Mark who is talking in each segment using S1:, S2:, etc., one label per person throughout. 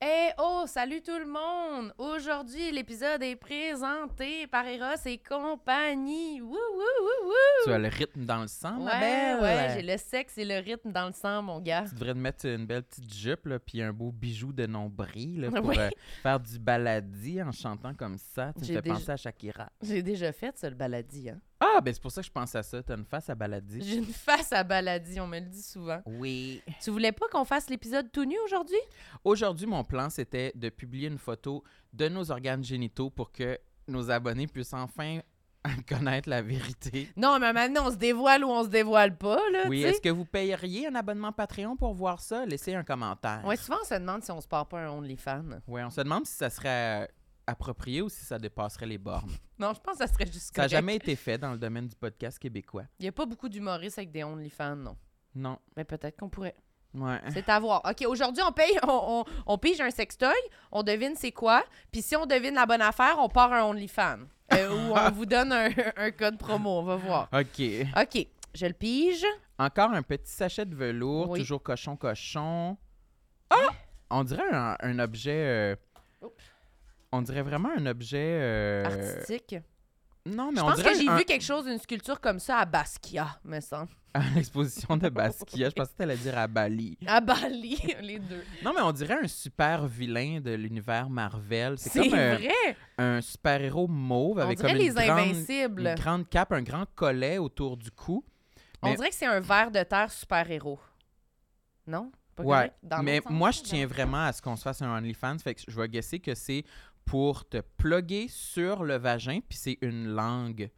S1: Allô, oh, salut tout le monde! Aujourd'hui, l'épisode est présenté par Eros et compagnie. Wouh, wouh, wouh, wouh!
S2: Tu as le rythme dans le sang, ma
S1: Ouais,
S2: belle.
S1: ouais, j'ai le sexe et le rythme dans le sang, mon gars.
S2: Tu devrais te mettre une belle petite jupe, là, puis un beau bijou de nombril là, pour
S1: Ouais.
S2: euh, faire du baladi en chantant comme ça. Tu me
S1: J'ai
S2: fais
S1: déjà-
S2: penser à Shakira.
S1: J'ai déjà fait ça, le baladi. Hein?
S2: Ah, ben c'est pour ça que je pense à ça. T'as une face à baladi.
S1: J'ai une face à baladi, on me le dit souvent.
S2: Oui.
S1: Tu voulais pas qu'on fasse l'épisode tout nu aujourd'hui?
S2: Aujourd'hui, mon plan, c'était de publier une photo de nos organes génitaux pour que nos abonnés puissent enfin connaître la vérité.
S1: Non, mais maintenant, on se dévoile ou on se dévoile pas, là,
S2: Oui,
S1: Ah, tu sais.
S2: est-ce que vous payeriez un abonnement Patreon pour voir ça? Laissez un commentaire.
S1: Ouais, souvent, on se demande si on se part pas un OnlyFans.
S2: Ouais, on se demande si ça serait euh, approprié ou si ça dépasserait les bornes.
S1: Non, je pense que ça serait juste
S2: Ça n'a
S1: correct.
S2: jamais été fait dans le domaine du podcast québécois.
S1: Il y a pas beaucoup d'humoristes avec des OnlyFans, non.
S2: Non.
S1: Mais Ben, peut-être qu'on pourrait.
S2: Ouais.
S1: C'est à voir. OK, aujourd'hui, on paye, on, on, on pige un sextoy, on devine c'est quoi, puis si on devine la bonne affaire, on part un OnlyFans. Euh, ou on vous donne un, un code promo, on va voir.
S2: OK.
S1: OK, je le pige.
S2: Encore un petit sachet de velours,
S1: Oui.
S2: toujours cochon-cochon. Ah! On dirait un, un objet. euh,
S1: Oups.
S2: On dirait vraiment un objet. euh,
S1: Artistique.
S2: Non, mais
S1: je
S2: on
S1: pense
S2: dirait
S1: que j'ai
S2: un-
S1: vu quelque chose, une sculpture comme ça à Basquiat, me semble.
S2: à l'exposition de Basquiat. Je pensais que t'allais dire à Bali.
S1: À Bali, les deux.
S2: Non, mais on dirait un super vilain de l'univers Marvel. C'est
S1: C'est
S2: comme euh,
S1: vrai.
S2: un super héros mauve
S1: On
S2: avec
S1: dirait
S2: comme
S1: les
S2: une grande,
S1: Invincibles.
S2: une grande cape, un grand collet autour du cou.
S1: On
S2: mais-
S1: dirait que c'est un verre de terre super-héros. Non? Pas
S2: Ouais,
S1: correct? Dans
S2: mais
S1: l'autre sens,
S2: moi, je
S1: dans-
S2: tiens vraiment à ce qu'on se fasse un OnlyFans. Fait que je vais guesser que c'est pour te plugger sur le vagin, puis c'est une langue.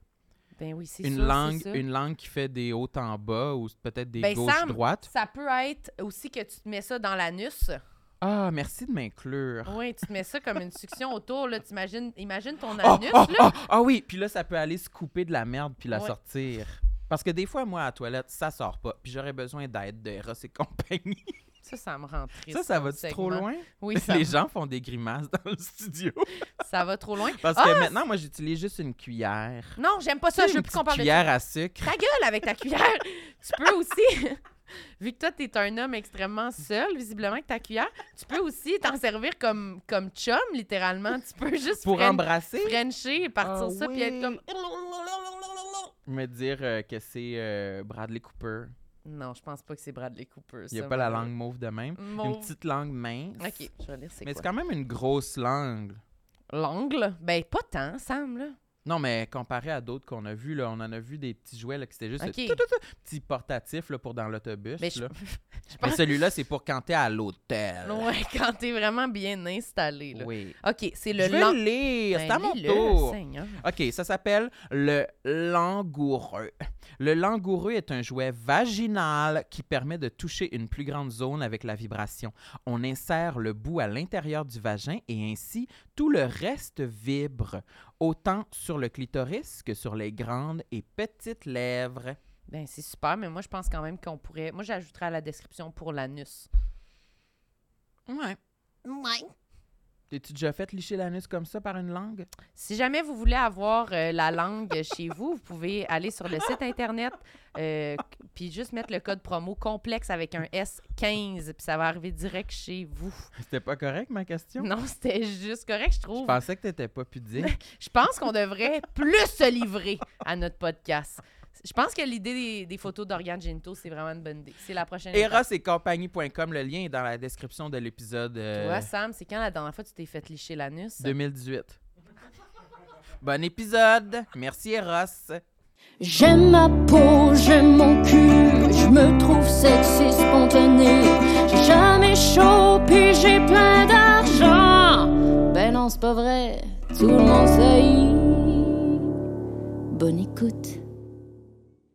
S1: Ben oui, c'est
S2: Une
S1: sûr, c'est
S2: langue
S1: ça.
S2: une langue qui fait des hauts en bas ou peut-être des
S1: Ben, Sam-
S2: gauches-droites.
S1: Ça peut être aussi que tu te mets ça dans l'anus.
S2: Ah, merci de m'inclure.
S1: Oui, tu te mets ça comme une succión autour, là. T'imagines, imagine ton
S2: Ah
S1: anus,
S2: ah,
S1: Oh, là.
S2: ah, ah oui, puis là, ça peut aller se couper de la merde puis la
S1: Ouais.
S2: sortir. Parce que des fois, moi, à la toilette, ça sort pas. Puis j'aurais besoin d'aide de Ross et compagnie.
S1: Ça, ça me rend triste.
S2: Ça, ça
S1: comme
S2: va trop
S1: segment.
S2: loin?
S1: Oui, ça,
S2: Les gens font des grimaces dans le studio.
S1: ça va trop loin.
S2: Parce
S1: Ah,
S2: que maintenant, moi, j'utilise juste une cuillère.
S1: Non, j'aime pas ça.
S2: Tu sais,
S1: Je veux
S2: une
S1: plus
S2: petite
S1: qu'on parle de
S2: cuillère à sucre.
S1: Ta gueule avec ta cuillère! tu peux aussi, vu que toi, t'es un homme extrêmement seul, visiblement, que ta cuillère, tu peux aussi t'en servir comme, comme chum, littéralement. Tu peux juste
S2: Pour
S1: fren-
S2: embrasser,
S1: frencher et partir
S2: Ah
S1: ça, puis être comme...
S2: me dire euh, que c'est euh, Bradley Cooper.
S1: Non, je pense pas que c'est Bradley Cooper,
S2: Il n'y a
S1: ça,
S2: pas la
S1: mon-
S2: langue mauve de même. Une
S1: mon-
S2: petite langue mince.
S1: OK, je vais lire c'est
S2: Mais
S1: quoi.
S2: c'est quand même une grosse langue.
S1: L'angle? Ben, pas tant, Sam, là.
S2: Non, mais comparé à d'autres qu'on a vus, là, on en a vu des petits jouets là, qui c'était juste
S1: Ok.
S2: des tout, tout, tout, petits portatifs là, pour dans l'autobus.
S1: Mais Ben, je-
S2: là.
S1: pense-
S2: Mais celui-là, c'est pour quand t'es à l'hôtel.
S1: Ouais, quand t'es vraiment bien installé, là.
S2: Oui.
S1: OK, c'est
S2: Le
S1: le
S2: je vais
S1: lang-
S2: le lire, c'est
S1: Ben,
S2: à mon
S1: lis-le,
S2: tour.
S1: Seigneur.
S2: OK, ça s'appelle le langoureux. Le langoureux est un jouet vaginal qui permet de toucher une plus grande zone avec la vibration. On insère le bout à l'intérieur du vagin et ainsi tout le reste vibre, autant sur le clitoris que sur les grandes et petites lèvres.
S1: Ben, c'est super, mais moi, je pense quand même qu'on pourrait... Moi, j'ajouterais à la description pour l'anus.
S2: Ouais.
S1: Ouais.
S2: T'es-tu déjà fait licher l'anus comme ça par une langue?
S1: Si jamais vous voulez avoir euh, la langue chez vous, vous pouvez aller sur le site Internet euh, c- puis juste mettre le code promo complexe avec un S15, puis ça va arriver direct chez vous.
S2: C'était pas correct, ma question?
S1: Non, c'était juste correct, je
S2: Je
S1: trouve.
S2: pensais que t'étais pas pudique.
S1: Je pense qu'on devrait plus se livrer à notre podcast. Je pense que l'idée des, des photos d'organes génitaux, c'est vraiment une bonne idée. C'est la prochaine étape.
S2: Eros et compagnie.com, le lien est dans la description de l'épisode. euh,
S1: Toi, Sam, c'est quand la dernière fois tu t'es fait licher l'anus?
S2: 2018. bon épisode. Merci, Eros.
S3: J'aime ma peau, j'aime mon cul, je me trouve sexy spontané. J'ai jamais chaud, puis j'ai plein d'argent. Ben non, c'est pas vrai, tout le monde sait. Bonne écoute.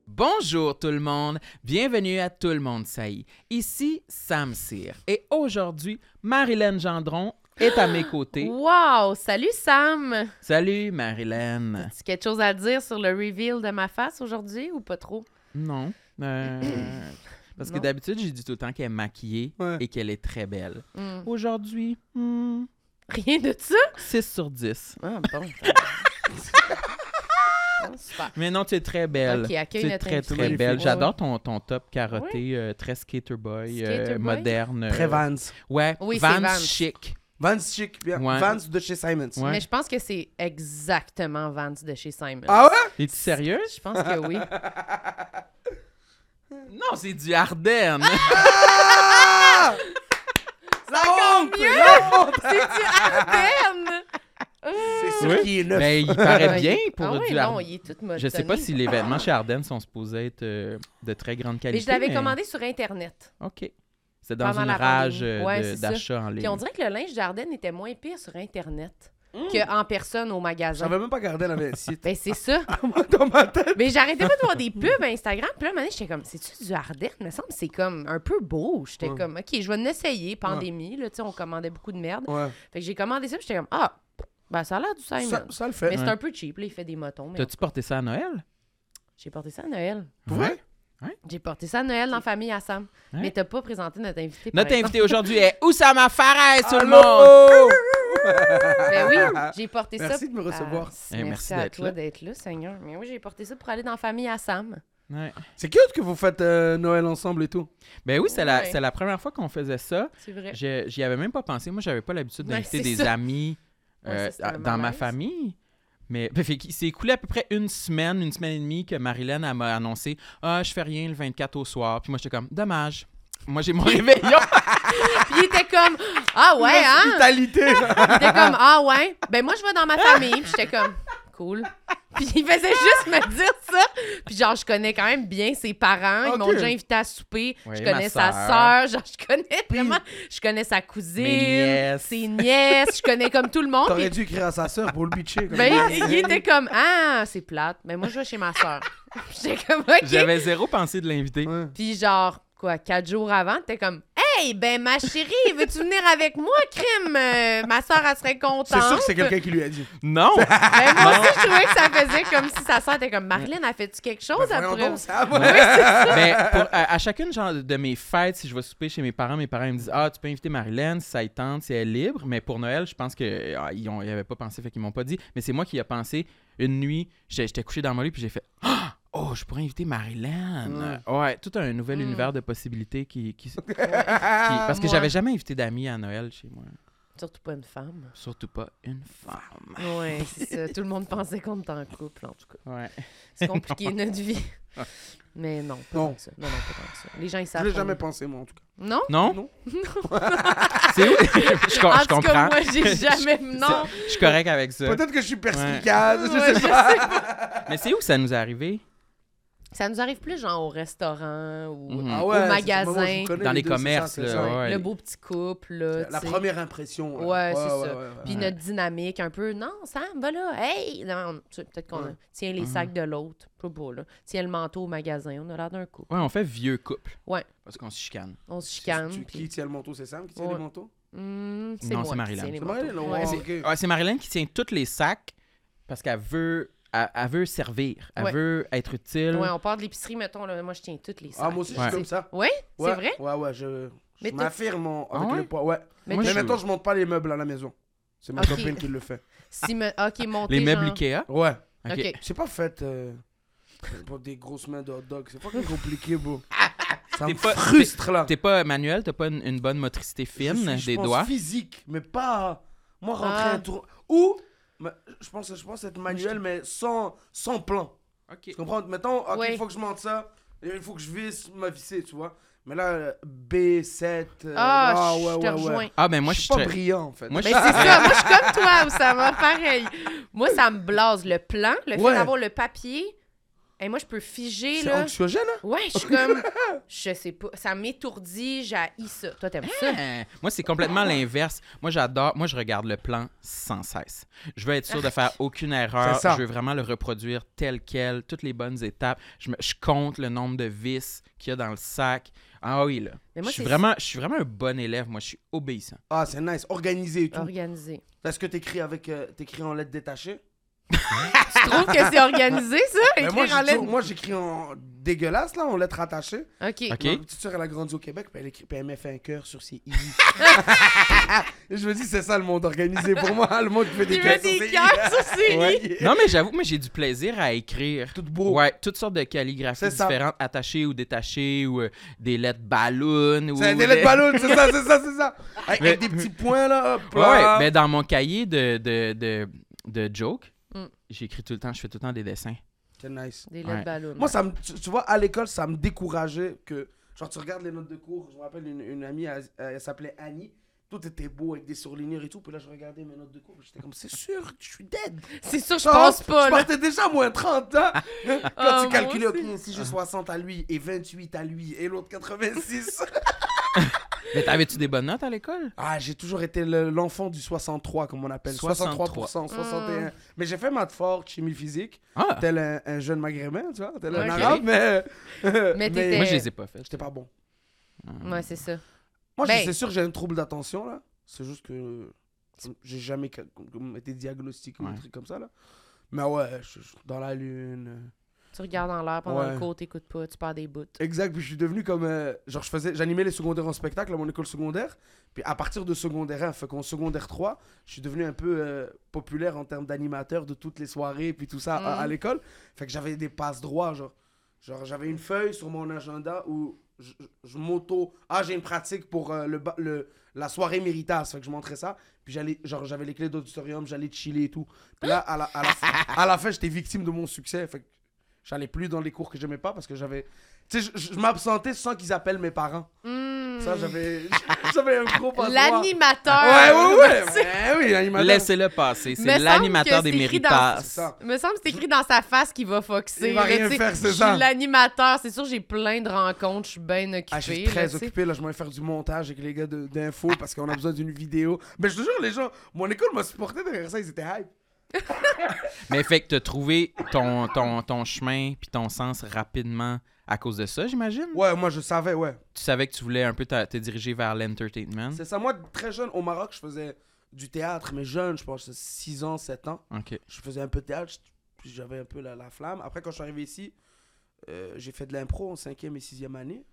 S2: Bonjour tout le monde. Bienvenue à Tout le monde saillit. Ici Sam Cyr. Et aujourd'hui, Marilyn Gendron est à mes côtés.
S1: Wow! Salut, Sam!
S2: Salut, Marilyn.
S1: As-tu quelque chose à dire sur le reveal de ma face aujourd'hui ou pas trop?
S2: Non. euh, parce que
S1: Non.
S2: d'habitude, j'ai dit tout le temps qu'elle est maquillée et qu'elle est très belle.
S1: Hmm.
S2: Aujourd'hui, hmm,
S1: Rien de ça?
S2: 6 sur 10.
S1: Ah, bon. Bon, super.
S2: Mais non, tu es très belle.
S1: Ok, accueille
S2: Tu es
S1: notre
S2: très,
S1: invité.
S2: très belle.
S1: Ouais,
S2: J'adore ton, ton top carotté, euh, très skater boy, euh,
S1: Skater boy.
S2: moderne. euh,
S4: Très Vans.
S2: Ouais,
S1: Oui, c'est
S2: Vans
S1: Vans.
S2: chic.
S4: Vance Chic, bien.
S2: Ouais.
S4: Vance de chez Simons.
S2: Ouais.
S1: Mais je pense que c'est exactement Vance de chez Simon.
S4: Ah ouais?
S2: Es-tu sérieux?
S1: Je pense que oui.
S2: Non, c'est du Ardennes.
S4: Ah! La honte! La honte!
S1: c'est du Ardennes!
S4: C'est sûr
S2: Oui.
S4: qu'il est neuf.
S2: Mais Ben, il paraît bien pour
S1: ah ouais,
S2: du
S1: non,
S2: Ardennes.
S1: il est tout motonné.
S2: Je sais pas si les vêtements chez Ardennes sont supposés être euh, de très grande
S1: Mais
S2: qualité.
S1: je l'avais commandé sur Internet.
S2: OK. C'est dans
S1: Pendant
S2: une
S1: la
S2: rage
S1: pandémie.
S2: euh,
S1: Ouais,
S2: de-
S1: c'est ça.
S2: d'achat en ligne.
S1: Puis on dirait que le linge Jardin était moins pire sur Internet
S2: Mmh.
S1: qu'en personne au
S4: Je
S1: magasin.
S4: savais même pas garder la même site.
S1: Ben, c'est ça.
S4: Dans ma tête.
S1: Mais j'arrêtais pas de voir des pubs à Instagram. Puis là, un moment donné, j'étais comme, c'est-tu du Ardennes? Me semble que c'est comme un peu beau. J'étais
S4: Ouais.
S1: comme, OK, je vais en essayer. Pandémie, là, tu sais, on commandait beaucoup de merde.
S4: Ouais.
S1: Fait que j'ai commandé ça, puis j'étais comme, ah, ben, ça a l'air du Simon.
S4: Ça, ça le
S1: Mais
S4: fait.
S1: c'est un peu cheap, là, il fait des motons. Mais
S2: T'as-tu porté ça à Noël?
S1: j'ai porté ça à Noël.
S4: Pour vrai?
S1: J'ai porté ça à Noël dans la famille à Sam.
S2: Ouais.
S1: Mais t'as pas présenté notre invité. par
S2: Notre
S1: exemple.
S2: invité aujourd'hui est Oussama Fares, tout le monde!
S4: Allô!
S1: Ben oui, j'ai porté ça.
S4: Merci de me recevoir.
S1: Ah,
S2: Eh,
S1: merci,
S2: merci
S1: à
S2: d'être
S1: toi
S2: là.
S1: d'être là, Seigneur. Mais oui, j'ai porté ça pour aller dans la famille à Sam.
S2: Ouais.
S4: C'est cute que vous faites euh, Noël ensemble et tout.
S2: Ben oui, c'est la,
S1: Ouais.
S2: c'est la première fois qu'on faisait ça.
S1: C'est vrai.
S2: J'ai- J'y avais même pas pensé. Moi, j'avais pas l'habitude
S1: Ouais,
S2: d'inviter
S1: c'est
S2: des
S1: ça.
S2: amis
S1: Ouais,
S2: euh,
S1: ça, c'était un
S2: dans ma
S1: malaise.
S2: famille. Mais ben, fait qu'il s'est écoulé à peu près une semaine, une semaine et demie que Marilyn elle m'a annoncé Ah, je fais rien le 24 au soir. Puis moi, j'étais comme Dommage. Moi, j'ai mon réveillon.
S1: Puis il était comme Ah ouais, hein?
S4: Hospitalité.
S1: Il était comme Ah ouais. Ben moi, je vais dans ma famille. Puis j'étais comme Cool. Puis il faisait juste me dire ça. Puis genre, je connais quand même bien ses parents. Ils
S4: Ok.
S1: m'ont déjà invité à souper.
S2: Oui,
S1: je
S2: ma
S1: connais sa
S2: sœur.
S1: sœur. Genre, je connais vraiment. Je connais sa cousine.
S2: Mes nièces.
S1: Ses nièces. Je connais comme tout le monde. Puis
S4: T'aurais dû écrire à sa sœur pour le bitcher. comme
S1: Oh, Ben,
S4: ça.
S1: il était comme Ah, c'est plate. Mais moi, je vais chez ma soeur. J'étais comme OK.
S2: J'avais zéro pensée de l'inviter.
S4: Ouais.
S1: Puis, genre, quoi, quatre jours avant, t'es comme Hey, ben, ma chérie, veux-tu venir avec moi, crime Euh, Ma soeur, elle serait contente.
S4: C'est sûr que c'est quelqu'un qui lui a dit.
S2: Non!
S1: Ben, moi aussi, je trouvais que ça faisait comme si sa soeur était comme Marlène, a fait-tu quelque chose
S4: Ben, Voyons
S1: après
S4: donc, ça va.
S2: Mais pour- à, à chacune genre, de mes fêtes, si je vais souper chez mes parents, mes parents ils me disent Ah, tu peux inviter Marilyn si ça y tente, si elle est libre. Mais pour Noël, je pense qu'ils ah, ils ont- ils avaient pas pensé, fait qu'ils m'ont pas dit. Mais c'est moi qui ai pensé une nuit, j'ai- j'étais couché dans mon lit, puis j'ai fait Ah! Oh, je pourrais inviter Marilyn. Euh, Ouais, tout un nouvel
S1: Mm.
S2: univers de possibilités qui. qui- qui- parce que
S1: Moi.
S2: j'avais jamais invité d'amis à Noël chez moi.
S1: Surtout pas une femme.
S2: Surtout pas une femme.
S1: Ouais, c'est ça. Tout le monde pensait qu'on était en couple, en tout cas.
S2: Ouais.
S1: C'est compliqué, notre vie. Mais non, pas
S4: Non.
S1: tant que ça. Non, non, pas tant que ça. Les gens, ils
S4: Je
S1: savent.
S4: l'ai
S1: qu'on-
S4: jamais pensé, moi, en tout cas.
S1: Non?
S2: Non?
S4: Non.
S2: C'est où? je, com-
S1: en
S2: je
S1: tout
S2: comprends.
S1: cas, moi, j'ai jamais. Non.
S2: Je suis correct avec ça.
S4: Peut-être que je suis perspicace. je
S1: Ouais,
S4: sais
S1: je
S4: pas.
S2: Mais c'est où ça nous est arrivé?
S1: Ça nous arrive plus, genre, au restaurant ou
S2: Mhm.
S1: au
S4: Ah ouais, c'est le moment où je
S1: magasin.
S4: vous connais,
S2: Dans les
S4: deux, c'est ça,
S2: commerces,
S4: c'est ça,
S2: là,
S4: Ah ouais.
S2: ouais.
S1: Le beau petit couple, là,
S4: La
S1: tu sais.
S4: première impression. là.
S1: Ouais, c'est ça.
S4: ouais, ouais.
S1: Puis
S2: Ouais.
S1: notre dynamique, un peu, non, Sam, va là, hey! Non, on- tu sais, Peut-être qu'on a-
S4: Ouais. Mhm.
S1: tient les sacs de l'autre, pas beau, là. Tiens le manteau au magasin, on a l'air d'un couple.
S2: Ouais, on fait vieux couple.
S1: Ouais.
S2: Parce qu'on se chicane.
S1: On se
S4: Tu-
S1: chicane,
S4: Qui
S1: puis...
S4: tient le manteau, c'est Sam qui tient
S1: Ouais.
S4: le manteau
S1: Hmm, c'est
S2: Non,
S1: moi
S2: c'est
S1: qui
S2: Marilyn.
S1: tiens les
S4: C'est
S1: manteaux.
S4: Marilyn, là,
S1: Ouais.
S4: ouais,
S1: C'est-
S4: ok. Ah,
S2: Ouais, c'est Marilyn qui tient tous les sacs parce qu'elle veut, elle, elle veut servir. Elle
S1: Ouais.
S2: veut être utile.
S1: Ouais, on part de l'épicerie, mettons, là, moi, je tiens toutes les sacs.
S4: Ah, moi aussi, je
S2: Ouais.
S4: suis comme ça.
S1: Ouais?
S4: Ouais,
S1: C'est vrai?
S4: Ouais, ouais, je, je
S1: Mais t'es-
S4: m'affirme en- avec
S2: Ah ouais?
S4: le poids. Ouais.
S1: Mais
S2: Moi,
S4: Mais
S2: je-
S4: maintenant, je monte pas les meubles à la maison. C'est ma
S1: Ok.
S4: copine qui le fait.
S1: Si me... ah, OK, monter,
S2: les meubles
S1: genre-
S2: Ikea.
S4: Ouais.
S2: Ok.
S1: OK.
S4: Je sais pas fait euh, pour des grosses mains de hot dog. C'est pas compliqué, bro. Ça
S2: T'es
S4: me
S2: pas-
S4: frustre, là.
S2: T'es pas manuel, t'as pas une, une bonne motricité
S4: Je
S2: fine
S4: suis, je
S2: des
S4: pense,
S2: doigts.
S4: physique, mais pas. Moi, rentrer
S1: Ah.
S4: un tour. Ou. mais Je pense, je pense être manuel, mais sans, sans plan.
S2: Ok.
S4: Tu comprends Mettons, ok, il
S1: Ouais.
S4: faut que je monte ça. Il faut que je visse ma vissée, tu vois. Mais là, euh, B7. euh,
S1: Ah,
S4: ah,
S1: je te rejoins.
S2: Ah, ben moi,
S4: je
S2: je
S4: suis
S2: suis
S4: pas
S2: très-
S4: brillant, en fait.
S2: Moi, je
S1: Mais
S2: suis
S1: Ben, c'est ça, moi je suis comme toi, Oussama, pareil. Moi, ça me blase le plan, le fait
S4: Ouais.
S1: d'avoir le papier. Et moi, je peux figer,
S4: C'est
S1: là.
S4: anxiogène, hein
S1: Ouais, je suis comme. Je sais pas. Ça m'étourdit, j'haïs ça. Ah! Toi, t'aimes ça?
S2: Hein? Moi, c'est complètement l'inverse. Moi, j'adore. Moi, je regarde le plan sans cesse. Je veux être sûr de faire aucune erreur.
S4: C'est ça.
S2: Je veux vraiment le reproduire tel quel, toutes les bonnes étapes. Je, me- je compte le nombre de vis qu'il y a dans le sac. Ah oui, là.
S1: Mais moi,
S2: je, suis
S1: c'est-
S2: vraiment, je suis vraiment un bon élève. Moi, je suis obéissant.
S4: Ah, c'est nice. Organisé et tout.
S1: Organisé.
S4: Est-ce que t'écris avec, euh, t'écris en lettres détachées
S1: tu trouves que c'est organisé, ça?
S4: Mais
S1: écrire
S4: moi,
S1: en
S4: j'écris-
S1: lettres?
S4: moi, j'écris en dégueulasse, là, en lettres attachées.
S1: OK.
S2: OK.
S4: Ma petite sœur, elle a grandi au Québec, puis elle, écrit, puis elle m'a fait un cœur sur ses i. Et je me dis, c'est ça le monde organisé pour moi, le monde qui fait des
S1: Il
S4: cœurs
S1: met
S4: sur ses
S1: des
S4: i.
S1: cœurs sur ses lits.
S4: Ouais.
S2: Non, mais j'avoue, moi, j'ai du plaisir à écrire.
S4: Tout beau.
S2: Ouais, toutes sortes de calligraphies
S4: Oh. C'est ça.
S2: différentes, attachées ou détachées, ou euh, des lettres ballons.
S4: C'est un délai de ballon, c'est ça, c'est ça, c'est ça. Avec, avec
S2: Mais-
S4: des petits points, là, hop,
S2: Ouais,
S4: là.
S2: mais dans mon cahier de, de, de, de joke,
S1: Mm.
S2: j'écris tout le temps, je fais tout le temps des dessins.
S4: C'est nice.
S1: Des
S2: Ouais.
S1: lettres ballons.
S4: Moi, ça me, tu, tu vois, à l'école, ça me décourageait que. Genre, tu regardes les notes de cours. Je me rappelle une, une amie, elle, elle s'appelait Annie. Tout était beau avec des surligneurs et tout. Puis là, je regardais mes notes de cours. puis J'étais comme, c'est sûr, que je suis dead.
S1: C'est sûr, je
S4: Genre,
S1: pense pas,
S4: Je
S1: là.
S4: partais déjà à moins 30 ans. Quand
S1: Ah,
S4: tu calcules,
S1: moi
S4: ok,
S1: aussi.
S4: si j'ai 60 à lui et 28 à lui et l'autre 86.
S2: Mais t'avais-tu des bonnes notes à l'école?
S4: ah, j'ai toujours été le- l'enfant du 63, comme on appelle.
S1: Mm.
S2: 63.
S4: 63%, 61. Mais j'ai fait maths fort, chimie physique.
S2: Ah!
S4: Tel un, un jeune maghrébin, tu vois. Tel un
S1: Ok.
S4: arabe, mais.
S1: Mais t'étais-
S2: Moi, je les ai pas faites. Ah.
S4: J'étais pas bon.
S2: Mm.
S1: Ouais, c'est ça.
S4: Moi, je-
S1: Ben-
S4: c'est sûr que j'ai un trouble d'attention, là. C'est juste que j'ai jamais ca- comme- été diagnostiqué ou
S2: Ouais.
S4: des trucs comme ça, là. Mais ouais, je suis dans la lune.
S1: Tu regardes en l'air pendant
S4: Ouais.
S1: le cours, t'écoutes pas, tu perds des bouts.
S4: Exact, puis je suis devenu comme... euh, genre, je faisais, j'animais les secondaires en spectacle à mon école secondaire. Puis à partir de secondaire 1, fait qu'en secondaire 3, je suis devenu un peu euh, populaire en termes d'animateur de toutes les soirées, puis tout ça à, à
S1: Mhm.
S4: l'école. Fait que j'avais des passes droits, genre. Genre, j'avais une feuille sur mon agenda où je, je- je m'auto... Ah, j'ai une pratique pour euh, le, ba- le, la soirée Méritas. Fait que je montrais ça. Puis j'allais, genre, j'avais les clés d'auditorium, j'allais chiller et tout. Puis là, à la, à la, fin- à la fin, j'étais victime de mon succès. Fait que j'allais plus dans les cours que j'aimais pas parce que j'avais... Tu sais, je, je- je m'absentais sans qu'ils appellent mes parents.
S1: Hmm.
S4: Ça, j'avais, j'avais un gros passe droit.
S1: L'animateur.
S4: Ouais, ouais, ouais. Ben oui, l'animateur.
S2: Laissez-le passer.
S1: Me
S2: C'est
S1: semble
S2: l'animateur
S1: que
S2: des
S1: c'est écrit
S2: méritas.
S4: C'est ça.
S1: Me semble que c'est écrit dans sa face qu'il va foxer.
S4: Il va
S1: là,
S4: rien
S1: tu sais.
S4: faire, c'est
S1: Je suis
S4: ça.
S1: l'animateur. C'est sûr, j'ai plein de rencontres. Je suis bien occupé.
S4: Ah, je suis très
S1: là, tu sais.
S4: occupé, là, je vais faire du montage avec les gars de- d'info parce qu'on a besoin d'une vidéo. Mais je te jure, les gens, mon école m'a supporté derrière ça, ils étaient hype.
S2: Mais fait que t'as trouvé ton, ton, ton chemin puis ton sens rapidement à cause de ça, j'imagine?
S1: Hmm.
S4: Ouais, moi je savais, ouais.
S2: Tu savais que tu voulais un peu t'a- te diriger vers l'entertainment?
S4: C'est ça, moi très jeune au Maroc, je faisais du théâtre, mais jeune, je pense 6 ans, 7 ans.
S2: OK.
S4: Je faisais un peu de théâtre, je- puis j'avais un peu la, la flamme. Après, quand je suis arrivé ici, euh, j'ai fait de l'impro en 5e et 6e année.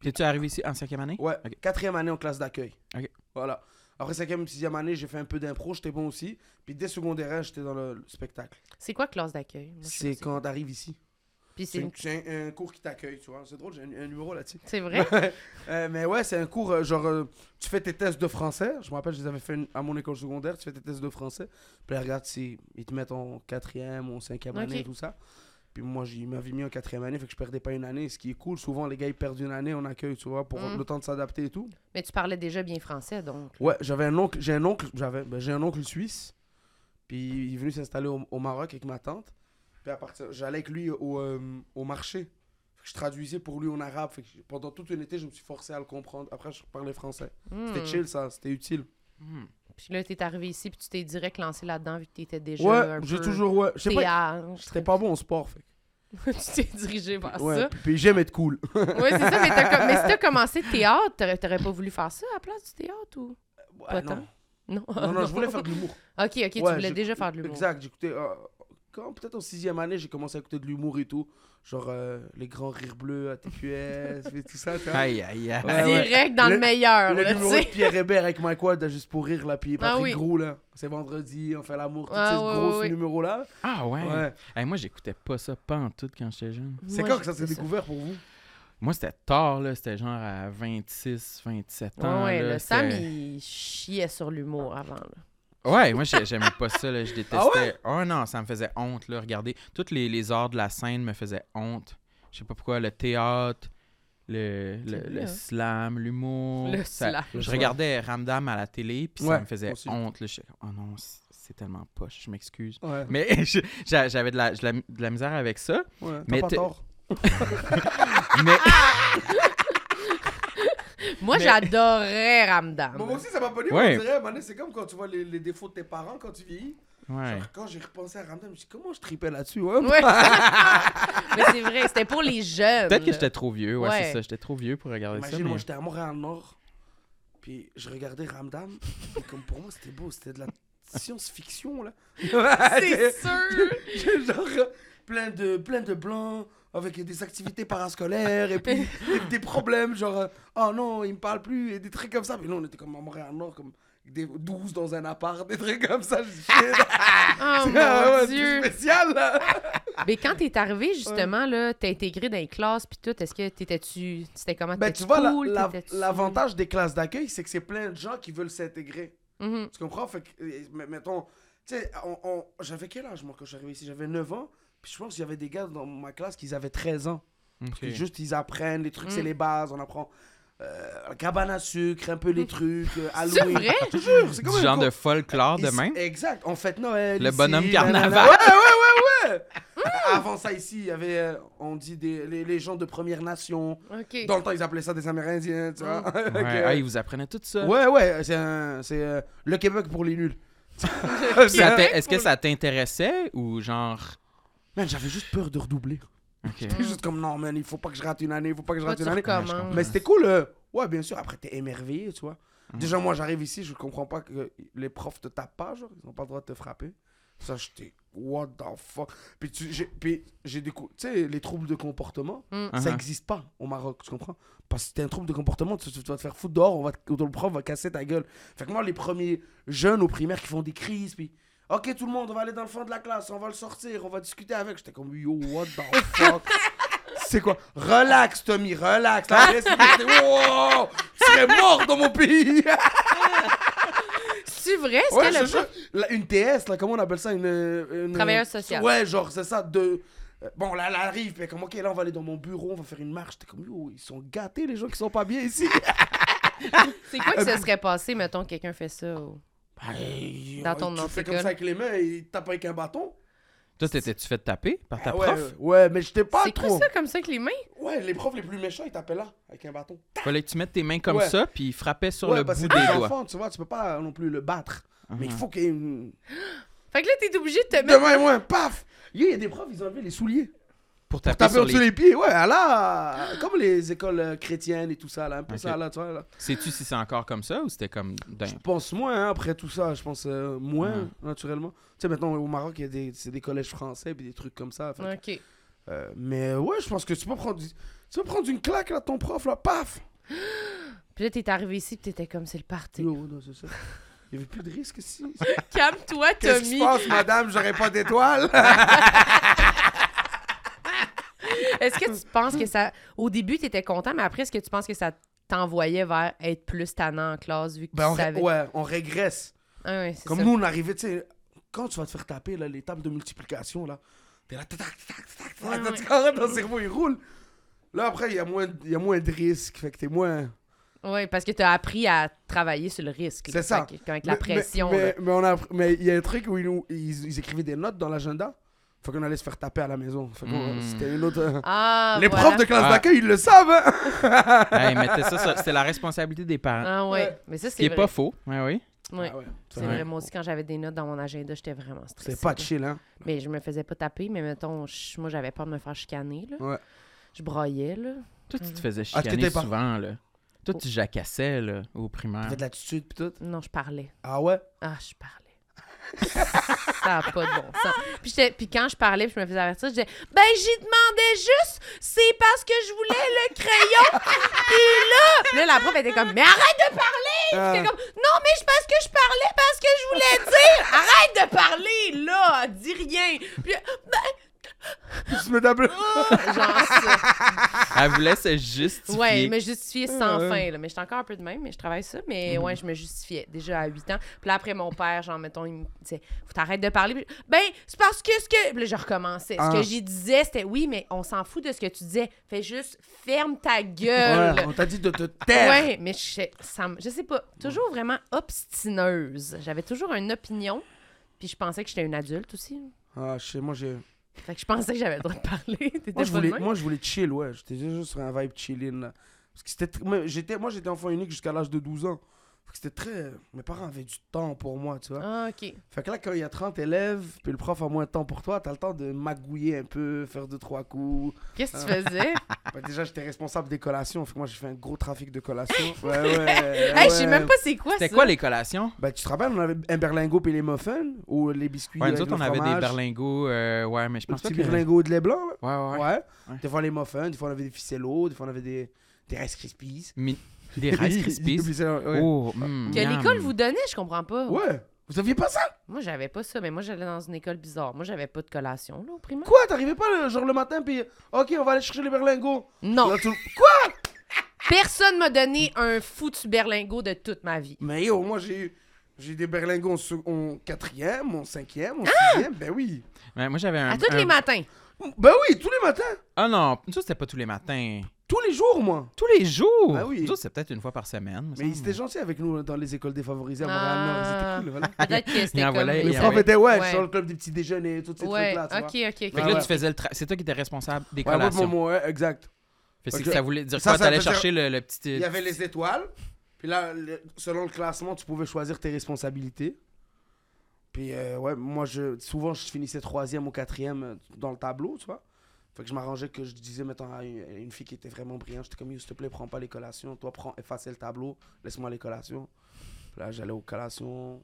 S2: T'es-tu arrivé ici en cinquième année?
S4: Ouais,
S2: Ok.
S4: quatrième année en classe d'accueil.
S2: Ok.
S4: Voilà. Après cinquième, sixième année, j'ai fait un peu d'impro, j'étais bon aussi. Puis dès secondaire, un, j'étais dans le, le spectacle.
S1: C'est quoi classe d'accueil? Moi, je sais
S4: c'est
S1: pas.
S4: quand t'arrives ici.
S1: Puis c'est
S4: C'est
S1: une-
S4: une- c'est un, un cours qui t'accueille, tu vois. C'est drôle, j'ai un, un numéro là-dessus.
S1: C'est vrai?
S4: Euh, mais ouais, c'est un cours, euh, genre, euh, tu fais tes tests de français. Je me rappelle, je les avais fait une- à mon école secondaire. Tu fais tes tests de français. Puis là, regarde si ils te mettent en quatrième ou en cinquième
S1: Ok.
S4: année et tout ça. Puis moi, j'ai- ils m'avaient mis en quatrième année, fait que je perdais pas une année. Ce qui est cool, souvent, les gars, ils perdent une année en accueil, tu vois, pour
S1: Mm.
S4: le temps de s'adapter et tout.
S1: Mais tu parlais déjà bien français, donc.
S4: Ouais, j'avais un oncle, j'ai un oncle, j'avais, ben, j'ai un oncle suisse. Puis il est venu s'installer au, au Maroc avec ma tante. Puis à partir, j'allais avec lui au, euh, au marché. Fait que je traduisais pour lui en arabe. Fait que j'ai- pendant toute une été, je me suis forcé à le comprendre. Après, je parlais français. C'était
S1: Hmm.
S4: chill, ça. C'était utile.
S2: Hmm.
S1: Puis là, t'es arrivé ici, puis tu t'es direct lancé là-dedans, vu que t'étais déjà
S4: ouais,
S1: un peu...
S4: j'ai toujours, ouais. Je sais pas,
S1: théâtre.
S4: j'étais pas bon au sport. Fait. que-
S1: tu t'es dirigé vers
S4: ouais,
S1: ça.
S4: Puis, puis j'aime être cool.
S1: Oui, c'est ça, mais, t'as com- mais si t'as commencé théâtre, t'aurais, t'aurais pas voulu faire ça à la place du théâtre ou
S4: Ouais,
S1: tant.
S4: Ah, non.
S1: non?
S4: non, non, je voulais faire de l'humour.
S1: Ok, ok, tu
S4: Ouais,
S1: voulais
S4: j'ai-
S1: déjà faire de l'humour.
S4: Exact, j'écoutais. euh, quand peut-être en sixième année, j'ai commencé à écouter de l'humour et tout. Genre euh, les grands rires bleus à TQS et tout ça. tu vois.
S2: Aïe, aïe, aïe.
S4: Ouais, ouais.
S1: Direct dans le,
S4: Le-
S1: meilleur,
S4: Le
S1: là, tu
S4: numéro de
S1: sais.
S4: Pierre Hébert avec Mike Ward, juste pour rire, là, puis Patrick
S1: Ah oui.
S4: Gros, là. C'est vendredi, on fait l'amour, tous
S1: Ah
S4: ces
S1: ouais,
S4: gros
S1: ouais, ouais.
S4: numéros-là.
S2: Ah ouais?
S4: Ouais.
S2: Hey, moi, j'écoutais pas ça pas en tout quand j'étais jeune.
S4: C'est
S1: Moi,
S4: quand que ça s'est
S1: j'écoutais
S4: découvert pour vous
S2: Moi, c'était tard, là. C'était genre à 26, 27 ans.
S1: Ouais, ouais,
S2: là,
S1: le Sam,
S2: c'était-
S1: il chiait sur l'humour avant. là.
S2: Ouais, moi, j'ai- j'aimais pas ça, là. Je détestais.
S4: Ah
S2: oh non, ça me faisait honte, là. Regardez, tous les, les arts de la scène me faisaient honte. Je sais pas pourquoi, le théâtre, le, le,
S1: C'est
S2: le
S1: vrai, hein?
S2: slam, l'humour.
S1: Le
S2: Oh, ça-
S1: slap.
S2: Je regardais Ramdam à la télé, puis
S4: Ouais,
S2: ça me faisait
S4: moi aussi.
S2: honte. Là. J'étais comme, oh non, c'est- c'est tellement poche, je m'excuse.
S4: Ouais.
S2: Mais je- j'a- j'avais de la, de la- de la misère avec ça.
S4: ouais.
S2: Mais
S4: Mais pas
S2: t'es-
S4: tort.
S2: Mais
S1: Moi,
S2: Mais-
S1: j'adorais Ramdam.
S4: Moi aussi, ça m'a pas dit,
S2: Ah, Ouais.
S4: on dirait, mané, c'est comme quand tu vois les, les défauts de tes parents quand tu vieillis.
S2: ouais.
S4: Genre, quand j'ai repensé à Ramdam, je me suis dit, comment je tripais là-dessus, ouais
S1: Ouais. mais c'est vrai, c'était pour les jeunes.
S2: peut-être que
S1: là.
S2: j'étais trop vieux. Ouais,
S1: Ouais.
S2: c'est ça. J'étais trop vieux pour regarder
S4: Imagine,
S2: ça.
S4: moi,
S2: mais-
S4: j'étais à Montréal-Nord, puis je regardais Ramdam, et comme pour moi, c'était beau, c'était de la science-fiction, là.
S1: C'est sûr! Oh
S4: Genre, plein de, plein de blancs avec des activités parascolaires et puis des, des problèmes, genre, euh, oh non, il me parle plus, et des trucs comme ça. Mais nous, on était comme à Montréal-Nord, comme des 12 dans un appart, des trucs comme ça. Je dis, Shit.
S1: Oh
S4: Ah
S1: mon
S4: ouais,
S1: Dieu!
S4: c'est spécial, là.
S1: Mais quand t'es arrivé, justement, là, t'es intégré dans les classes puis tout, est-ce que t'étais-tu... C'était comment?
S4: Ben,
S1: T'étais-tu
S4: tu vois, la-
S1: Ah, cool?
S4: la-
S1: T'étais-tu-
S4: l'avantage des classes d'accueil, c'est que c'est plein de gens qui veulent s'intégrer.
S1: Mhm.
S4: Tu comprends? Fait que, euh, m- mettons, tu sais, on, on- j'avais quel âge, moi, quand je suis arrivé ici? J'avais 9 ans. Puis je pense qu'il y avait des gars dans ma classe qui avaient 13 ans.
S2: Ok.
S4: Puis juste, ils apprennent, les trucs, c'est
S1: Mm.
S4: les bases. On apprend euh, la cabane à sucre, un peu les trucs, euh,
S1: Mm. C'est
S4: Halloween.
S1: vrai?
S4: Je te jure, c'est
S2: Du
S4: comme un
S2: genre
S4: cours-
S2: de folklore de
S4: Ici-
S2: même.
S4: Exact, on fête Noël.
S2: Le
S4: ici,
S2: bonhomme
S4: nanana.
S2: carnaval.
S4: Ouais, ouais, ouais, ouais.
S1: Mm.
S4: Avant ça, ici, il y avait, euh, on dit, des, les, les gens de Première Nation.
S1: OK.
S4: Dans le temps, ils appelaient ça des Amérindiens, tu
S1: Mm.
S4: vois. Fait que-
S2: Ouais, ah, ils vous apprenaient tout ça.
S4: ouais, ouais, c'est un- c'est euh, le Québec pour les nuls.
S2: Ça t'in- Est-ce que ça t'intéressait ou genre.
S4: Man, j'avais juste peur de redoubler.
S2: Ok.
S4: J'étais juste comme, non, man, il faut pas que je rate une année, il faut pas que je
S1: Toi,
S4: rate
S1: tu
S4: une année.
S1: recommences.
S4: Mais c'était cool. euh, ouais, bien sûr, après, t'es émerveillé, tu vois. Déjà, moi, j'arrive ici, je comprends pas que les profs te tapent pas, genre, ils ont pas le droit de te frapper. Ça, j'étais, what the fuck. Puis, tu- j'ai- puis j'ai découvert, tu sais, les troubles de comportement,
S1: Mm.
S4: ça
S2: Uh-huh.
S4: existe pas au Maroc, tu comprends Parce que t'es un trouble de comportement, tu, tu vas te faire foutre dehors, on va te- le prof va casser ta gueule. Fait que moi, les premiers jeunes au primaire qui font des crises, puis. Ok, tout le monde, on va aller dans le fond de la classe, on va le sortir, on va discuter avec. J'étais comme, yo, what the fuck? C'est quoi? Relax, Tommy, relax. La vraie, c'est que j'étais, wow, tu serais mort dans mon pays.
S1: C'est vrai? Est-ce
S4: Ouais,
S1: que
S4: je
S1: le
S4: jure. La- une TS, là, comment on appelle ça? Une, une-
S1: Travailleuse sociale.
S4: Ouais, genre, c'est ça. De... euh, Bon, là, elle arrive, mais comme, ok, là, on va aller dans mon bureau, on va faire une marche. T'es comme, yo, ils sont gâtés, les gens qui sont pas bien ici.
S1: C'est quoi
S4: Euh,
S1: que ça serait passé, mettons, quelqu'un fait ça? ou-
S4: Ben,
S1: Dans ton
S4: Tu fais comme
S1: anticole.
S4: ça avec les mains et ils tapent avec un bâton.
S2: Toi, t'étais-tu fait taper par ta
S4: Ah ouais,
S2: prof?
S4: euh, ouais, mais j'étais pas
S1: C'est
S4: trop.
S1: quoi ça, comme ça, avec les mains?
S4: Ouais, les profs les plus méchants, ils tapaient là, avec un bâton.
S2: Fallait que tu mettes tes mains comme
S4: Ouais.
S2: ça, puis il frappait sur
S4: ouais,
S2: le
S4: parce
S2: bout
S4: que
S2: des
S4: c'est des
S2: doigts.
S4: enfants, tu vois, tu peux pas non plus le battre. Mais il
S2: Mhm.
S4: faut qu'il y ait une.
S1: Fait que là, t'es obligé de te mettre...
S4: Demain, moi, paf Yo, Il y a des profs, ils ont enlevé les souliers.
S2: Pour
S4: Pour
S2: taper
S4: taper
S2: sur
S4: au-dessus
S2: les.
S4: les pieds, ouais, à la... Comme les écoles euh, chrétiennes et tout ça, là, un peu
S2: Ok.
S4: ça, là, tu vois, là.
S2: Sais-tu si c'est encore comme ça ou c'était comme. d'un-
S4: Je pense moins, hein, après tout ça, je pense euh, moins,
S2: Mhm.
S4: naturellement. Tu sais, maintenant, au Maroc, il y a des, c'est des collèges français, puis des trucs comme ça. fait que,
S1: OK.
S4: euh, mais ouais, je pense que tu peux prendre... du- Tu peux prendre une claque, là, ton prof, là, paf
S1: Puis là, t'es arrivé ici, puis t'étais comme, c'est le parti.
S4: Yo, non, c'est ça. Il y avait plus de risque ici.
S1: Calme-toi,
S4: Qu'est-ce qui se
S1: Tommy.
S4: passe, madame? J'aurais pas d'étoile.
S1: Est-ce que tu penses que ça... Au début, t'étais content, mais après, est-ce que tu penses que ça t'envoyait vers être plus tannant en classe, vu que
S4: ben, on
S1: tu
S4: ré-
S1: savais...
S4: ouais, on régresse.
S1: Ah ouais, c'est
S4: Comme
S1: ça.
S4: nous, on arrivait, tu sais, quand tu vas te faire taper, là, les tables de multiplication, là, t'es là, tac, tac, tac, tac, tac,
S1: Ouais,
S4: tac,
S1: ouais.
S4: tac, ton cerveau, il roule. Là, après, il y, a moins de- il y a moins de risques, fait que t'es moins...
S1: Oui, parce que tu as appris à travailler sur le risque. là.
S4: C'est ça.
S1: Fait que- Avec la
S4: Mais- mais-
S1: pression.
S4: Mais,
S1: là.
S4: mais on a- mais il y a un truc où ils, nous- ils- ils écrivaient des notes dans l'agenda, faut qu'on allait se faire taper à la maison. Fait que
S2: Mm.
S4: c'était une autre... euh,
S1: Ah,
S4: les
S1: voilà.
S4: profs de classe
S2: Ah.
S4: d'accueil, ils le savent, hein!
S2: Ah, ils mettaient ça, sur- C'était la responsabilité des parents.
S1: Ah ouais.
S4: Ouais.
S1: Mais ça,
S2: Ce qui
S1: c'est
S2: est
S1: vrai.
S2: pas faux. Ouais, oui.
S1: Ouais.
S4: Ah ouais,
S1: C'est
S4: ça,
S1: vrai.
S4: ouais.
S1: Moi aussi, quand j'avais des notes dans mon agenda, j'étais vraiment stressée.
S4: C'était pas
S1: là.
S4: chill, hein?
S1: Mais je me faisais pas taper, mais mettons, je- moi, j'avais peur de me faire chicaner. Là.
S4: Ouais.
S1: Je broyais, là.
S2: Toi, tu te
S1: Mm.
S2: faisais
S4: Ah, t'étais
S2: chicaner
S4: pas-
S2: souvent, là.
S1: Oh.
S2: Toi, tu jacassais, là, au primaire.
S4: T'avais de l'attitude, pis tout.
S1: Non, je parlais.
S4: Ah ouais?
S1: Ah, je parlais. ça n'a pas de bon sens. Puis, j'étais- puis quand je parlais, puis je me faisais avertir, je disais « Ben, j'y demandais juste, c'est parce que je voulais le crayon, puis là... » Là, la prof était comme « Mais arrête de parler!
S4: Ah.
S1: J'étais comme « Non, mais c'est parce que je parlais, parce que je voulais dire! Arrête de parler, là! Dis rien! » Puis
S4: Tu
S1: Euh,
S4: me tapes...
S1: là, genre ça.
S2: Elle voulait se justifier.
S1: Ouais, me justifier sans
S4: Ouais. Mm.
S1: fin, là. Mais j'étais encore un peu de même, mais je travaille ça. Mais ouais, je me justifiais déjà à 8 ans. Puis là, après, mon père, genre, mettons, il me disait, faut t'arrêtes de parler. Puis je- ben, c'est parce que ce que. Puis là, je recommençais. Ce
S4: Ah.
S1: que j'y disais, c'était oui, mais on s'en fout de ce que tu disais. Fais juste, ferme ta gueule.
S4: Ouais, on t'a dit de te taire!
S1: Ouais, mais je, ça me- je sais pas. Toujours vraiment obstineuse. J'avais toujours une opinion. Puis je pensais que j'étais une adulte aussi.
S4: Ah, je sais, moi, j'ai...
S1: Fait que je pensais que j'avais le droit de parler. T'étais
S4: Moi je,
S1: pas de
S4: voulais,
S1: même?
S4: moi, je voulais chill, ouais. J'étais juste sur un vibe chilling, là. Parce que c'était... tr- moi, J'étais, moi, j'étais enfant unique jusqu'à l'âge de 12 ans. Fait que C'était très. Mes parents avaient du temps pour moi, tu vois.
S1: Ah, OK.
S4: Fait que là, quand il y a 30 élèves, puis le prof a moins de temps pour toi, t'as le temps de magouiller un peu, faire deux, trois coups.
S1: Qu'est-ce que tu faisais?
S4: Bah, déjà, j'étais responsable des collations. Fait que moi, j'ai fait un gros trafic de collations. Ouais, ouais.
S1: Hey, je
S4: ouais.
S1: sais même pas c'est quoi ça.
S2: C'était quoi les collations?
S4: Bah, tu te rappelles, on avait un berlingot puis les muffins ou les biscuits.
S2: Ouais, nous
S4: avec
S2: autres,
S4: le
S2: on avait des
S4: euh, fromage,
S2: berlingots. euh, ouais, mais je
S4: Le
S2: pense pas
S4: petit
S2: que...
S4: berlingot de lait blanc, là.
S2: Ouais, ouais,
S4: Ouais.
S2: ouais.
S4: Des fois, les muffins, des fois, on avait des ficellos, des fois, on avait des, des Rice Krispies.
S2: Mi- Des Rice Krispies.
S4: ouais.
S2: Oh, mm,
S1: Que
S2: miam.
S1: l'école vous donnait, je comprends pas.
S4: Ouais. Vous saviez pas ça?
S1: Moi, j'avais pas ça, mais moi, j'allais dans une école bizarre. Moi, j'avais pas de collation, là, au primaire.
S4: Quoi? T'arrivais pas, le- genre, le matin, puis OK, on va aller chercher les berlingots.
S1: Non,
S4: Là, tout- Quoi?
S1: personne m'a donné un foutu berlingot de toute ma vie.
S4: Mais yo, moi, j'ai eu... J'ai eu des berlingots en sec- en quatrième, en cinquième, en sixième. Ben oui.
S2: Ouais, moi, j'avais un...
S1: À tous
S2: un-
S1: les matins.
S4: Ben oui, tous les matins.
S2: Ah non, ça, c'était pas tous les matins.
S4: Tous les jours, moi.
S2: Tous les jours?
S4: Ah oui.
S2: Nous autres, c'est peut-être une fois par semaine. me
S4: Mais ils
S2: semble.
S4: étaient gentils avec nous dans les écoles défavorisées à
S1: Ah.
S4: Montréal-Nord. Ils étaient cool, voilà.
S1: Peut-être que c'était
S2: en
S1: comme...
S2: voilà, il y
S4: Les
S2: en
S4: profs
S2: avait-
S4: étaient, ouais,
S1: Ouais.
S4: sur le club des petits déjeuners, tous ces
S1: Ouais,
S4: trucs-là, tu vois. Ah
S1: ok, ok.
S2: Fait que
S4: Ouais,
S2: là,
S4: ouais.
S2: tu faisais le... tra- C'est toi qui étais responsable des
S4: Ouais, moi,
S2: collations.
S4: pour moi, ouais, exact.
S2: Fait que
S4: Ok.
S2: c'est que ça voulait dire
S4: Ça,
S2: quoi?
S4: ça
S2: T'allais
S4: veut dire-
S2: chercher le, le petit...
S4: Il y avait les étoiles. Puis là, le- selon le classement, tu pouvais choisir tes responsabilités. Puis euh, ouais, moi, je, souvent, je finissais troisième ou quatrième euh, dans le tableau, tu vois. Fait que je m'arrangeais que je disais, mettons, à une, une fille qui était vraiment brillante, j'étais comme, Yo, s'il te plaît, prends pas les collations. Toi, prends, effacez le tableau, laisse-moi les collations. Puis là, j'allais aux collations.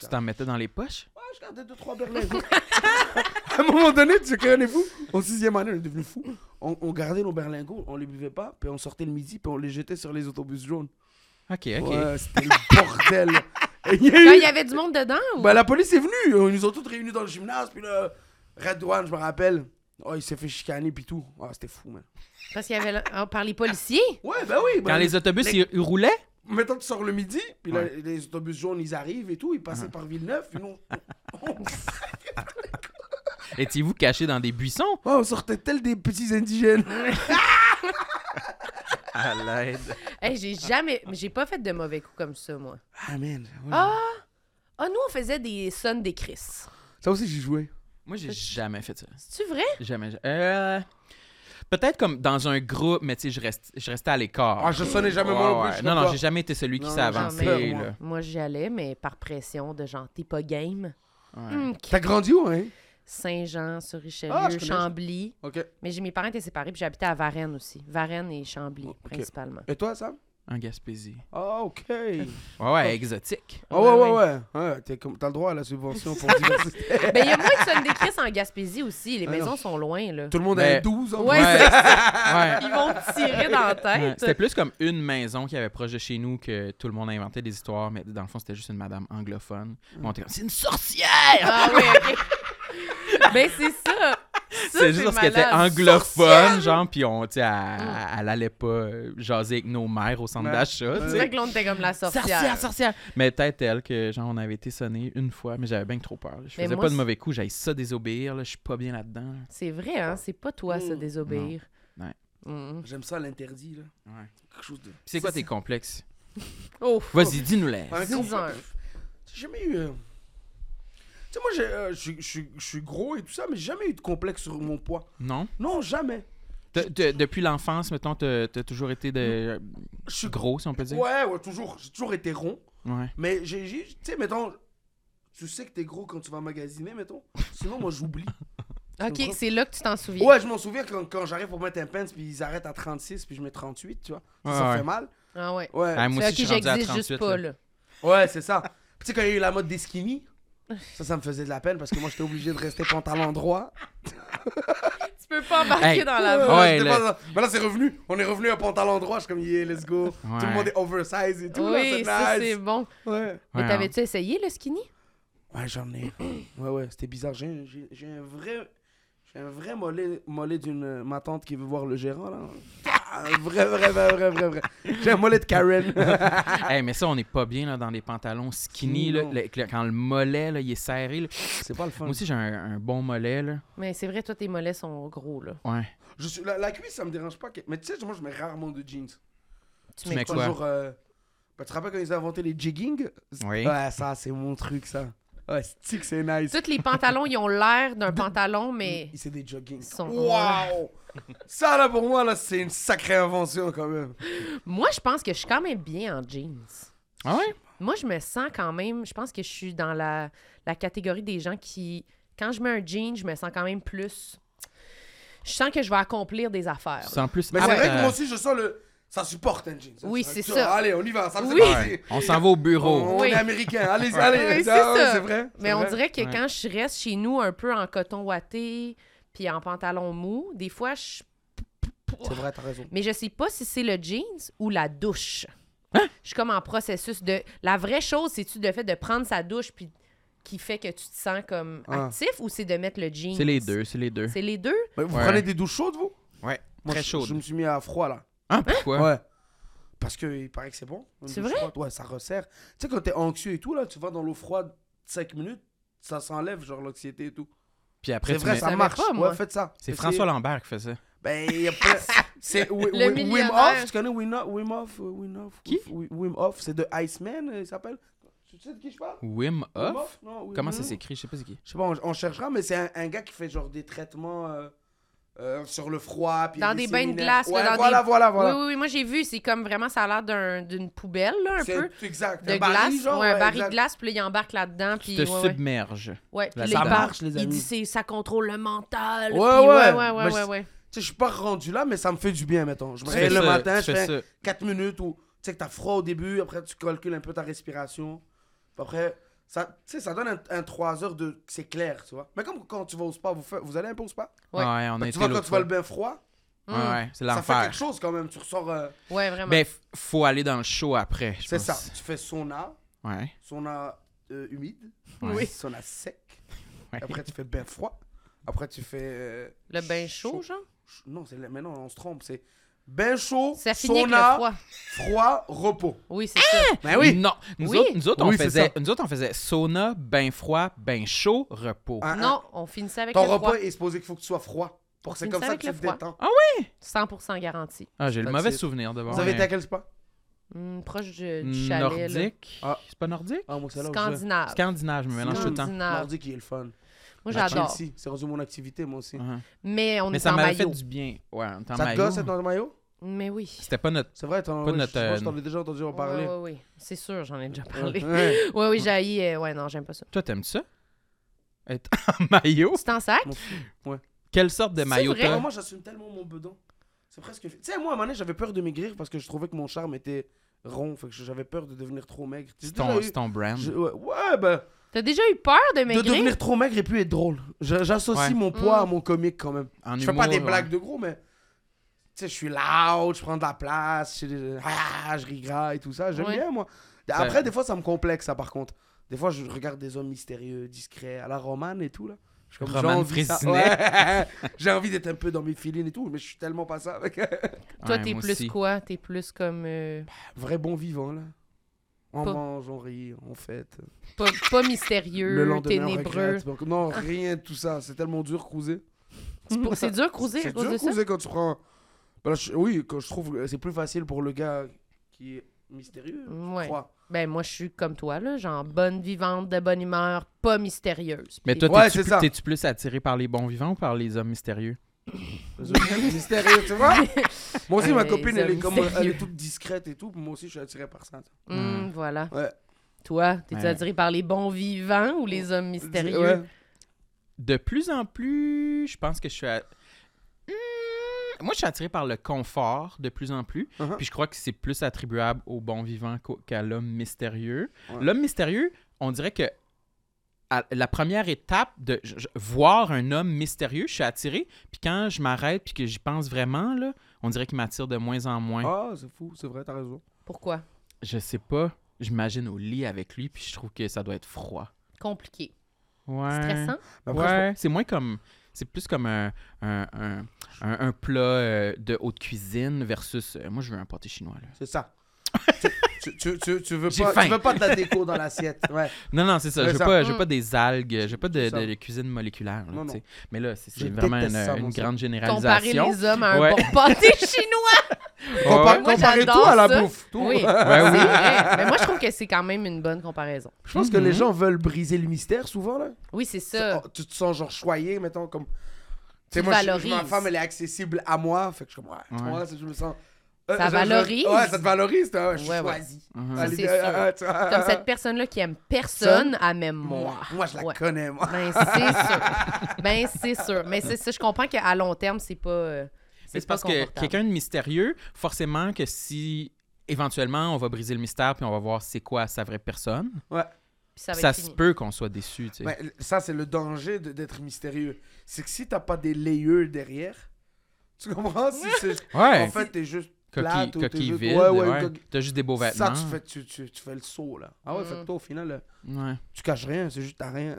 S2: Tu t'en mettais dans les poches?
S4: Ah, je gardais deux, trois berlingots. à un moment donné, tu sais, connais-vous En sixième année, on est devenu fous. On, on gardait nos berlingots, on les buvait pas, puis on sortait le midi, puis on les jetait sur les autobus jaunes.
S2: OK, OK.
S4: Ouais, c'était le bordel. Et il y a eu-
S1: Quand il y avait du monde dedans? Ou...
S4: Ben, la police est venue. euh, Ils nous ont tous réunis dans le gymnase. Puis là, Redouane, je me rappelle. Oh, il s'est fait chicaner puis tout. Ah, c'était fou, man.
S1: Parce qu'il y avait... le- ah, par les policiers?
S4: Ouais, ben oui. Ben,
S2: Quand les autobus, ils- ils roulaient?
S4: Mettons, tu sors le midi, puis là,
S2: Ouais.
S4: les autobus jaunes, ils arrivent et tout. Ils passaient par Villeneuve. Puis nous, on... oh,
S2: Étiez-vous caché dans des buissons?
S4: Ouais, on sortait tel des petits indigènes.
S2: À l'aide.
S1: Hey, j'ai jamais... J'ai pas fait de mauvais coups comme ça, moi.
S4: Ah, man. ouais.
S1: Ah! Ah, nous, on faisait des sons des Chris.
S4: Ça aussi, j'y jouais.
S2: Moi, j'ai jamais fait ça.
S1: C'est-tu vrai?
S2: Jamais. ja- Euh, Peut-être comme dans un groupe, mais tu sais, je, reste, je restais à l'écart.
S4: Ah, je sonnais jamais
S2: Ouais,
S4: moi non
S2: ouais.
S4: plus. je
S2: Non,
S4: note
S2: non,
S4: pas.
S2: j'ai jamais été celui qui
S4: Non,
S2: s'est
S4: non, j'en
S2: avancé.
S4: ai peur, moi.
S2: là.
S1: Moi, j'y allais, mais par pression de genre, t'es pas game.
S2: Ouais.
S1: Hum,
S4: T'as grandi où, hein?
S1: Saint-Jean, sur Richelieu,
S4: Ah, je connais ça.
S1: Chambly.
S4: Ok.
S1: Mais j'ai mes parents étaient séparés, puis j'habitais à Varennes aussi. Varennes et Chambly,
S4: Ok.
S1: principalement.
S4: Et toi, Sam?
S2: En Gaspésie.
S4: Ah, ok.
S2: Ouais, ouais, exotique.
S4: Ah, ouais, ouais, ouais. ouais. t'es comme- T'as le droit à la subvention pour diversité.
S1: Ben, il y a moins de sons des Chris en Gaspésie aussi. Les
S4: Ah,
S1: maisons
S4: non.
S1: sont loin, là.
S4: Tout le monde
S2: Mais-
S4: a 12 ans.
S1: Ouais,
S2: Ouais.
S1: c'est ça.
S2: Ouais.
S1: Ils vont te tirer dans la
S2: Ouais.
S1: tête.
S2: C'était plus comme une maison qui avait proche de chez nous que tout le monde a inventé des histoires, mais dans le fond, c'était juste une madame anglophone. Bon, on était comme, c'est une sorcière!
S1: ah oui, OK. ben, c'est ça. Ça,
S2: C'est juste parce qu'elle était
S1: malade. Mm.
S2: anglophone, genre, puis on, tu sais, elle, elle allait pas euh, jaser avec nos mères au centre
S4: Ouais.
S2: d'achat, tu
S1: C'est vrai
S2: sais.
S1: que l'on était comme la sorcière.
S2: Sorcière, sorcière. Mais peut-être elle que, genre, on avait été sonné une fois, mais j'avais bien trop peur. là. Je
S1: Mais
S2: faisais
S1: moi,
S2: pas de
S1: c'est-
S2: mauvais coups, j'avais ça désobéir, là, je suis pas bien là-dedans.
S1: C'est vrai, hein? C'est pas toi, ça,
S4: Mm.
S1: désobéir.
S2: Non. Ouais.
S1: Mm.
S4: J'aime ça l'interdit là.
S2: Ouais.
S4: Quelque chose de.
S2: Puis c'est quoi tes complexes?
S1: Oh,
S2: Vas-y, dis-nous-les.
S4: Un
S1: Dis-en
S4: con-
S1: un.
S4: J'ai jamais eu. euh, Tu sais, moi, j'ai, euh, je suis- je suis- je suis gros et tout ça, mais j'ai jamais eu de complexe sur mon poids.
S2: Non?
S4: Non, jamais.
S2: T'as- t'as- depuis l'enfance, mettons, t'as t'as toujours été de...
S4: Je suis
S2: gros, si on peut dire?
S4: Ouais, ouais, toujours. J'ai toujours été rond.
S2: Ouais.
S4: Mais j'ai. j'ai- Tu sais, mettons. Tu sais que t'es gros quand tu vas magasiner, mettons. Sinon, moi, j'oublie.
S1: OK, c'est là que tu t'en souviens.
S4: Ouais, je m'en souviens quand, quand j'arrive pour mettre un pants, puis ils arrêtent à 36, puis je mets 38, tu vois. Ça,
S2: Ouais,
S4: ça
S2: ouais.
S4: fait mal.
S1: Ah ouais.
S4: Ouais.
S2: Ah, moi
S1: C'est
S2: aussi,
S1: OK,
S2: je suis rendu à
S1: j'existe juste
S2: 38,
S1: pas,
S2: là.
S1: là.
S4: Ouais, c'est ça. Tu sais, quand il y a eu la mode des skinny, ça, ça me faisait de la peine parce que moi, j'étais obligé de rester pantalon droit.
S1: Tu peux pas embarquer
S2: Hey.
S1: dans la
S2: Ouais.
S1: mode.
S4: Ouais, j'étais
S2: le-
S4: pas- Mais là, c'est revenu. On est revenu à pantalon droit. Je suis comme, yeah, let's go. Tout le
S2: Ouais.
S4: monde est oversize et tout. là,
S1: Oui, ça,
S4: c'est
S1: c'est
S4: nice.
S1: bon. Mais
S4: Ouais,
S2: Ouais, hein.
S1: t'avais-tu essayé le skinny?
S4: ouais j'en ai. Ouais, ouais, c'était bizarre. J'ai j'ai- j'ai un vrai. J'ai un vrai mollet, mollet d'une. Ma tante qui veut voir le gérant, là. Ah, Un vrai, vrai, vrai, vrai, vrai, vrai. J'ai un mollet de Karen.
S2: Hey, mais ça, on n'est pas bien là, dans les pantalons skinny.
S4: Non.
S2: Là, le- le- quand le mollet, là, il est serré. là.
S4: c'est pas le fun.
S2: Moi aussi, j'ai un, un bon mollet. Là.
S1: Mais c'est vrai, toi, tes mollets sont gros, là.
S2: Ouais.
S4: Je suis, la, la cuisse, ça me dérange pas. que- Mais tu sais, moi, je mets rarement de jeans.
S1: Tu
S2: mets
S1: mets
S2: quoi?
S1: quoi?
S4: Toujours. euh, bah, tu te rappelles quand ils ont inventé les jigging
S2: Oui.
S4: Ouais, ça, c'est mon truc, ça. Ouais, stick, c'est nice.
S1: Tous les pantalons, ils ont l'air d'un pantalon, mais...
S4: C'est des jogging.
S1: Ils sont-
S4: Waouh! ça, là, pour moi, là, c'est une sacrée invention, quand même.
S1: Moi, je pense que je suis quand même bien en jeans.
S2: Ah ouais?
S1: Moi, je me sens quand même, je pense que je suis dans la, la catégorie des gens qui, quand je mets un jean, je me sens quand même plus. Je sens que je vais accomplir des affaires.
S2: C'est en plus.
S4: Mais
S2: Ah
S4: c'est
S2: ouais,
S4: vrai que moi
S2: euh,
S4: aussi, je sens le. Ça supporte un jean.
S1: Oui,
S4: Ça-
S1: c'est
S4: tu-
S1: ça.
S4: Allez, on y va. Ça me fait
S1: Oui.
S4: plaisir.
S2: ouais, On s'en va au bureau.
S4: On
S1: Oui.
S4: est américain. Allez,
S1: Oui,
S4: allez.
S1: c'est
S4: Ah, ouais,
S1: ça.
S4: C'est vrai. c'est
S1: Mais on
S4: vrai.
S1: dirait que
S2: Ouais.
S1: quand je reste chez nous un peu en coton ouaté puis en pantalon mou, des fois, je...
S4: C'est vrai, t'as raison.
S1: mais je sais pas si c'est le jeans ou la douche.
S4: Hein?
S1: Je suis comme en processus de. La vraie chose, c'est-tu le fait de prendre sa douche puis qui fait que tu te sens comme
S4: Ah.
S1: actif ou c'est de mettre le jeans?
S2: C'est les deux, c'est les deux.
S1: C'est les deux?
S4: Mais vous
S2: Ouais.
S4: prenez des douches chaudes, vous
S2: Ouais,
S4: Moi,
S2: très
S4: je-
S2: chaud.
S4: Je me suis mis à froid, là.
S2: Hein, pourquoi?
S4: Ouais. Parce que il paraît que c'est bon. une
S1: C'est
S4: douche
S1: vrai?
S4: froide. Ouais, ça resserre. Tu sais, quand t'es anxieux et tout, là, tu vas dans l'eau froide 5 minutes, ça s'enlève, genre, l'anxiété et tout.
S2: Puis après,
S4: C'est
S2: tu
S4: vrai,
S2: mets-
S1: Je
S4: ça
S1: savais
S4: marche.
S1: pas, moi.
S4: ouais, faites ça.
S2: c'est
S4: Essayez.
S2: François Lambert qui fait ça.
S4: Ben, il y a plein. C'est Wi-
S1: Le
S4: Wi- Wim
S1: millionnaire.
S4: Hof, tu connais Wim Hof Wim Hof, euh, Wim Hof
S2: Qui?
S4: Wi- Wim Hof, c'est de Iceman, euh, il s'appelle. Tu sais de qui je parle
S2: Wim
S4: Wim
S2: Hof?
S4: Non, Wim
S2: Comment
S4: Hof.
S2: ça s'écrit? Je sais pas c'est qui.
S4: Je sais pas, on, on cherchera, mais c'est un, un gars qui fait genre des traitements euh, euh, sur le froid. Puis
S1: Dans des bains de
S4: séminaires.
S1: glace, là,
S4: Ouais,
S1: dans
S4: voilà,
S1: des-
S4: voilà, voilà,
S1: Oui, oui, oui, moi j'ai vu, c'est comme vraiment, ça a l'air d'un- d'une poubelle, là, un peu.
S4: C'est exact.
S1: De
S4: un
S1: glace,
S4: baril, genre,
S1: ouais, un
S4: ouais,
S1: baril de
S4: exact.
S1: glace, puis là, il embarque là-dedans, puis
S2: Tu te
S1: ouais, ouais.
S2: submerges.
S1: Ouais, puis
S2: La
S1: là,
S2: ça
S1: il
S4: marche,
S1: parle,
S4: les amis.
S1: Il dit c'est ça contrôle le mental.
S4: Ouais,
S1: puis ouais,
S4: ouais.
S1: ouais, ouais,
S4: Mais
S1: ouais,
S4: c'est-
S1: ouais.
S4: Tu sais, je suis pas rendu là, mais ça me fait du bien, mettons. Je me
S2: Tu fais
S4: réveille le
S2: ça,
S4: matin,
S2: tu
S4: je
S2: fais
S4: fais
S2: ça.
S4: 4 minutes où tu sais que t'as froid au début, après tu calcules un peu ta respiration. Puis après, ça, tu sais, ça donne un, 3 heures de. C'est clair, tu vois. Mais comme quand tu vas au spa, vous, faites- vous allez un peu au spa
S1: Ouais.
S2: Ouais, on a
S4: Fait que
S2: été
S4: Tu vois, quand
S2: l'autre
S4: tu vas
S2: fois.
S4: le bain froid,
S1: Mm.
S2: Ouais, ouais, c'est
S4: ça fait
S2: l'enfer.
S4: quelque chose quand même. Tu ressors. euh,
S1: Ah, Ouais, vraiment.
S2: Ben, f- faut aller dans le show après. je
S4: c'est
S2: pense.
S4: ça. Tu fais sauna,
S2: Ouais.
S4: sauna euh, humide,
S1: Oui.
S4: sauna sec.
S2: Ouais.
S4: Après, tu fais bain froid. Après, tu fais. euh,
S1: le bain chaud, genre.
S4: ch- Non, c'est maintenant, on se trompe. C'est bain chaud,
S1: Ça finit avec le
S4: sauna,
S1: froid.
S4: froid, repos.
S1: Oui, c'est ça.
S4: Ben oui.
S2: Non, nous,
S1: Oui.
S2: Autres, nous, autres, on
S4: Oui, c'est
S2: faisait,
S4: ça.
S2: nous autres, on faisait sauna, bain froid, bain chaud, repos.
S4: Un- un-
S1: Non, on finissait avec
S4: Ton
S1: le
S4: repas
S1: froid.
S4: est supposé qu'il faut que tu sois froid. Pour c'est
S1: finit
S4: comme
S1: ça
S4: ça
S1: avec
S4: que tu
S1: le
S4: te
S1: froid.
S4: détends.
S1: 100% garanti.
S2: Ah, j'ai le
S4: That's
S2: mauvais
S4: it.
S2: souvenir de
S4: Vous
S2: voir
S4: avez
S2: un-
S4: été à quel spa
S1: Mm, proche du, du chalet, là.
S2: Nordique.
S4: Ah.
S2: C'est pas nordique?
S4: Ah, moi, c'est là où je
S1: Scandinave.
S2: Scandinave, je me mélange tout le temps.
S1: Scandinave.
S4: Mardi qui est le fun.
S1: Moi,
S4: La
S1: j'adore.
S4: Chelsea, C'est rendu mon activité, moi aussi.
S2: Uh-huh.
S1: Mais on
S2: Mais
S1: est
S2: ça
S1: en
S2: m'avait fait
S1: maillot.
S2: du bien. Ouais, on était en
S4: Ça te
S2: maillot.
S4: gosse être dans le maillot
S1: Mais oui.
S2: C'était pas notre.
S4: C'est vrai, t'en
S2: Pas
S4: ouais, je-
S2: notre,
S4: je pense que t'en
S2: euh,
S4: as déjà entendu en
S1: Ouais,
S4: parler.
S1: ouais, oui. C'est sûr, j'en ai déjà parlé.
S4: Ouais.
S1: Ouais, oui, j'ai euh, Ouais, non, j'aime pas ça.
S2: Toi, t'aimes ça? Être en maillot?
S1: C'est en sac?
S2: Quelle sorte de
S1: C'est
S2: maillot
S1: vrai?
S4: Ouais,
S2: t'as?
S4: Bah, Moi, j'assume tellement mon bedon. C'est presque. Tu sais, moi, à un moment donné, j'avais peur de maigrir parce que je trouvais que mon charme était rond. Fait que j'avais peur de devenir trop maigre. J'ai
S2: C'est
S4: déjà
S2: ton,
S4: eu-
S2: c'est ton brand.
S4: je- Ouais, ouais, ben.
S1: T'as déjà eu peur de
S4: De
S1: maigrir?
S4: devenir trop maigre et plus être drôle. Je- J'associe
S2: Ouais.
S4: mon poids
S1: Mm.
S4: à mon comique quand même.
S2: En
S4: Je fais pas
S2: humour,
S4: des
S1: euh,
S2: ouais.
S4: blagues de gros, mais. Tu sais, je suis loud, je prends de la place, je, ah, je rigraille, tout ça. J'aime
S1: Ouais.
S4: bien, moi. Après, des fois, ça me complexe, ça, par contre. Des fois, je regarde des hommes mystérieux, discrets, à la romane et tout, là. Je suis comme,
S2: Romane
S4: j'ai envie ça.
S2: Frisinet.
S4: Ouais. J'ai envie d'être un peu dans mes filines et tout, mais je suis tellement pas ça. Avec...
S1: Toi,
S2: euh, Ouais,
S1: t'es
S2: moi
S1: plus
S2: aussi.
S1: quoi? T'es plus comme... euh,
S4: Vrai bon vivant, là. On
S1: Pas-
S4: mange, on rit, on fête.
S1: pas, pas mystérieux,
S4: Le lendemain, on
S1: ténébreux. Ah.
S4: regrette. Donc, non, rien de tout ça. C'est tellement dur, cruiser.
S1: C'est pour- C'est dur cruiser
S4: C'est
S1: à cause
S4: dur
S1: de ça?
S4: cruiser quand tu prends. Ben là, je- Oui, quand je trouve que c'est plus facile pour le gars qui est mystérieux.
S1: Ouais.
S4: Je crois.
S1: Ben, moi, je suis comme toi, là. Genre, bonne vivante, de bonne humeur, pas mystérieuse.
S2: Mais
S1: Puis-
S2: toi,
S4: Ouais,
S2: t'es-tu
S4: c'est
S2: plus-
S4: ça.
S2: t'es-tu plus attiré par les bons vivants ou par les hommes mystérieux?
S4: Les hommes mystérieux, tu vois. Moi aussi, ma
S1: Les
S4: copine, elle est,
S1: hommes
S4: comme, elle
S1: mystérieux.
S4: est toute discrète et tout. puis Moi aussi, je suis attiré par ça. tu
S1: Hum, voilà.
S4: Ouais.
S1: Toi, t'es-tu
S2: Hmm. Ouais.
S1: attiré par les bons vivants ou les hommes
S4: vois.
S1: mystérieux?
S4: Ouais.
S2: De plus en plus, je pense que je suis. à- Hmm, Moi, je suis attiré par le confort de plus en plus.
S4: Uh-huh.
S2: Puis je crois que c'est plus attribuable au bon vivant qu'au- qu'à l'homme mystérieux.
S4: Ouais.
S2: L'homme mystérieux, on dirait que à la première étape de je- je- voir un homme mystérieux, je suis attiré. Puis quand je m'arrête puis que j'y pense vraiment, là, on dirait qu'il m'attire de moins en moins.
S4: Ah, c'est fou, c'est vrai, t'as raison.
S1: Pourquoi?
S2: Je sais pas. J'imagine au lit avec lui, puis je trouve que ça doit être froid.
S1: Compliqué.
S2: Ouais.
S1: Stressant?
S4: Mais après,
S2: ouais, c'est moins comme. C'est plus comme un, un, un, un- un plat euh, de haute cuisine versus. euh, moi, je veux un pâté chinois. Là.
S4: je- c'est ça. tu, tu, tu, tu veux
S2: J'ai
S4: pas,
S2: faim.
S4: tu veux pas de la déco dans l'assiette. Ouais.
S2: Non, non, c'est ça.
S4: C'est
S2: Je veux
S4: ça.
S2: pas, je veux
S1: Mm.
S2: pas des algues. Je veux pas de,
S4: C'est ça.
S2: de- de cuisine moléculaire. là,
S4: Non,
S2: tu sais.
S4: non.
S2: Mais là, c'est c'est
S4: Je
S2: vraiment une,
S4: déteste ça,
S2: une
S4: moi, ça.
S2: grande
S1: Comparer
S2: généralisation.
S1: les hommes à un
S2: Ouais.
S1: bon pâté chinois!
S2: Ouais,
S4: Compa-
S2: ouais.
S1: Moi,
S4: comparer
S1: j'adore
S4: tout à la
S1: ça.
S4: bouffe. euh, Tout.
S1: Oui.
S2: Ouais, oui.
S1: C'est vrai. Mais moi, je trouve que c'est quand même une bonne comparaison.
S4: Je pense que
S2: Mhm.
S4: les gens veulent briser le mystère souvent, là.
S1: Oui, c'est ça.
S4: Ça- oh, tu te sens genre choyé, mettons, comme. Tu sais,
S1: Tu
S4: moi, je- je-
S1: valorises.
S4: ma femme, elle est accessible à moi. Fait que je suis comme, ouais, tu
S2: Ouais.
S4: vois, c'est- je me sens Euh,
S1: Ça
S4: je- je-
S1: valorise.
S4: Ouais, ça te valorise, toi. Je suis
S1: Ouais, ouais.
S4: choisi.
S2: Mhm.
S1: Ça,
S4: Allez,
S1: c'est
S4: euh,
S1: sûr.
S4: euh, tu vois.
S1: Comme cette personne-là qui aime personne, à même moi.
S4: Moi, moi, je la
S1: Ouais.
S4: connais, moi.
S1: Ben, c'est sûr. Ben, c'est sûr. Mais c'est ça, je comprends qu'à long terme, c'est pas. euh,
S2: Mais C'est
S1: pas
S2: parce que
S1: confortable.
S2: quelqu'un de mystérieux, forcément que si éventuellement on va briser le mystère puis on va voir c'est quoi sa vraie personne,
S1: Puis ça va
S2: ça
S1: être
S2: se
S1: fini.
S2: peut qu'on soit déçu. tu sais.
S4: Ben, ça, c'est le danger de- d'être mystérieux. C'est que si t'as pas des layers derrière, tu comprends? Si c'est-
S2: ouais,
S4: En fait, t'es juste
S2: coquille,
S4: plate ou t'es
S2: coquille
S4: juste-
S2: vide.
S4: Ouais, ouais,
S2: ouais.
S4: coquille-
S2: T'as juste des beaux vêtements.
S4: Ça, tu fais, tu, tu- tu fais le saut, là. Ah ouais,
S1: Mm.
S4: fait que toi, au final, là,
S2: Ouais.
S4: tu caches rien, c'est juste t'as rien.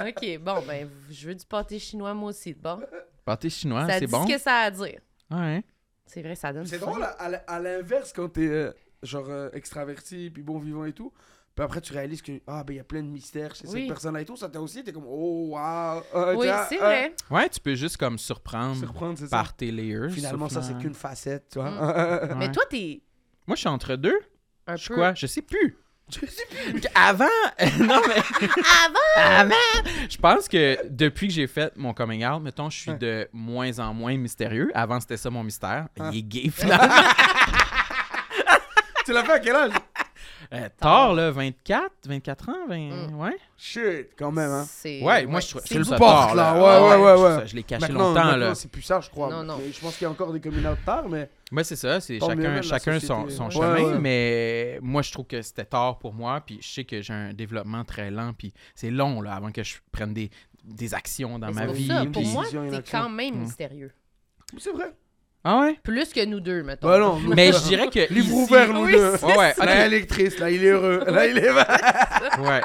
S1: OK, bon, ben, je veux du pâté chinois, moi aussi. Bon,
S2: Pâté chinois,
S1: ça
S2: c'est
S1: dit
S2: bon.
S1: ce que ça a à dire.
S2: Ouais.
S1: C'est vrai, ça donne
S4: c'est
S1: faim.
S4: drôle, à, à l'inverse, quand t'es, euh, genre, euh, extraverti, puis bon vivant et tout, puis après, tu réalises que, ah, ben, il y a plein de mystères chez
S1: Oui.
S4: cette personne-là et tout, ça t'a aussi, t'es comme, oh, waouh. euh,
S1: Oui,
S4: tu vois,
S1: c'est
S4: euh,
S1: vrai.
S2: Ouais, tu peux juste comme surprendre
S4: Surprendre, c'est ça.
S2: par tes layers.
S4: hein. Finalement, ça, c'est
S2: soufflant.
S4: qu'une facette, tu vois.
S1: Mais
S2: Ouais.
S1: toi, t'es
S2: Moi, je suis entre deux.
S1: un
S2: Je suis
S1: peu.
S2: quoi? Je sais plus.
S4: Je sais
S2: Avant, non mais
S1: Avant!
S2: avant, je pense que depuis que j'ai fait mon coming out, mettons, je suis de moins en moins mystérieux. Avant, c'était ça mon mystère.
S4: Ah.
S2: Il est gay finalement.
S4: Tu l'as fait à quel âge?
S2: Euh, tard là, 24, 24 ans, 20,
S1: Mm.
S2: ouais.
S4: Shit, quand même, hein.
S1: C'est...
S2: Ouais, moi je trouve
S1: c'est
S2: je trouve
S1: du
S2: ça
S4: porc,
S2: tard
S4: là.
S2: là. Ah
S4: Ouais, ouais, ouais,
S2: je trouve
S4: ouais.
S2: ça- Je l'ai caché
S4: Maintenant-
S2: longtemps
S4: maintenant,
S2: là.
S4: c'est plus ça, je crois.
S1: Non, non.
S4: Mais je pense qu'il y a encore des coming out tard, mais
S2: Ouais, c'est ça, c'est
S4: Tant mieux,
S2: chacun,
S4: la
S2: chacun son,
S4: société.
S2: son
S4: Ouais,
S2: chemin,
S4: ouais.
S2: mais moi je trouve que c'était tard pour moi, puis je sais que j'ai un développement très lent, puis c'est long là, avant que je prenne des, des actions dans
S1: Mais
S2: ma
S1: c'est pour
S2: vie.
S1: Ça,
S4: une
S1: pour
S2: puis-
S1: moi,
S4: décision, une
S1: t'es
S4: action.
S1: quand même
S2: Mm.
S1: mystérieux.
S4: c'est vrai.
S2: Ah ouais?
S1: Plus que nous deux, mettons.
S4: Bah non,
S2: Mais je dirais que. ici-
S4: Livre ouvert, nous
S1: Oui,
S4: deux.
S1: c'est
S2: Ouais, ouais,
S4: Là,
S2: ok,
S4: elle est triste, là, il est heureux. Là, il est.
S2: ouais.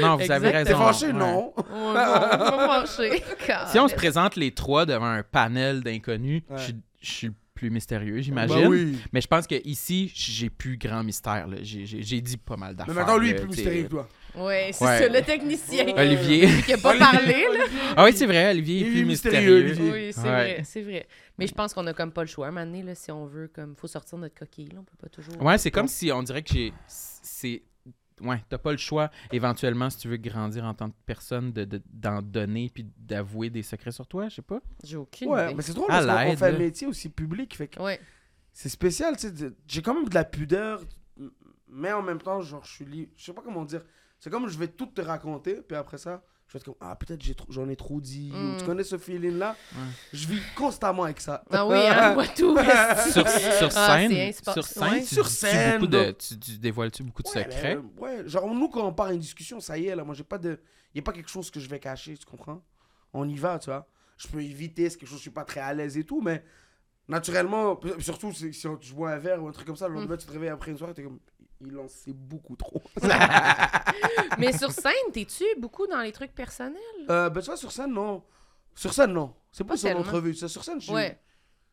S2: Non, vous avez
S1: Exactement.
S2: raison.
S4: T'es fâché?
S2: ouais.
S4: Non.
S1: Oh, non, on va marcher.
S2: Si on se présente les trois devant un panel d'inconnus,
S4: Ouais.
S2: je suis- je suis le plus mystérieux,
S4: Bah
S2: j'imagine.
S4: oui.
S2: Mais je pense que ici, j'ai plus grand mystère. là. J'ai- J'ai j'ai dit pas mal
S4: Mais
S2: d'affaires.
S4: maintenant, lui, il
S2: là,
S4: est plus
S2: t'sais.
S4: mystérieux que toi.
S1: Ouais, c'est
S2: Ouais.
S1: ça, le technicien
S2: Olivier.
S1: qui a pas parlé, là.
S2: Ah oui, c'est vrai, Olivier est
S4: Il est
S2: plus
S4: mystérieux,
S2: mystérieux.
S4: Olivier.
S1: Oui, c'est
S2: Ouais.
S1: vrai, c'est vrai. Mais je pense qu'on a comme pas le choix à un moment donné, là, si on veut, comme, faut sortir notre coquille, là, on peut pas toujours...
S2: Ouais, c'est comme si on dirait que j'ai. C'est. Ouais, t'as pas le choix, éventuellement, si tu veux grandir en tant que personne, d'en de, d'en donner puis d'avouer des secrets sur toi, je sais pas.
S1: J'ai aucune
S4: Ouais,
S1: idée.
S4: mais c'est drôle
S2: À
S4: parce qu'on on
S2: l'aide,
S4: fait un
S2: là.
S4: métier aussi public. Fait que
S1: Ouais.
S4: c'est spécial, tu sais. de- J'ai quand même de la pudeur, mais en même temps, genre, je suis libre. Je sais pas comment dire. C'est comme je vais tout te raconter, puis après ça, je vais être comme Ah, peut-être j'ai trop- j'en ai trop dit. ou
S1: Mm.
S4: tu connais ce feeling-là
S2: Ouais.
S4: Je vis constamment avec ça.
S1: Ah oui, hein, moi tout. esti.
S2: Sur, sur
S1: Ah,
S2: scène,
S1: c'est inspo-
S2: sur scène,
S1: ouais.
S2: tu,
S4: Sur
S2: dis-tu
S4: scène,
S2: beaucoup de,
S4: donc-
S2: tu, tu dévoiles-tu beaucoup de
S4: Ouais,
S2: secrets?
S4: ben, euh, ouais, genre nous quand on part à une discussion, ça y est là, moi j'ai pas de y a pas quelque chose que je vais cacher, tu comprends On y va, tu vois. Je peux éviter, c'est quelque chose je suis pas très à l'aise et tout, mais naturellement, p- surtout si, si on- tu bois un verre ou un truc comme ça, le lendemain
S2: Mm.
S4: tu te réveilles après une soirée, t'es comme il en sait beaucoup trop.
S1: Mais sur scène, t'es-tu beaucoup dans les trucs personnels?
S4: euh, ben tu vois sur scène non. Sur scène non. C'est pas
S1: Pas
S4: sur
S1: tellement.
S4: l'entrevue, c'est sur scène je suis-
S1: Ouais.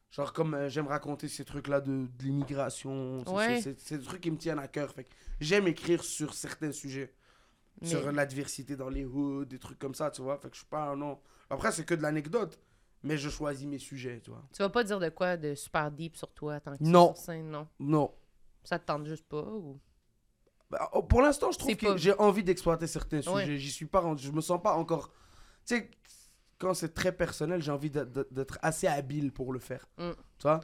S4: Genre comme euh, j'aime raconter ces trucs-là de, de l'immigration, c'est-
S1: Ouais.
S4: c'est- c'est c'est des trucs qui me tiennent à cœur. Fait que j'aime écrire sur certains sujets.
S1: Mais-
S4: sur l'adversité dans les hoods, des trucs comme ça, tu vois. Fait que je suis pas un non. Après, c'est que de l'anecdote, mais je choisis mes sujets, tu vois.
S1: Tu vas pas dire de quoi de super deep sur toi tant que tu es
S4: Non.
S1: sur scène, non.
S4: Non.
S1: Ça te tente juste pas ou...
S4: Bah, oh, pour l'instant, je trouve
S1: C'est
S4: que
S1: pas-
S4: j'ai envie d'exploiter certains
S1: Ouais.
S4: sujets. J'y suis pas rendu. Je me sens pas encore. Tu sais, quand c'est très personnel, j'ai envie d'être- d'être d'être assez habile pour le faire.
S1: Mm.
S4: Tu vois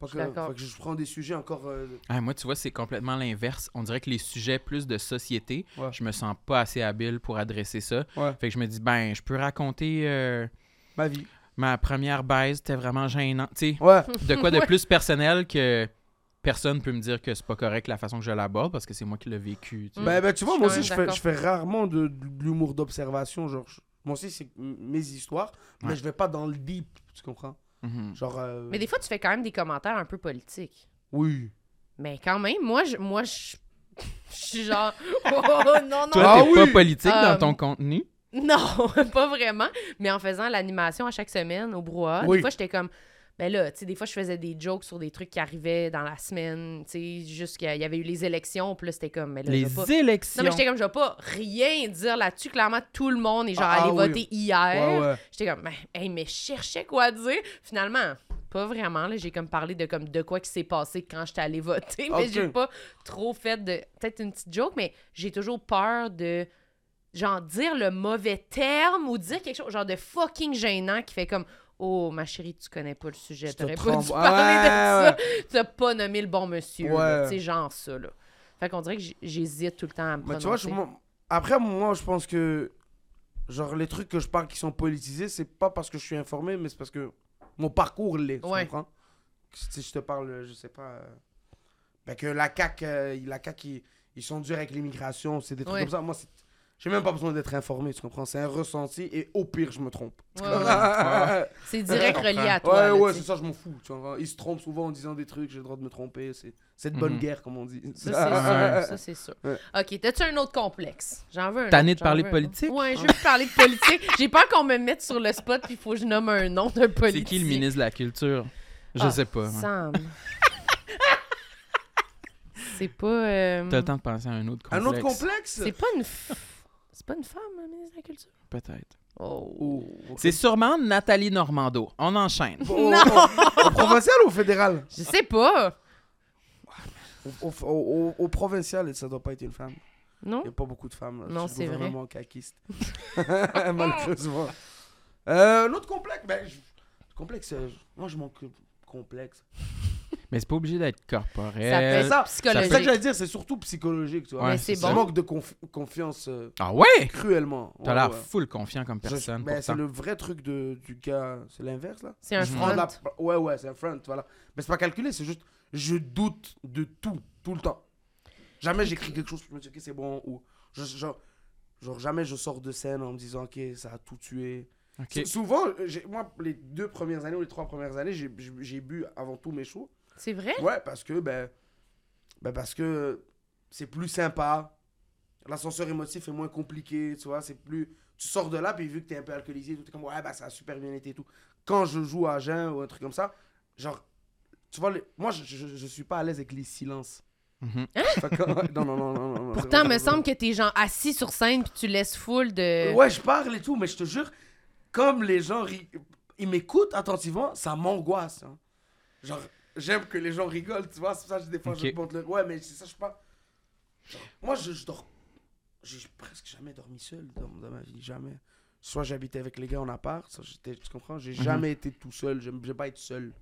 S4: Parce
S1: suis
S4: que,
S1: d'accord.
S4: fait que je prends des sujets encore. euh,
S2: Ah, moi, tu vois, c'est complètement l'inverse. On dirait que les sujets plus de société,
S4: Ouais.
S2: je me sens pas assez habile pour adresser ça.
S4: Ouais.
S2: Fait que je me dis, ben, je peux raconter euh,
S4: ma vie.
S2: ma première baise, c'était vraiment gênant. Tu
S4: Ouais.
S2: sais, de quoi de
S1: Ouais.
S2: plus personnel que personne peut me dire que c'est pas correct la façon que je l'aborde parce que c'est moi qui l'ai vécu. tu sais.
S4: Ben, ben, tu vois,
S1: Je
S4: moi
S1: suis
S4: aussi, je
S1: quand même
S4: fais, je fais rarement de, de l'humour d'observation. Genre, je- moi aussi, c'est m- mes histoires,
S2: Ouais.
S4: mais je vais pas dans le deep, tu comprends?
S2: Mhm.
S4: Genre. euh,
S1: Mais des fois, tu fais quand même des commentaires un peu politiques.
S4: Oui.
S1: Mais quand même, moi, je, moi, je, je suis genre, oh non, non,
S2: Toi,
S4: Ah
S2: t'es
S4: oui!
S2: pas politique
S1: Euh,
S2: dans ton contenu.
S1: Non, pas vraiment. Mais en faisant l'animation à chaque semaine au brouhaha,
S4: Oui.
S1: des fois, j'étais comme. Ben là, tu sais, des fois, je faisais des jokes sur des trucs qui arrivaient dans la semaine, tu sais, jusqu'à. Il y avait eu les élections, puis là, c'était comme. Mais là, je
S2: Les
S1: vais pas.
S2: élections.
S1: Non, mais j'étais comme, je vais pas rien dire là-dessus. Clairement, tout le monde est genre
S4: Ah,
S1: allé
S4: oui.
S1: voter hier.
S4: Ouais, ouais.
S1: J'étais comme, ben, hey, mais je cherchais quoi dire. Finalement, pas vraiment. Là, j'ai comme parlé de comme de quoi qui s'est passé quand j'étais allée voter, mais
S4: Ok.
S1: j'ai pas trop fait de peut-être une petite joke, mais j'ai toujours peur de genre dire le mauvais terme ou dire quelque chose genre de fucking gênant qui fait comme Oh, ma chérie, tu connais pas le sujet.
S4: Tu te
S1: T'aurais pas
S4: trompes.
S1: dû parler
S4: Ouais,
S1: de ça. Tu as pas nommé le bon monsieur. là.
S4: Ouais.
S1: Tu sais, genre ça, là. Fait qu'on dirait que j- j'hésite tout le temps à me
S4: Mais
S1: prononcer.
S4: Bah, tu vois, je- moi- après, moi, je pense que. Genre, les trucs que je parle qui sont politisés, c'est pas parce que je suis informé, mais c'est parce que mon parcours l'est. Tu
S1: Ouais.
S4: comprends? Si je te parle, je sais pas. euh, ben que la CAQ, euh, la CAQ, ils, ils sont durs avec l'immigration, c'est des trucs
S1: Ouais.
S4: comme ça. Moi, c'est- j'ai même pas besoin d'être informé, tu comprends? C'est un ressenti et au pire, je me trompe.
S1: Ouais, ouais. C'est direct
S2: Je comprends.
S1: relié à toi.
S4: Ouais,
S1: là,
S4: ouais,
S1: tu
S4: c'est
S1: sais.
S4: ça, je m'en fous. Tu vois. Ils se trompent souvent en disant des trucs, j'ai le droit de me tromper. C'est c'est de bonne
S2: Mhm.
S4: guerre, comme on dit.
S1: Ça, c'est sûr. Ça, c'est sûr.
S4: Ouais.
S1: OK, t'as-tu un autre complexe? J'en veux un
S2: Tanné
S1: autre,
S2: de
S1: j'en
S2: parler
S1: veux
S2: de
S1: un autre.
S2: politique?
S1: Ouais, je veux parler de politique. J'ai peur qu'on me mette sur le spot puis il faut que je nomme un nom de
S2: C'est
S1: politique.
S2: qui le ministre de la Culture? Je
S1: Ah,
S2: sais pas. hein. ouais.
S1: Sam. c'est pas... euh,
S2: T'as le temps de penser à un autre complexe.
S4: Un autre complexe
S1: C'est pas une... f- C'est pas une femme, le ministre de la Culture?
S2: Peut-être.
S1: Oh.
S4: Oh, ok.
S2: C'est sûrement Nathalie Normando. On enchaîne.
S4: Au-
S1: Non.
S4: au- Au provincial ou au fédéral
S1: Je sais pas.
S4: au, au- au- au provincial, ça doit pas être une femme.
S1: Non?
S4: Il n'y a pas beaucoup de femmes. là.
S1: Non,
S4: le
S1: c'est vrai.
S4: gouvernement caquiste. Malheureusement. Euh, L'autre complexe, ben, je- complexe, euh, moi je manque de complexe.
S2: Mais c'est pas obligé d'être
S1: Ça peut
S2: corporel.
S1: être Euh,
S2: ça
S4: ça- C'est
S1: psychologique.
S4: ça que j'allais dire, c'est surtout psychologique, tu vois.
S2: Ouais,
S1: Mais c'est
S2: c'est
S4: Je
S1: bon.
S4: manque de conf- confiance euh,
S2: Ah ouais?
S4: cruellement.
S2: T'as
S4: Ouais,
S2: l'air
S4: ouais.
S2: full confiant comme
S4: Je-
S2: personne.
S4: ben, c'est
S2: pourtant.
S4: le vrai truc de, du gars, c'est l'inverse là.
S1: C'est un
S2: Je
S4: Prends
S1: front.
S4: de la- Ouais, ouais, c'est un front, voilà. Mais c'est pas calculé, c'est juste, je doute de tout, tout le temps. Jamais j'écris quelque chose, puis je me dis, ok, c'est bon, ou je- genre, genre, jamais je sors de scène en me disant, ok, ça a tout tué.
S2: Ok.
S4: S- Souvent, euh, j'ai- moi, les deux premières années ou les trois premières années, j'ai- j'ai j'ai bu avant tout mes shows.
S1: C'est vrai?
S4: Ouais, parce que, ben, ben parce que c'est plus sympa. L'ascenseur émotif est moins compliqué, tu vois, c'est plus... Tu sors de là, puis vu que t'es un peu alcoolisé, tout est comme, ouais, bah ça a super bien été et tout. Quand je joue à Jeun ou un truc comme ça, genre, tu vois, les- moi, je, je, je suis pas à l'aise avec les silences.
S2: Mhm.
S4: Fait que- non, non, non, non, non, non.
S1: Pourtant,
S4: c'est vrai,
S1: me
S4: c'est vrai.
S1: semble que t'es genre assis sur scène puis tu laisses full
S2: Euh,
S1: de...
S4: Ouais, je parle et tout, mais je te jure, comme les gens ri- ils m'écoutent attentivement, ça m'angoisse. hein. Genre, j'aime que les gens rigolent, tu vois, c'est pour ça que des fois
S2: Ok.
S4: je montre le. Ouais, mais c'est ça, je sais pas. Genre, moi, je, je dors. J'ai presque jamais dormi seul dans, dans ma vie, jamais. Soit j'habitais avec les gars en appart, soit j'étais, tu comprends, j'ai
S2: Mhm.
S4: jamais été tout seul, j'aime j'aime pas être seul.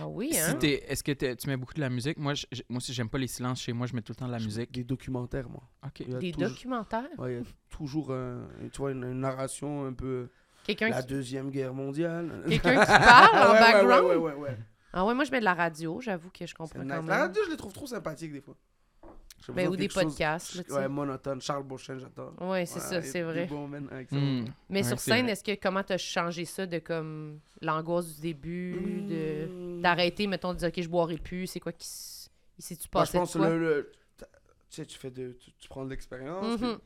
S1: Ah oui,
S2: Si
S1: hein?
S2: t'es- Est-ce que t'es- tu mets beaucoup de la musique? Moi, je- je- moi aussi, j'aime pas les silences chez moi. Je mets tout le temps de la musique.
S4: Des documentaires, moi.
S2: OK.
S4: Il y a
S1: Des
S4: toujours-
S1: documentaires?
S4: Ouais, il y a toujours, un- tu vois, une, une narration un peu.
S1: Quelqu'un
S4: La
S1: qui,
S4: Deuxième Guerre mondiale. Ah,
S1: quelqu'un qui parle en
S4: Ouais, ouais, ouais,
S1: background?
S4: ouais, ouais, ouais.
S1: Ah ouais, moi je mets de la radio, j'avoue que je
S4: C'est
S1: comprends
S4: nice.
S1: quand
S4: La
S1: même.
S4: radio, je les trouve trop sympathiques des fois.
S1: Ben,
S4: J'ai besoin
S1: ou
S4: de
S1: des
S4: quelque chose-
S1: podcasts, là, tu sais.
S4: Ouais, monotone. Charles Beauchamp, j'adore.
S1: Ouais, c'est
S4: Ouais,
S1: ça,
S4: il y a
S1: c'est
S4: des
S1: vrai.
S4: bons men avec ça.
S2: Hmm.
S1: Mais
S2: Ouais,
S1: sur
S2: c'est
S1: scène,
S2: vrai.
S1: est-ce que comment t'as changé ça de comme l'angoisse du début, de
S4: Hmm. Mmh.
S1: d'arrêter, mettons, de dire ok je boirai plus, c'est quoi qui s- il s'est-tu
S4: Moi, Ben,
S1: passé
S4: je
S1: de
S4: pense
S1: quoi?
S4: le, le- Tu sais, tu fais de... Tu, tu prends de l'expérience.
S1: Mhm.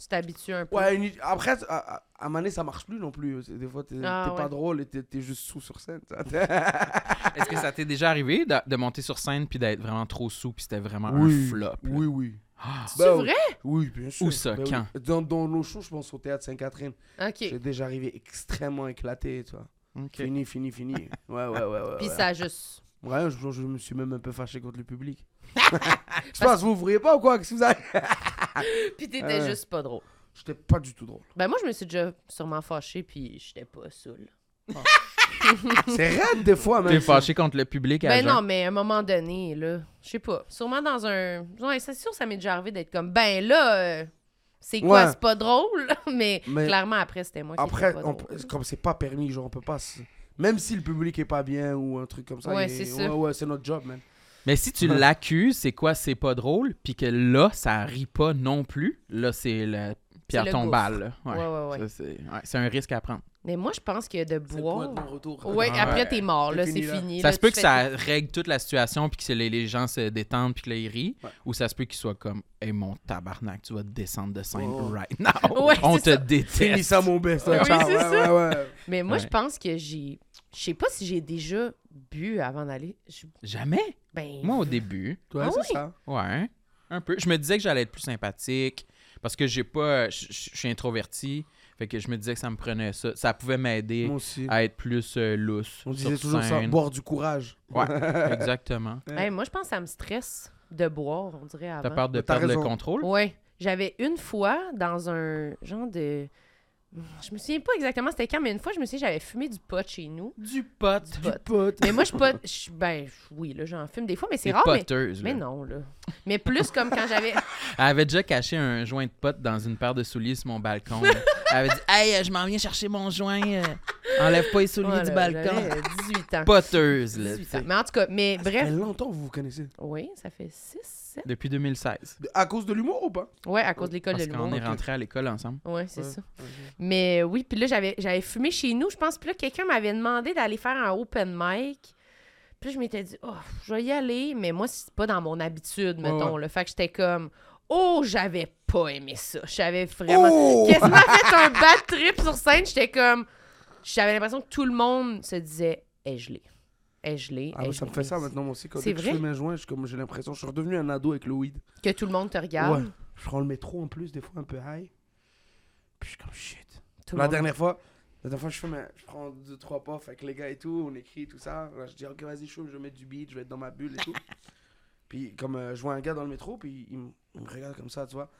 S1: Tu t'habitues un peu.
S4: Ouais, une- après, à, à, à un moment donné, ça marche plus non plus. C'est- Des fois, t'es
S1: Ah,
S4: t'es
S1: ouais.
S4: pas drôle et t'es t'es juste sous sur scène. ça.
S2: Est-ce que ça t'est déjà arrivé de, de monter sur scène puis d'être vraiment trop sous puis c'était vraiment
S4: Oui.
S2: un flop? là?
S4: oui, oui.
S2: Ah,
S1: C'est
S4: Ben,
S1: vrai?
S4: Oui, bien sûr. Ben
S2: Où ça,
S4: oui.
S2: quand?
S4: dans, dans nos shows, je pense au Théâtre Sainte-Catherine. J'ai
S1: Ok.
S4: déjà arrivé extrêmement éclaté, tu vois.
S2: OK.
S4: Fini, fini, fini. Ouais, ouais, ouais. ouais,
S1: Puis
S4: ouais.
S1: ça a juste.
S4: Ouais, je, je me suis même un peu fâché contre le public. Je
S1: Parce-
S4: pense que vous ouvriez pas ou quoi Qu'est-ce que vous avez
S1: Puis t'étais
S4: Euh.
S1: juste pas drôle.
S4: J'étais pas du tout drôle.
S1: Ben moi je me suis déjà sûrement fâchée puis j'étais pas saoule.
S4: Ben, C'est raide des fois, même.
S2: T'es fâché contre le public à
S1: Ben
S2: jeun.
S1: non, mais à un moment donné, là, je sais pas. Sûrement dans un. Ouais, c'est sûr, ça m'est déjà arrivé d'être comme, ben là, euh, c'est quoi,
S4: Ouais.
S1: c'est pas drôle, mais,
S4: Mais
S1: clairement après, c'était moi qui
S4: Après,
S1: était pas
S4: on-
S1: drôle.
S4: comme c'est pas permis, genre, on peut pas. se- Même si le public est pas bien ou un truc comme ça.
S1: Ouais,
S4: il-
S1: c'est ça.
S4: Ouais, ouais, c'est notre job, man.
S2: Mais si tu l'accuses, c'est quoi, c'est pas drôle, puis que là, ça rit pas non plus, là, c'est le pierre
S1: le
S2: tombale. là.
S1: Ouais,
S2: Ouais.
S1: ouais, ouais.
S2: Ça, c'est ouais, c'est un risque à prendre.
S1: Mais moi, je pense que de
S4: C'est le point
S1: boire.
S4: de non-retour.
S1: Ouais,
S2: Ouais.
S1: après, t'es mort,
S4: C'est
S1: là, c'est fini.
S4: fini, là.
S2: ça
S1: là,
S2: se
S1: tu
S2: peut que
S1: fais-
S2: ça règle toute la situation, puis que c'est les, les gens se détendent, puis que là, ils rient,
S4: Ouais.
S2: ou ça se peut qu'ils soient comme, hey, mon tabarnak, tu vas te descendre de scène
S4: Oh.
S2: right now.
S1: Ouais,
S2: On
S1: c'est
S2: te
S1: ça.
S4: Fini
S2: déteste.
S4: ça, mon best.
S1: Oui,
S4: ciao.
S1: c'est
S4: ouais,
S1: ça.
S4: ouais, ouais.
S1: Mais moi, je
S2: Ouais.
S1: pense que j'ai. Je sais pas si j'ai déjà bu avant d'aller. Je-
S2: Jamais.
S1: Ben.
S2: Moi, au début,
S4: Toi,
S1: Ah
S4: c'est
S1: oui.
S4: ça.
S2: ouais, un peu. Je me disais que j'allais être plus sympathique, parce que j'ai pas, je je- je suis introverti, fait que je me disais que ça me prenait ça. Ça pouvait m'aider.
S4: Moi aussi.
S2: à être plus euh, lousse.
S4: On
S2: sur
S4: disait toujours ça,
S2: scène.
S4: boire du courage.
S2: Ouais, exactement.
S1: hey, moi, je pense que ça me stresse de boire, on dirait avant.
S2: T'as peur de
S4: Ah ben. T'as Oh.
S2: perdre le
S4: raison.
S2: contrôle?
S1: Ouais. J'avais une fois dans un genre de. Je me souviens pas exactement c'était quand, mais une fois, je me souviens, j'avais fumé du pot chez nous.
S2: Du pot.
S1: pot.
S4: Pote.
S1: Mais moi, je suis pas. je suis- Ben, oui, là, j'en fume des fois, mais c'est
S2: T'es
S1: rare. Mais,
S2: poteuse,
S1: mais
S2: là.
S1: non, là. Mais plus comme quand j'avais.
S2: Elle avait déjà caché un joint de pote dans une paire de souliers sur mon balcon. là. Elle avait dit Hey, euh, je m'en viens chercher mon joint. euh, Enlève pas les souliers
S1: Voilà,
S2: du balcon.
S1: oh j'avais, euh, 18 ans.
S2: Poteuse, là.
S1: 18
S2: tu
S1: ans.
S2: sais.
S1: Mais en tout cas, mais
S4: Ça fait
S1: bref.
S4: longtemps que vous vous connaissez.
S1: Oui, ça fait 6, 7.
S2: Depuis 2016.
S4: De- À cause de l'humour ou pas
S1: Ouais, à cause de l'école de
S2: Parce qu'on est
S1: l'humour.
S2: rentrés à l'école ensemble.
S1: Ouais, c'est ça.
S4: ok.
S1: Mais euh, oui, puis là, j'avais, j'avais fumé chez nous, je pense. Puis là, quelqu'un m'avait demandé d'aller faire un open mic. Puis là, je m'étais dit, oh, je vais y aller, mais moi, c'est pas dans mon habitude,
S2: Ouais,
S1: mettons. Là. Fait que j'étais comme, oh, j'avais pas aimé ça. J'avais vraiment.
S4: Oh!
S1: Quasiment fait un bad trip sur scène. J'étais comme, j'avais l'impression que tout le monde se disait, est gelé. Est gelé.
S4: Ah, ouais,
S1: est
S4: ça me
S1: gelé.
S4: fait ça maintenant moi aussi. Quand
S1: C'est
S4: dès que je
S1: vrai?
S4: fume un joint, je suis comme- j'ai l'impression, je suis redevenu un ado avec le weed.
S1: Que tout le monde te regarde.
S4: Ouais. Je prends le métro en plus, des fois un peu high. Puis je suis comme shit.
S1: Tout le
S4: la
S1: monde-
S4: dernière fois, la dernière fois, je, fume un- je prends deux, trois puffs avec les gars et tout, on écrit tout ça. Là, je dis, ok, vas-y, je fume, je vais mettre du beat, je vais être dans ma bulle et tout. puis comme euh, je vois un gars dans le métro, puis il, me- il me regarde comme ça, tu vois.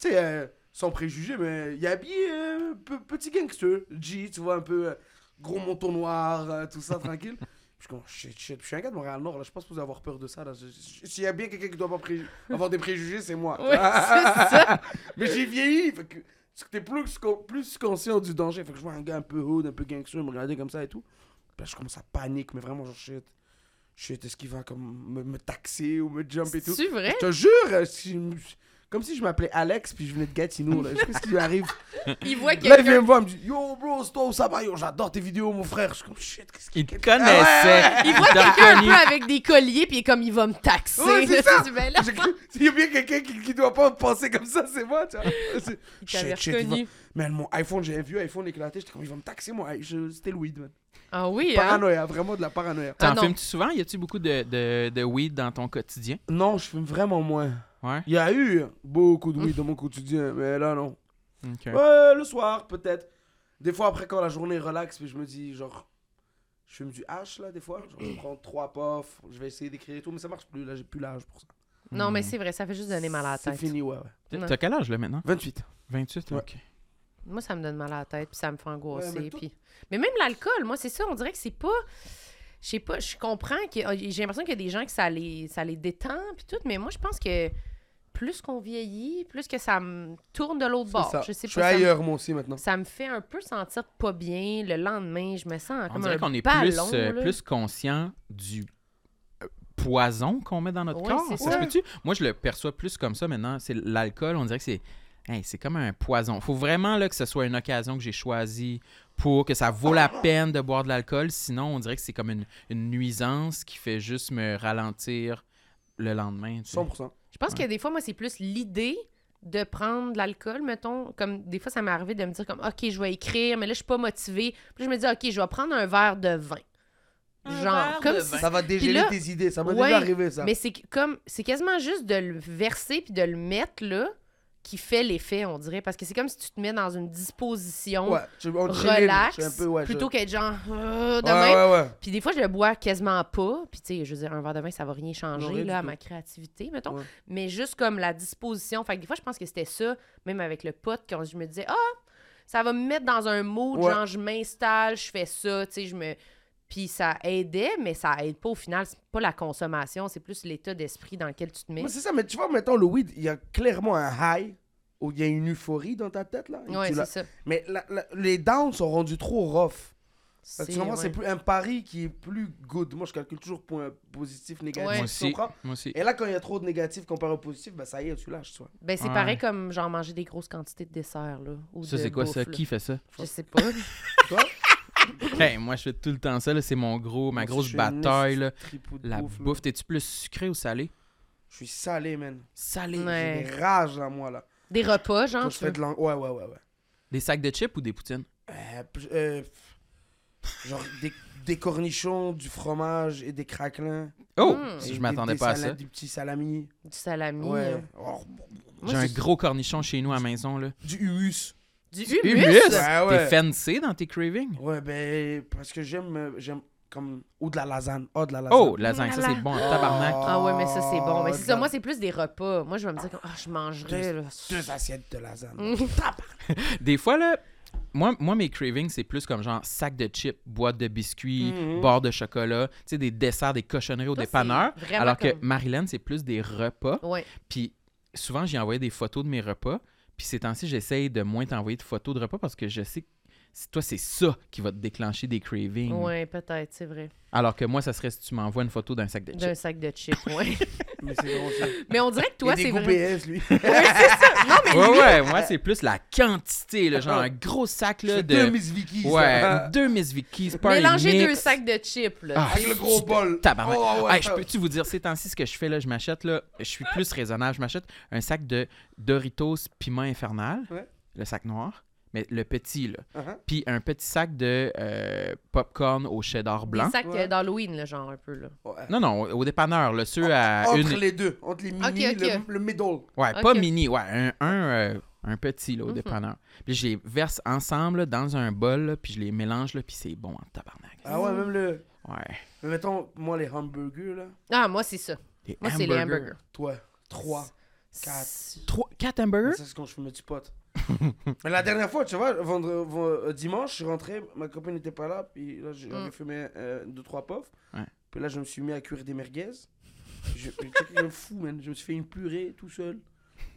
S4: Tu sais, euh, sans préjugé, mais il est habillé euh, pe- petit gangster. G, tu vois, un peu euh, gros menton noir, euh, tout ça, tranquille. Puis Je suis comme, shit, shit. Puis Je suis un gars de Montréal-Nord, là, je pense que vous avoir peur de ça. là. Je- je- S'il y a bien quelqu'un qui doit pas pré- avoir des préjugés, c'est moi.
S1: Ouais, c'est ça.
S4: Mais j'ai vieilli, fait que tu t'es plus, con- plus conscient du danger. Fait que je vois un gars un peu hood, un peu gangster, me regarder comme ça et tout. Puis là, je commence à paniquer, mais vraiment, genre, shit. Shit, est-ce qu'il va comme me, me taxer ou me jump et tout?
S1: C'est vrai?
S4: Je te jure, euh, si- comme si je m'appelais Alex puis je venais de Gatineau, là. Je sais pas ce qui lui arrive.
S1: Il voit quelqu'un.
S4: Là, il vient me voir, il me dit Yo, bro, c'est toi ou ça va? Yo, j'adore tes vidéos, mon frère. Je suis comme shit, qu'est-ce
S2: Il
S4: qu'il
S2: te
S4: Ah
S2: connaissait.
S1: Il voit
S2: t'a
S1: quelqu'un un
S2: reconnu.
S1: peu avec des colliers, puis il est comme, il va me taxer.
S4: Ah, Ouais, c'est ça.
S1: Tu fais, là,
S4: J'ai cru- S'il y a bien quelqu'un qui, qui doit pas penser comme ça, c'est moi, tu vois. C'est-
S1: il t'avait
S4: Shit, shit, il va-
S1: reconnu.
S4: Man, mon iPhone, j'ai un vieux iPhone éclaté. J'étais comme, ils vont me taxer, moi. Je- C'était le weed, man.
S1: Ah oui, hein?
S4: Paranoïa, vraiment de la paranoïa.
S1: Ah
S2: T'en
S1: non.
S2: fumes-tu souvent Y a-tu beaucoup de, de, de weed dans ton quotidien
S4: Non, je fume vraiment moins.
S2: Ouais.
S4: Il y a eu beaucoup de weed dans mon quotidien, mais là, non.
S2: Ok.
S4: Ouais, le soir, peut-être. Des fois, après, quand la journée relaxe, puis je me dis, genre, je fume du hash, là, des fois. Genre,
S1: Mm.
S4: je prends trois puffs, je vais essayer d'écrire et tout, mais ça marche plus. Là, j'ai plus l'âge pour ça.
S1: Non, mais c'est vrai, ça fait juste donner mal à la
S4: C'est
S1: tête.
S4: fini, ouais, ouais.
S2: T'as t'as quel âge là maintenant
S4: 28.
S2: 28
S4: Ouais.
S2: Ok.
S1: Moi, ça me donne mal à la tête, puis ça me fait angoisser.
S4: Ouais, mais
S1: mais,
S4: tout-
S1: puis... mais même l'alcool, moi, c'est ça, on dirait que c'est pas. Je sais pas, je comprends que. ah, J'ai l'impression qu'il y a des gens que ça les, ça les détend, puis tout, mais moi, je pense que plus qu'on vieillit, plus que ça me tourne de l'autre
S4: C'est
S1: bord.
S4: ça.
S1: Je sais
S4: je suis
S1: pas. ça me-
S4: ailleurs, moi aussi, maintenant.
S1: Ça me fait un peu sentir pas bien. Le lendemain, je me sens
S2: On
S1: Ah, comme
S2: dirait
S1: un
S2: qu'on est
S1: ballon,
S2: plus, euh,
S1: là.
S2: plus conscient du euh, poison qu'on met dans notre
S1: Ouais,
S2: corps.
S1: c'est
S2: Ça se
S1: ça.
S2: peut-tu? Moi, je le perçois plus comme ça maintenant. C'est l'alcool, on dirait que c'est. hey, c'est comme un poison. Faut vraiment là, que ce soit une occasion que j'ai choisie pour que ça vaut la peine de boire de l'alcool. Sinon, on dirait que c'est comme une, une nuisance qui fait juste me ralentir le lendemain. tu sais.
S4: 100%.
S1: Je pense que des fois, moi, c'est plus l'idée de prendre de l'alcool, mettons. Comme des fois, ça m'est arrivé de me dire comme OK, je vais écrire, mais là, je suis pas motivée. Puis je me dis OK, je vais prendre un verre de vin. Genre, comme si-
S4: Ça va dégéler
S1: là-
S4: tes idées, ça va
S1: Ouais,
S4: déjà arriver, ça.
S1: Mais c'est que- comme c'est quasiment juste de le verser puis de le mettre là qui fait l'effet, on dirait. Parce que c'est comme si tu te mets dans une disposition
S4: Ouais, je- on chill,
S1: relax
S4: je suis un peu, ouais, je-
S1: plutôt qu'être genre euh, de
S4: Ouais,
S1: même.
S4: ouais, ouais.
S1: Puis des fois, je le bois quasiment pas. Puis tu sais, je veux dire, un verre de vin, ça va rien
S4: Non,
S1: changer
S4: rien du
S1: là, à
S4: tout.
S1: ma créativité, mettons.
S4: Ouais.
S1: Mais juste comme la disposition. Fait que des fois, je pense que c'était ça, même avec le pote, quand je me disais, ah, ça va me mettre dans un mood,
S4: Ouais.
S1: genre, je m'installe, je fais ça, tu sais, je me. Puis ça aidait, mais ça aide pas au final. C'est pas la consommation, c'est plus l'état d'esprit dans lequel tu te mets.
S4: Mais c'est ça, mais tu vois, mettons, le weed, il y a clairement un high où il y a une euphorie dans ta tête, là. et
S1: Ouais,
S4: tu l'as-
S1: c'est ça.
S4: Mais la- la- les downs sont rendus trop rough. Parce que
S1: C'est-
S4: vraiment,
S1: ouais.
S4: c'est plus un pari qui est plus good. Moi, je calcule toujours point positif, négatif.
S1: Ouais.
S2: Moi
S4: tu
S2: aussi.
S4: comprends?
S2: Moi aussi.
S4: Et là, quand il y a trop de négatif comparé au positif, ben ça y est, tu lâches, toi.
S1: Ben, c'est
S2: Ouais.
S1: pareil comme, genre, manger des grosses quantités de dessert, là. Ou
S2: Ça,
S1: de
S2: c'est quoi ça?
S1: bouffe, là.
S2: Qui fait ça?
S1: Je sais pas.
S4: Toi,
S2: Hey, Ben, moi, je fais tout le temps ça. là. C'est mon gros, ma
S4: Moi, je
S2: grosse
S4: suis une
S2: bataille.
S4: esti
S2: là.
S4: de tripou de
S2: La
S4: bouffe, là.
S2: bouffe. T'es-tu plus sucré ou salé?
S4: Je suis salé, man.
S2: Salé.
S1: Ouais.
S4: J'ai des rages, là, moi, là.
S1: Des repas, genre.
S4: Quand
S1: tu
S4: je fais
S1: veux.
S4: de l'ang... Ouais, ouais, ouais, ouais.
S2: Des sacs de chips ou des poutines?
S4: Euh, p- euh, pff, genre des, des cornichons, du fromage et des craquelins.
S2: Oh!
S1: Mm.
S2: Si
S4: Et
S2: je m'attendais
S4: des- des
S2: pas à
S4: salades,
S2: ça.
S4: Du petit salami.
S1: Du salami. euh.
S4: Ouais. Oh,
S1: Moi,
S2: J'ai un
S1: c'est-
S2: gros cornichon chez nous à la maison, là.
S4: du humus.
S1: Du
S2: Humus?
S1: humus?
S4: Ouais, ouais.
S2: T'es fancy dans tes cravings?
S4: Ouais, ben, parce que j'aime, euh, j'aime comme, ou de la lasagne, oh, de la lasagne. Oh,
S2: Oh, lasagne, ça c'est bon, en tabarnak.
S1: Ah ouais, mais ça, c'est bon. Mais c'est
S4: de
S1: ça,
S4: la-
S1: moi, c'est plus des repas. Moi, je vais me dire que ah, je mangerais. là.
S4: Deux assiettes de lasagne.
S1: Mm.
S2: Des fois, là, moi, moi, mes cravings, c'est plus comme genre sac de chips, boîte de biscuits,
S4: Mhm.
S2: barre de chocolat, tu sais, des desserts, des cochonneries au
S1: Toi,
S2: dépanneur.
S1: c'est vraiment
S2: Alors que
S1: comme-
S2: Marilyn, c'est plus des repas.
S1: Ouais.
S2: Puis souvent, j'ai envoyé des photos de mes repas. Puis ces temps-ci, j'essaye de moins t'envoyer de photos de repas parce que je sais que c- toi, c'est ça qui va te déclencher des cravings.
S1: Ouais, peut-être, c'est vrai.
S2: Alors que moi, ça serait si tu m'envoies une photo d'un sac de
S1: D'un
S2: chips.
S1: sac de chips, ouais.
S4: Mais c'est drôle, ça.
S1: mais on dirait que toi,
S4: Il
S1: c'est
S4: a des goûts
S1: vrai.
S4: BS, lui.
S2: Ah, Ouais, ouais, moi, c'est plus la quantité, là, genre un gros sac là,
S4: C'est
S2: de.
S4: deux Ah. Miss Vicky, ça.
S2: ouais, deux Miss Vicky's, party
S1: Mélanger deux
S2: mix.
S1: sacs de chips, là.
S2: Ah,
S4: Avec le gros bol.
S2: Tabarnak.
S4: Oh, ah ouais,
S2: Hey, je
S4: ah.
S2: peux-tu vous dire, ces temps-ci, ce que je fais, là, je m'achète, là, je suis plus raisonnable, je m'achète un sac de Doritos piment infernal,
S4: Ouais.
S2: le sac noir, mais le petit, là.
S4: Uh-huh.
S2: Puis un petit sac de euh, popcorn au cheddar
S1: Des
S2: blanc.
S1: sacs euh,
S4: Ouais.
S1: d'Halloween, là, genre, un peu, là.
S4: Ouais.
S2: Non, non, au au dépanneur, là, ceux à
S4: Entre
S2: une...
S4: les deux, entre les mini,
S1: Ok, ok.
S4: Le, le middle.
S2: Ouais, pas
S1: Ah, Ok.
S2: mini, ouais, un, un, euh, un petit, là, au
S1: Mhm.
S2: dépanneur. Puis je les verse ensemble, là, dans un bol, là, puis je les mélange, là, puis c'est bon en tabarnak.
S4: Ah
S1: Mm.
S4: ouais, même le.
S2: Ouais.
S4: Mais mettons, moi, les hamburgers, là.
S1: Ah, moi, c'est ça.
S2: Des
S1: Moi, c'est les hamburgers.
S4: Toi, trois. Quatre.
S1: S-
S2: Trois, quatre
S1: Hein?
S2: hamburgers?
S4: Ça, c'est quand je fume du pot. Mais la dernière fois, tu vois, vendre- vendre- euh, dimanche, je suis rentré, ma copine n'était pas là, puis là, j'avais
S1: Mm.
S4: fumé euh, deux, trois puffs.
S2: Ouais.
S4: Puis là, je me suis mis à cuire des merguez. Je, mais tu sais que je me fous, man. Je me suis fait une purée tout seul.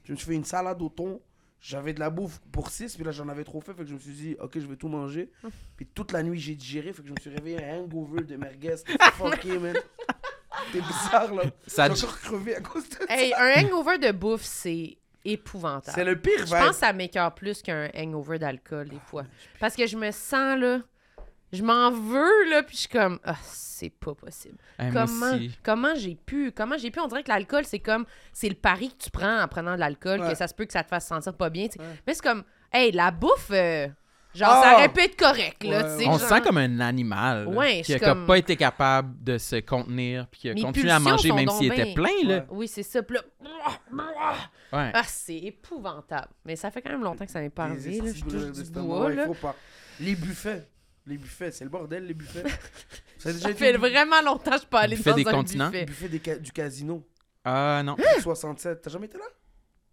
S4: Je me suis fait une salade au thon. J'avais de la bouffe pour six, puis là, j'en avais trop fait, fait que je me suis dit, ok, je vais tout manger. Puis toute la nuit, j'ai digéré, fait que je me suis réveillé un hangover de merguez. C'était funky, man. T'es bizarre, là.
S2: Ça
S4: J'ai encore crevé à cause de ça.
S1: Hey, un hangover de bouffe, c'est épouvantable.
S4: C'est le pire,
S1: Je
S4: vibe.
S1: pense que ça m'écœure plus qu'un hangover d'alcool,
S4: Ah,
S1: des fois. Parce que je me sens, là, je m'en veux, là, puis je suis comme, ah, c'est pas possible.
S2: Hey, Eh, moi
S1: Comment,
S2: aussi.
S1: comment j'ai pu, comment j'ai pu, on dirait que l'alcool, c'est comme, c'est le pari que tu prends en prenant de l'alcool,
S4: Ouais.
S1: que ça se peut que ça te fasse sentir pas bien, tu sais.
S4: Ouais.
S1: Mais c'est comme, hey, la bouffe, euh, genre,
S4: Ah!
S1: ça aurait pu être correct, là,
S4: Ouais,
S1: tu sais.
S2: On se
S1: genre.
S2: sent comme un animal là,
S1: Ouais,
S2: qui
S1: je
S2: a
S1: suis
S2: comme
S1: comme-
S2: pas été capable de se contenir puis qui a
S1: Mes
S2: continué à manger
S1: pulsions
S2: même
S1: sont
S2: s'il
S1: donc bien.
S2: était plein là.
S1: Oui, c'est ça, puis là,
S2: Ouais.
S1: ah, c'est épouvantable. Mais ça fait quand même longtemps que ça m'est pas
S4: Les
S1: arrivé, là, je
S4: estis de
S1: touche
S4: douleurs
S1: du
S4: d'estomac,
S1: bois,
S4: ouais,
S1: là.
S4: faut pas. Les buffets. Les buffets, c'est le bordel, les buffets. Ça a déjà
S1: Ça
S4: été
S1: fait
S4: bu-
S1: vraiment longtemps que je suis pas allée
S2: Buffet
S1: dans
S2: des
S1: un
S2: continents.
S1: buffet. Hein?
S4: buffet des ca- du casino.
S2: Ah non.
S4: 67. T'as jamais été là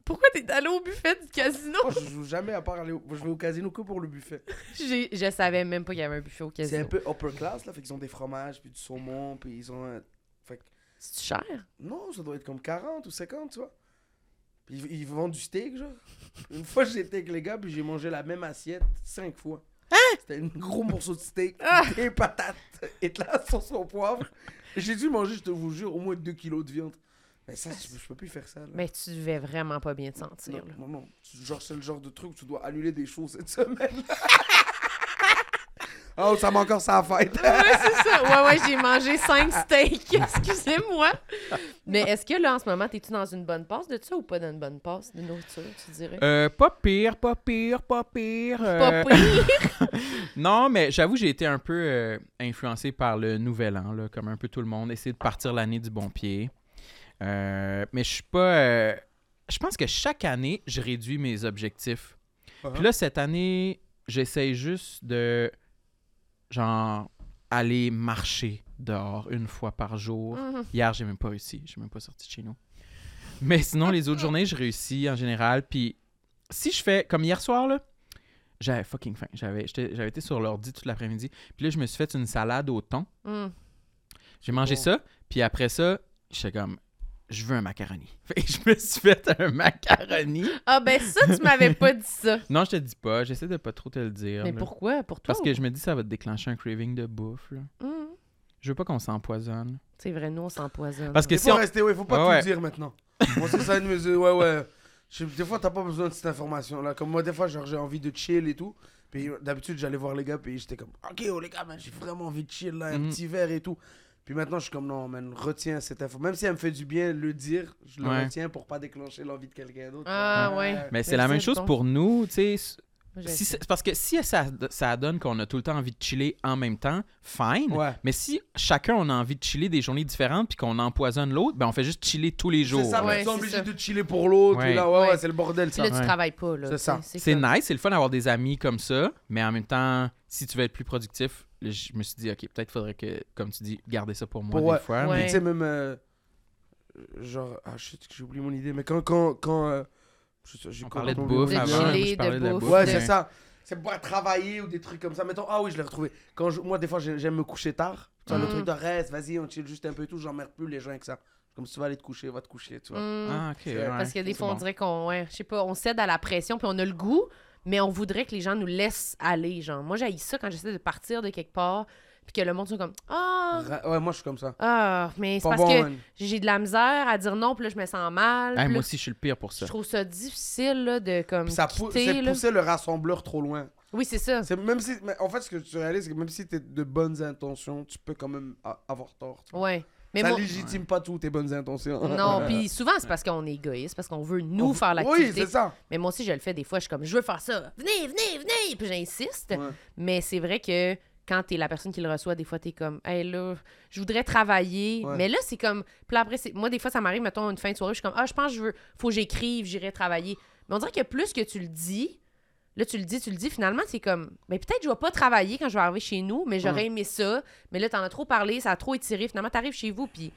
S1: Pourquoi t'es allé au buffet du casino?
S4: Moi, je joue jamais à part aller au... Je vais au casino que pour le buffet.
S1: J'ai- je savais même pas qu'il y avait un buffet au
S4: C'est un
S1: casino.
S4: peu upper class, là. Fait qu'ils ont des fromages, puis du saumon, puis ils ont un... Fait que...
S1: C'est cher?
S4: Non, ça doit être comme 40 ou 50, tu vois. Puis ils, ils vendent du steak, genre. Une fois, j'étais avec les gars, puis j'ai mangé la même assiette cinq fois. C'était un gros morceau de steak, des patates et de la sauce au poivre. J'ai dû manger, je te vous jure, au moins 2 kilos de viande. Mais ça, je, je peux plus faire ça. Là.
S1: Mais tu devais vraiment pas bien te sentir.
S4: non,
S1: là.
S4: non, non. Tu- Genre, c'est le genre de truc où tu dois annuler des choses cette semaine. oh, ça m'a encore ça à fête.
S1: Ouais, c'est ça. Ouais, ouais, j'ai mangé cinq steaks. Excusez-moi. Mais est-ce que là, en ce moment, t'es-tu dans une bonne passe de ça ou pas dans une bonne passe de nourriture, tu dirais?
S2: Euh, pas pire, pas pire, pas pire. euh,
S1: Pas pire.
S2: non, mais j'avoue, j'ai été un peu euh, influencé par le nouvel an, là, comme un peu tout le monde, essayer de partir l'année du bon pied. Euh, mais je suis pas. euh, je pense que chaque année, je réduis mes objectifs.
S4: Uh-huh.
S2: Puis là, cette année, j'essaye juste de. Genre, aller marcher dehors une fois par jour.
S1: Mhm.
S2: Hier, j'ai même pas réussi. J'ai même pas sorti de chez nous. Mais sinon, les autres journées, je réussis en général. Puis si je fais, comme hier soir, là, j'avais fucking faim. J'avais j'étais- j'avais été sur l'ordi toute l'après-midi. Puis là, je me suis fait une salade au thon.
S1: Hum.
S2: J'ai mangé
S1: Oh.
S4: bon.
S2: ça. Puis après ça, j'étais comme, je veux un macaroni. Fait que je me suis fait un macaroni.
S1: Ah, ben ça, tu m'avais pas dit ça.
S2: Non, je te dis pas. J'essaie de pas trop te le dire.
S1: Mais
S2: là.
S1: pourquoi? Pour toi?
S2: Parce que je me dis, ça va te déclencher un craving de bouffe. là.
S1: Hum.
S2: Je veux pas qu'on s'empoisonne.
S1: C'est vrai, nous, on s'empoisonne.
S2: Parce que
S4: Il
S2: si
S4: faut
S2: on...
S4: rester, ouais, faut pas
S2: Ouais,
S4: tout
S2: ouais.
S4: dire maintenant. Moi, c'est ça, une mesure, ouais, ouais. Je- des fois, t'as pas besoin de cette information-là. Comme moi, des fois, genre, j'ai envie de chill et tout. Puis euh, d'habitude, j'allais voir les gars, puis j'étais comme, ok, oh les gars, man, j'ai vraiment envie de chill, là, un
S2: Mhm.
S4: petit verre et tout. Puis maintenant, je suis comme, non, man, retiens cette info. Même si elle me fait du bien, le dire, je le
S2: Ouais.
S4: retiens pour pas déclencher l'envie de quelqu'un d'autre.
S1: Ah, ouais.
S2: Mais c'est la
S1: Mais
S2: même
S1: c'est
S2: chose
S1: bon.
S2: pour nous, tu sais.
S1: Je
S2: Si
S1: sais.
S2: c'est- parce que si ça, ça donne qu'on a tout le temps envie de chiller en même temps, fine.
S4: Ouais.
S2: Mais si chacun on a envie de chiller des journées différentes puis qu'on empoisonne l'autre, ben on fait juste chiller tous les jours.
S4: C'est ça,
S1: Ouais,
S4: mais tu es
S1: c'est ça.
S4: obligé de chiller pour l'autre.
S2: Ouais.
S4: et Là, ouais, ouais,
S1: Ouais.
S4: c'est le bordel,
S1: Puis
S4: ça.
S1: là, tu
S2: Ouais.
S1: travailles pas, là.
S4: C'est
S1: tu sais,
S4: ça.
S2: C'est
S1: comme-
S2: nice, c'est le fun d'avoir des amis comme ça, mais en même temps, si tu veux être plus productif, là, je me suis dit ok, peut-être faudrait que comme tu dis, garder ça pour moi
S4: Pour- ouais.
S2: des fois.
S1: Ouais.
S4: Puis, tu sais, même. euh, genre. Ah, shit, j'ai oublié mon idée. Mais quand. quand, quand euh, je sais- j'ai
S2: On parlait de
S4: complètement oublié
S2: bouffe
S4: mon
S1: De
S4: idée.
S2: avant,
S1: chiller,
S2: je parlais
S1: de
S2: de la
S1: bouffe,
S2: bouffe.
S4: Ouais,
S1: de-
S4: c'est ça. c'est pour travailler ou des trucs comme ça. Mettons, ah oui, je l'ai retrouvé. Quand je- moi, des fois, j'ai- j'aime me coucher tard. Tu vois, le
S1: Mm.
S4: truc de reste, vas-y, on chill juste un peu et tout. J'emmerde plus les gens avec ça. Comme si tu vas aller te coucher, va te coucher, tu vois.
S1: Hmm.
S2: Ah, ok.
S4: C'est-
S1: Parce que
S2: ouais,
S1: des
S2: c'est
S1: fois, on
S2: bon.
S1: dirait qu'on, ouais, je sais pas, on cède à la pression, puis on a le goût, mais on voudrait que les gens nous laissent aller, genre. Moi, j'ai ça quand j'essaie de partir de quelque part, puis que le monde soit comme ah,
S4: Ra- Ouais, moi, je suis comme ça.
S1: ah, mais c'est
S4: Pas
S1: parce
S4: bon, hein.
S1: que
S4: man.
S1: j'ai de la misère à dire non, puis là, je me sens mal.
S2: Ah,
S1: puis là,
S2: moi aussi, je suis le pire pour
S1: je
S2: ça.
S1: trouve ça difficile là, de comme
S4: Puis ça pou-
S1: quitter.
S4: c'est
S1: là.
S4: pousser le rassembleur trop loin.
S1: Oui, c'est ça.
S4: C'est même si, mais en fait, ce que tu réalises, c'est que même si t'es de bonnes intentions, tu peux quand même a- avoir tort. tu vois.
S1: Ouais. Mais
S4: ça
S1: moi-
S4: légitime pas toutes tes bonnes intentions.
S1: non, puis souvent c'est parce qu'on est égoïste, parce qu'on veut nous faire
S4: Oui,
S1: l'activité.
S4: c'est ça.
S1: mais moi aussi je le fais des fois, je suis comme je veux faire ça. Venez, venez, venez, puis j'insiste.
S4: Ouais.
S1: Mais c'est vrai que quand t'es la personne qui le reçoit, des fois, t'es comme, hey là, je voudrais travailler.
S4: Ouais.
S1: Mais là, c'est comme. Puis là, après, c'est- moi, des fois, ça m'arrive, mettons, une fin de soirée, je suis comme, ah, je pense que je veux. Faut que j'écrive, j'irai travailler. Mais on dirait que plus que tu le dis, là, tu le dis, tu le dis, finalement, c'est comme, mais peut-être je vais pas travailler quand je vais arriver chez nous, mais j'aurais aimé ça. Mais là, t'en as trop parlé, ça a trop étiré. Finalement, t'arrives chez vous, puis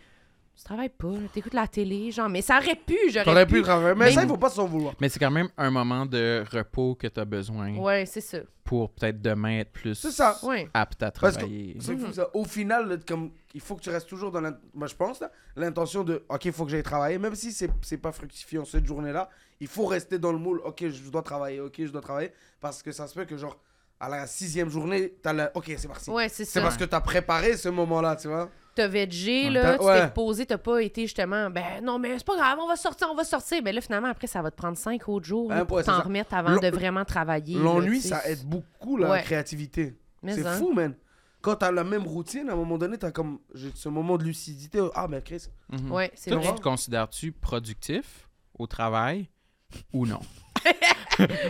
S1: tu travailles pas, là, t'écoutes la télé, genre, mais ça aurait pu, j'aurais
S4: T'aurais
S1: pu.
S4: pu travailler. Mais
S1: Mais-
S4: ça, il faut pas s'en vouloir.
S2: Mais c'est quand même un moment de repos que tu as besoin
S1: Ouais, c'est ça.
S2: pour peut-être demain être plus
S4: C'est ça.
S1: Ouais.
S2: apte à
S4: Parce que-
S2: travailler.
S4: C'est fou ça. Au final, là, comme, il faut que tu restes toujours dans l'in- moi, je pense, là, l'intention de OK, il faut que j'aille travailler. Même si c'est c'est pas fructifiant cette journée-là, il faut rester dans le moule. OK, je dois travailler. OK, je dois travailler. Parce que ça se peut que, genre, à la sixième journée, t'as la. OK, c'est parti.
S1: Ouais, c'est ça.
S4: c'est parce que t'as préparé ce moment-là, tu vois.
S1: t'as végé,
S2: Ouais.
S1: là,
S4: T'as-
S1: tu
S4: ouais.
S1: t'es reposé, t'as pas été justement, ben non, mais c'est pas grave, on va sortir, on va sortir. Mais là, finalement, après, ça va te prendre cinq autres jours là,
S4: Hein,
S1: pour
S4: ouais, c'est
S1: t'en
S4: ça.
S1: remettre avant
S4: L'en-
S1: de vraiment travailler. là,
S4: L'ennui,
S1: tu sais.
S4: ça aide beaucoup la
S1: Ouais.
S4: créativité.
S1: Mais
S4: C'est
S1: hein.
S4: fou, man. Quand t'as la même routine, à un moment donné, t'as comme j'ai ce moment de lucidité. Ah, mais Chris,
S2: Mhm.
S1: Ouais, c'est
S2: Toi,
S1: vrai. Mm,
S2: tu te considères-tu productif au travail ou non?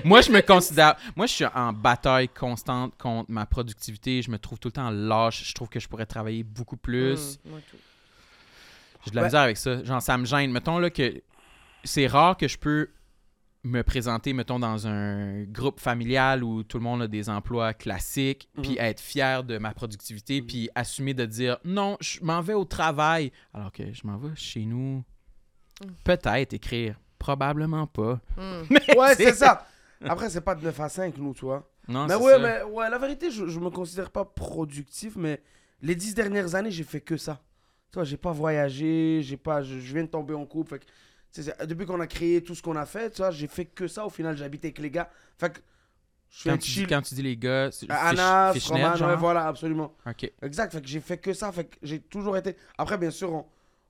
S2: moi, je me considère. Moi, je suis en bataille constante contre ma productivité. Je me trouve tout le temps lâche. Je trouve que je pourrais travailler beaucoup plus.
S1: Mm, moi, tout.
S2: J'ai de la
S4: Ouais.
S2: misère avec ça. Genre, ça me gêne. Mettons là que c'est rare que je peux me présenter, mettons, dans un groupe familial où tout le monde a des emplois classiques,
S4: Mm.
S2: puis être fier de ma productivité, puis assumer de dire non, je m'en vais au travail, alors que je m'en vais chez nous.
S4: Mm.
S2: Peut-être écrire. Probablement pas.
S1: Mm.
S4: Ouais, c'est ça. Après, c'est pas de 9 à 5, nous, tu vois.
S2: Non,
S4: mais
S2: c'est
S4: ouais,
S2: ça.
S4: mais ouais, la vérité, je, je me considère pas productif, mais les 10 dernières années, j'ai fait que ça. Tu vois, j'ai pas voyagé, j'ai pas, je, je viens de tomber en couple. Fait que, tu sais, c'est- depuis qu'on a créé tout ce qu'on a fait, tu vois, j'ai fait que ça. Au final, j'habite avec les gars. Fait que, je suis
S2: Quand
S4: un
S2: tu, dis,
S4: chill.
S2: quand tu dis les gars, c'est
S4: Anna,
S2: fish- fishnet,
S4: Roman,
S2: genre?
S4: ouais, voilà, absolument.
S2: OK.
S4: Exact, fait que j'ai fait que ça, fait que j'ai toujours été... Après, bien sûr, on,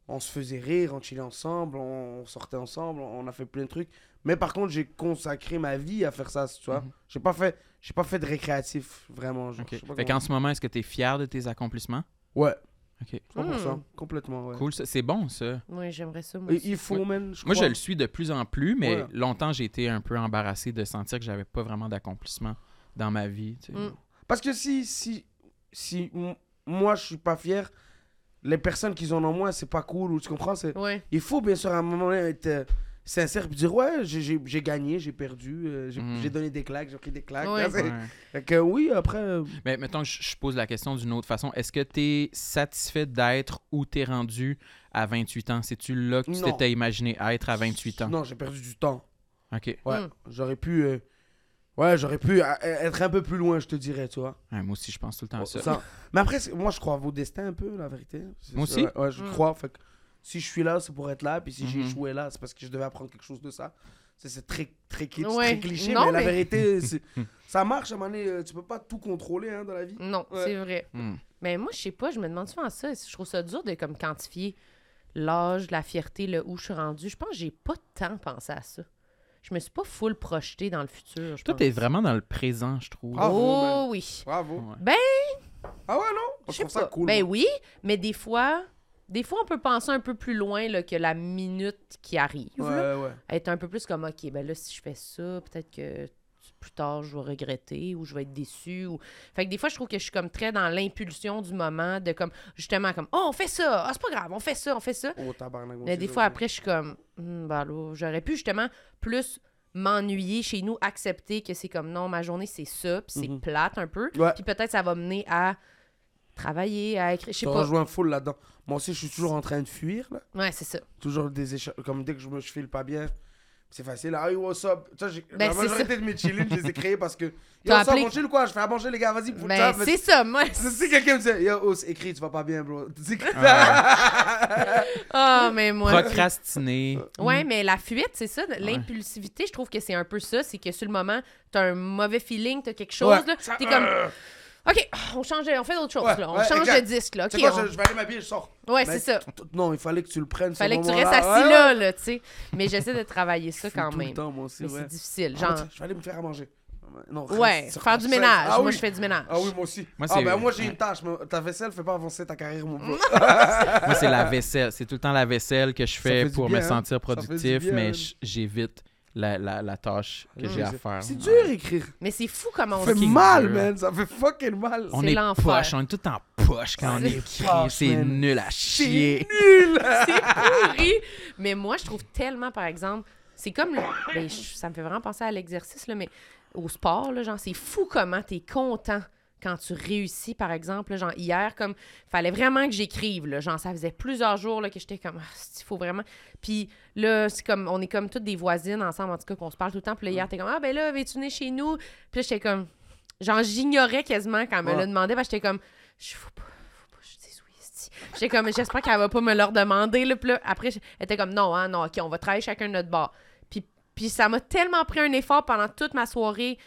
S4: on se faisait rire, on chillait ensemble, on, on sortait ensemble, on a fait plein de trucs. Mais par contre, j'ai consacré ma vie à faire ça, tu vois.
S2: Mhm.
S4: J'ai pas fait... J'ai pas fait de récréatif, vraiment. Genre,
S2: OK.
S4: je sais pas
S2: Fait
S4: comment-
S2: qu'en ce moment, est-ce que tu es fier de tes accomplissements?
S4: Ouais.
S2: OK.
S4: 100%,
S1: Mm.
S4: complètement, ouais.
S2: Cool, ça. c'est bon ça.
S1: Ouais, j'aimerais ça. Moi,
S4: Et
S1: aussi.
S4: il faut,
S2: Ouais.
S4: man, je
S2: Moi, je
S4: crois.
S2: le suis de plus en plus, mais
S4: Ouais.
S2: longtemps, j'ai été un peu embarrassé de sentir que j'avais pas vraiment d'accomplissement dans ma vie. tu sais.
S1: Mm.
S4: Parce que si... Si, si m- moi, je suis pas fier, les personnes qui en ont moins, c'est pas cool, ou tu comprends c'est...
S1: Ouais.
S4: Il faut bien sûr à un moment donné être euh, sincère puis dire ouais, j'ai- j'ai j'ai gagné, j'ai perdu, euh, j'ai
S2: Mhm.
S4: j'ai donné des claques, j'ai pris des claques.
S1: Ouais.
S4: là, c'est-
S2: Ouais.
S4: Fait que oui, après. euh,
S2: Mais mettons que je je pose la question d'une autre façon. Est-ce que tu es satisfait d'être où tu es rendu à 28 ans? C'est-tu là que tu
S4: Non.
S2: t'étais imaginé être à 28 ans?
S4: Non, j'ai perdu du temps.
S2: OK.
S4: Ouais,
S1: Mhm.
S4: j'aurais pu. euh, Ouais, j'aurais pu euh, être un peu plus loin, je te dirais, tu vois.
S2: Ouais, moi aussi, je pense tout le temps à Ah, ça.
S4: Oh, Ça. Mais après, c'est- moi, je crois à vos destins un peu, la vérité. C'est-
S2: Moi
S4: c'est-
S2: aussi.
S4: Ouais, ouais, je
S1: Mhm.
S4: crois. Fait que si je suis là, c'est pour être là. Puis si j'ai
S2: Mhm.
S4: échoué là, c'est parce que je devais apprendre quelque chose de ça. Ça, C'est très, très, kitsch,
S1: Ouais.
S4: très cliché,
S1: Non,
S4: mais,
S1: mais-
S4: la vérité, c'est- ça marche à un moment donné. euh, Tu peux pas tout contrôler hein, dans la vie.
S1: Non,
S4: Ouais.
S1: c'est vrai.
S2: Mm.
S1: Mais moi, je sais pas, je me demande souvent ça. Je trouve ça dur de comme quantifier l'âge, la fierté, le où je suis rendue. Je pense que j'ai pas tant pensé à ça. Je me suis pas full projetée dans le futur. je
S2: Toi,
S1: pense.
S2: t'es vraiment dans le présent, je trouve.
S4: Ah, Bravo,
S1: Oh
S4: man.
S1: oui.
S4: Bravo.
S2: Ouais.
S1: Ben,
S4: Ah ouais, non
S1: Je sais pas. Ben oui, mais des fois, des fois, on peut penser un peu plus loin là, que la minute qui arrive. là.
S4: Ouais, ouais.
S1: Être un peu plus comme, OK, ben là, si je fais ça, peut-être que plus tard, je vais regretter ou je vais être déçu. Ou... Fait que des fois, je trouve que je suis comme très dans l'impulsion du moment, de comme, justement, comme, oh, on fait ça, ah, c'est pas grave, on fait ça, on fait ça.
S4: Oh, tabarnak. on
S1: Mais
S4: s'est
S1: des
S4: fait
S1: fois,
S4: oublier.
S1: après, je suis comme, Hmm, ben là, j'aurais pu justement plus m'ennuyer chez nous, accepter que c'est comme, non, ma journée, c'est ça, puis c'est
S4: Mhm.
S1: plate un peu.
S4: Ouais.
S1: Puis peut-être ça va mener à travailler, à écrire, je sais
S4: Je te
S1: pas.
S4: rejoins full là-dedans. Moi aussi, je suis toujours en train de fuir, là.
S1: Ouais, c'est ça.
S4: Toujours des écha- Comme dès que je me je file pas bien. C'est facile. Hey, what's up? Tu sais, j'ai-
S1: Ben,
S4: la
S1: c'est
S4: majorité de mes chillings, je les ai créés parce que. Yo,
S1: T'as
S4: ça,
S1: appelé-
S4: mon chill ou quoi? Je fais à manger, les gars, vas-y, pour le
S1: Mais
S4: job.
S1: c'est ça, moi.
S4: Si- Si quelqu'un me disait, yo, oh, c'est écrit, tu vas pas bien, bro. Tu dis que-
S1: Ah, mais moi.
S2: Procrastiner.
S1: Ouais, mais la fuite, c'est ça. L'impulsivité, je trouve que c'est un peu ça. C'est que sur le moment, t'as un mauvais feeling, t'as quelque chose.
S4: Ouais.
S1: là.
S4: Ça-
S1: T'es comme,
S4: Euh.
S1: OK, on change, on fait d'autres choses.
S4: Ouais,
S1: là. On
S4: ouais,
S1: change
S4: exact.
S1: de disque. Là.
S4: Tu
S1: OK,
S4: sais quoi,
S1: on-
S4: je, je vais aller m'habiller, je ben, sors.
S1: Ouais,
S4: Mais
S1: c'est ça.
S4: t- t- Non, il fallait que tu le prennes. ce
S1: fallait que tu
S4: moment-là. Ah
S1: restes assis
S4: Ouais,
S1: là,
S4: ouais.
S1: là, tu sais. Mais j'essaie de travailler ça
S4: Je fais
S1: quand
S4: tout
S1: même.
S4: le temps, moi aussi,
S1: Mais
S4: ouais.
S1: c'est difficile.
S4: Ah,
S1: Genre,
S4: tiens, je vais aller me faire à manger. Non,
S1: ouais,
S4: reste sur
S1: faire
S4: ta
S1: du
S4: chaise.
S1: ménage.
S4: Ah
S1: Moi,
S4: oui.
S1: je fais du ménage.
S4: Ah oui, moi aussi.
S2: Moi,
S4: ah
S2: c'est-
S4: ben moi j'ai
S2: ouais.
S4: une tâche, mais ta vaisselle fait pas avancer ta carrière mon bro.
S2: Moi, c'est la vaisselle. C'est tout le temps la vaisselle que je
S4: fait
S2: fais
S4: du
S2: pour
S4: bien,
S2: me
S4: hein.
S2: sentir
S4: fait du
S2: productif,
S4: bien, hein.
S2: mais j- j'évite la, la, la tâche que
S4: Mm.
S2: j'ai à faire.
S4: C'est dur écrire.
S1: Mais c'est fou comment on
S4: Ça fait
S1: se-
S2: Fucking
S4: mal,
S2: dur.
S4: man, ça fait fucking mal.
S2: On
S1: C'est
S2: est,
S1: l'enfer.
S2: poche, on est tout en poche quand on
S1: C'est
S2: écrit.
S4: poche,
S2: C'est
S4: man.
S2: nul à chier.
S1: C'est pourri. Mais moi, je trouve tellement, par exemple, c'est comme. le- ben, je- ça me fait vraiment penser à l'exercice, là, mais au sport, là, genre, c'est fou comment t'es content quand tu réussis, par exemple. là, genre, hier, comme, fallait vraiment que j'écrive, là. Genre, ça faisait plusieurs jours, là, que j'étais comme, il faut vraiment. Puis là, c'est comme, on est comme toutes des voisines ensemble, en tout cas, qu'on se parle tout le temps. Puis là, hier, t'es comme, ah, ben là, veux-tu venir chez nous? Puis là, j'étais comme, genre, j'ignorais quasiment quand elle me
S4: Ouais.
S1: le demandait, parce que j'étais comme, je faut pas, faut pas que je dise oui, esti. J'étais comme, j'espère qu'elle va pas me leur demander. Là. Puis là, après, j- elle était comme, non, hein, non, OK, on va travailler chacun de notre bord. Puis, puis ça m'a tellement pris un effort pendant toute ma soirée.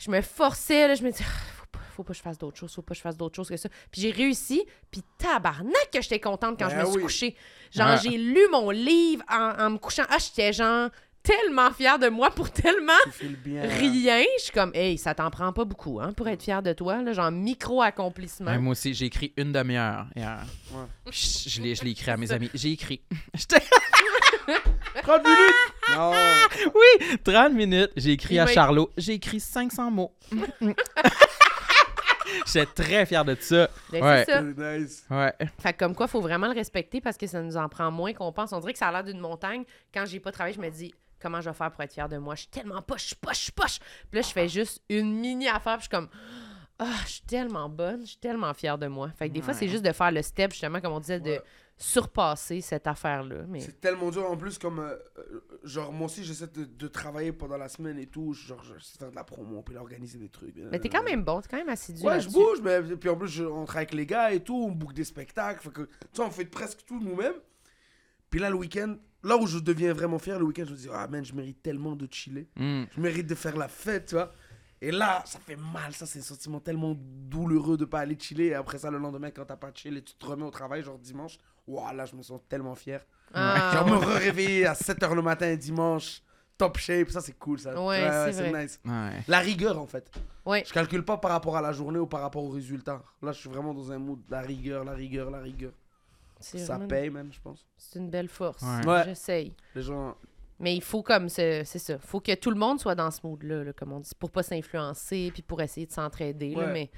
S1: Je me forçais, là, je me disais, Ah, faut pas, faut pas que je fasse d'autres choses, faut pas que je fasse d'autres choses que ça. Puis j'ai réussi, puis tabarnak que j'étais contente quand je
S4: Ben
S1: me suis
S4: oui.
S1: couchée. Genre,
S2: Ouais.
S1: j'ai lu mon livre en, en me couchant. Ah, j'étais genre tellement fière de moi pour tellement
S4: Tu files
S2: Euh.
S4: bien. hein.
S1: rien. Je suis comme, hey, ça t'en prend pas beaucoup, hein, pour être fière de toi. Là, genre, micro-accomplissement.
S2: Ouais, moi aussi, j'ai écrit une demi-heure hier.
S4: Ouais.
S2: Je, je l'ai je l'ai écrit à mes
S1: Ça.
S2: amis. J'ai écrit.
S4: 30 minutes.
S1: Ah!
S4: Non.
S2: 30 minutes, j'ai écrit
S1: Il
S2: à
S1: m'a-
S2: Charlot. J'ai écrit 500 mots. J'étais très fier de ça.
S1: Ben,
S2: Ouais.
S1: c'est ça.
S4: C'est nice.
S2: Ouais.
S1: Fait que comme quoi, faut vraiment le respecter parce que ça nous en prend moins qu'on pense. On dirait que ça a l'air d'une montagne. Quand j'ai pas travaillé, je me dis comment je vais faire pour être fière de moi. Je suis tellement poche, je suis poche, je suis poche. Puis là, je fais juste une mini affaire. Puis je suis comme ah, je suis tellement bonne, je suis tellement fière de moi. Fait que des fois, c'est juste de faire le step, justement, comme on disait, de
S4: Ouais.
S1: surpasser cette affaire-là. Mais
S4: C'est tellement dur en plus comme euh, euh, genre moi aussi j'essaie de, de travailler pendant la semaine et tout, genre j'essaie de faire de la promo puis d'organiser des trucs.
S1: mais t'es quand même bon, t'es quand même assidu.
S4: Ouais, je
S1: là-dessus.
S4: bouge, mais puis en plus, je- on travaille avec les gars et tout, on boucle des spectacles. Fait que, tu sais, on fait presque tout nous-mêmes. Puis là, le week-end, là où je deviens vraiment fier, le week-end, je me dis, ah man, je mérite tellement de chiller.
S2: Mm.
S4: Je mérite de faire la fête, tu vois. Et là, ça fait mal, ça, c'est un sentiment tellement douloureux de pas aller chiller. Et après ça, le lendemain, quand t'as pas chillé, tu te remets au travail, genre dimanche. Waouh, là, je me sens tellement fier.
S1: Ah,
S4: Genre, me réveiller à 7h le matin dimanche, top shape, ça, c'est cool, ça.
S1: Ouais, c'est vrai.
S4: nice.
S2: Ouais.
S4: La rigueur, en fait.
S1: Ouais.
S4: Je calcule pas par rapport à la journée ou par rapport au résultat. Là, je suis vraiment dans un mood la rigueur, la rigueur, la rigueur.
S1: c'est
S4: Ça
S1: vraiment-
S4: paye, man, je pense.
S1: C'est une belle force.
S2: Ouais.
S4: Ouais.
S1: J'essaye.
S4: Les gens.
S1: Mais il faut comme ce- c'est ça, faut que tout le monde soit dans ce mood-là, là, comme on dit, pour pas s'influencer puis pour essayer de s'entraider. là,
S4: Ouais.
S1: Mais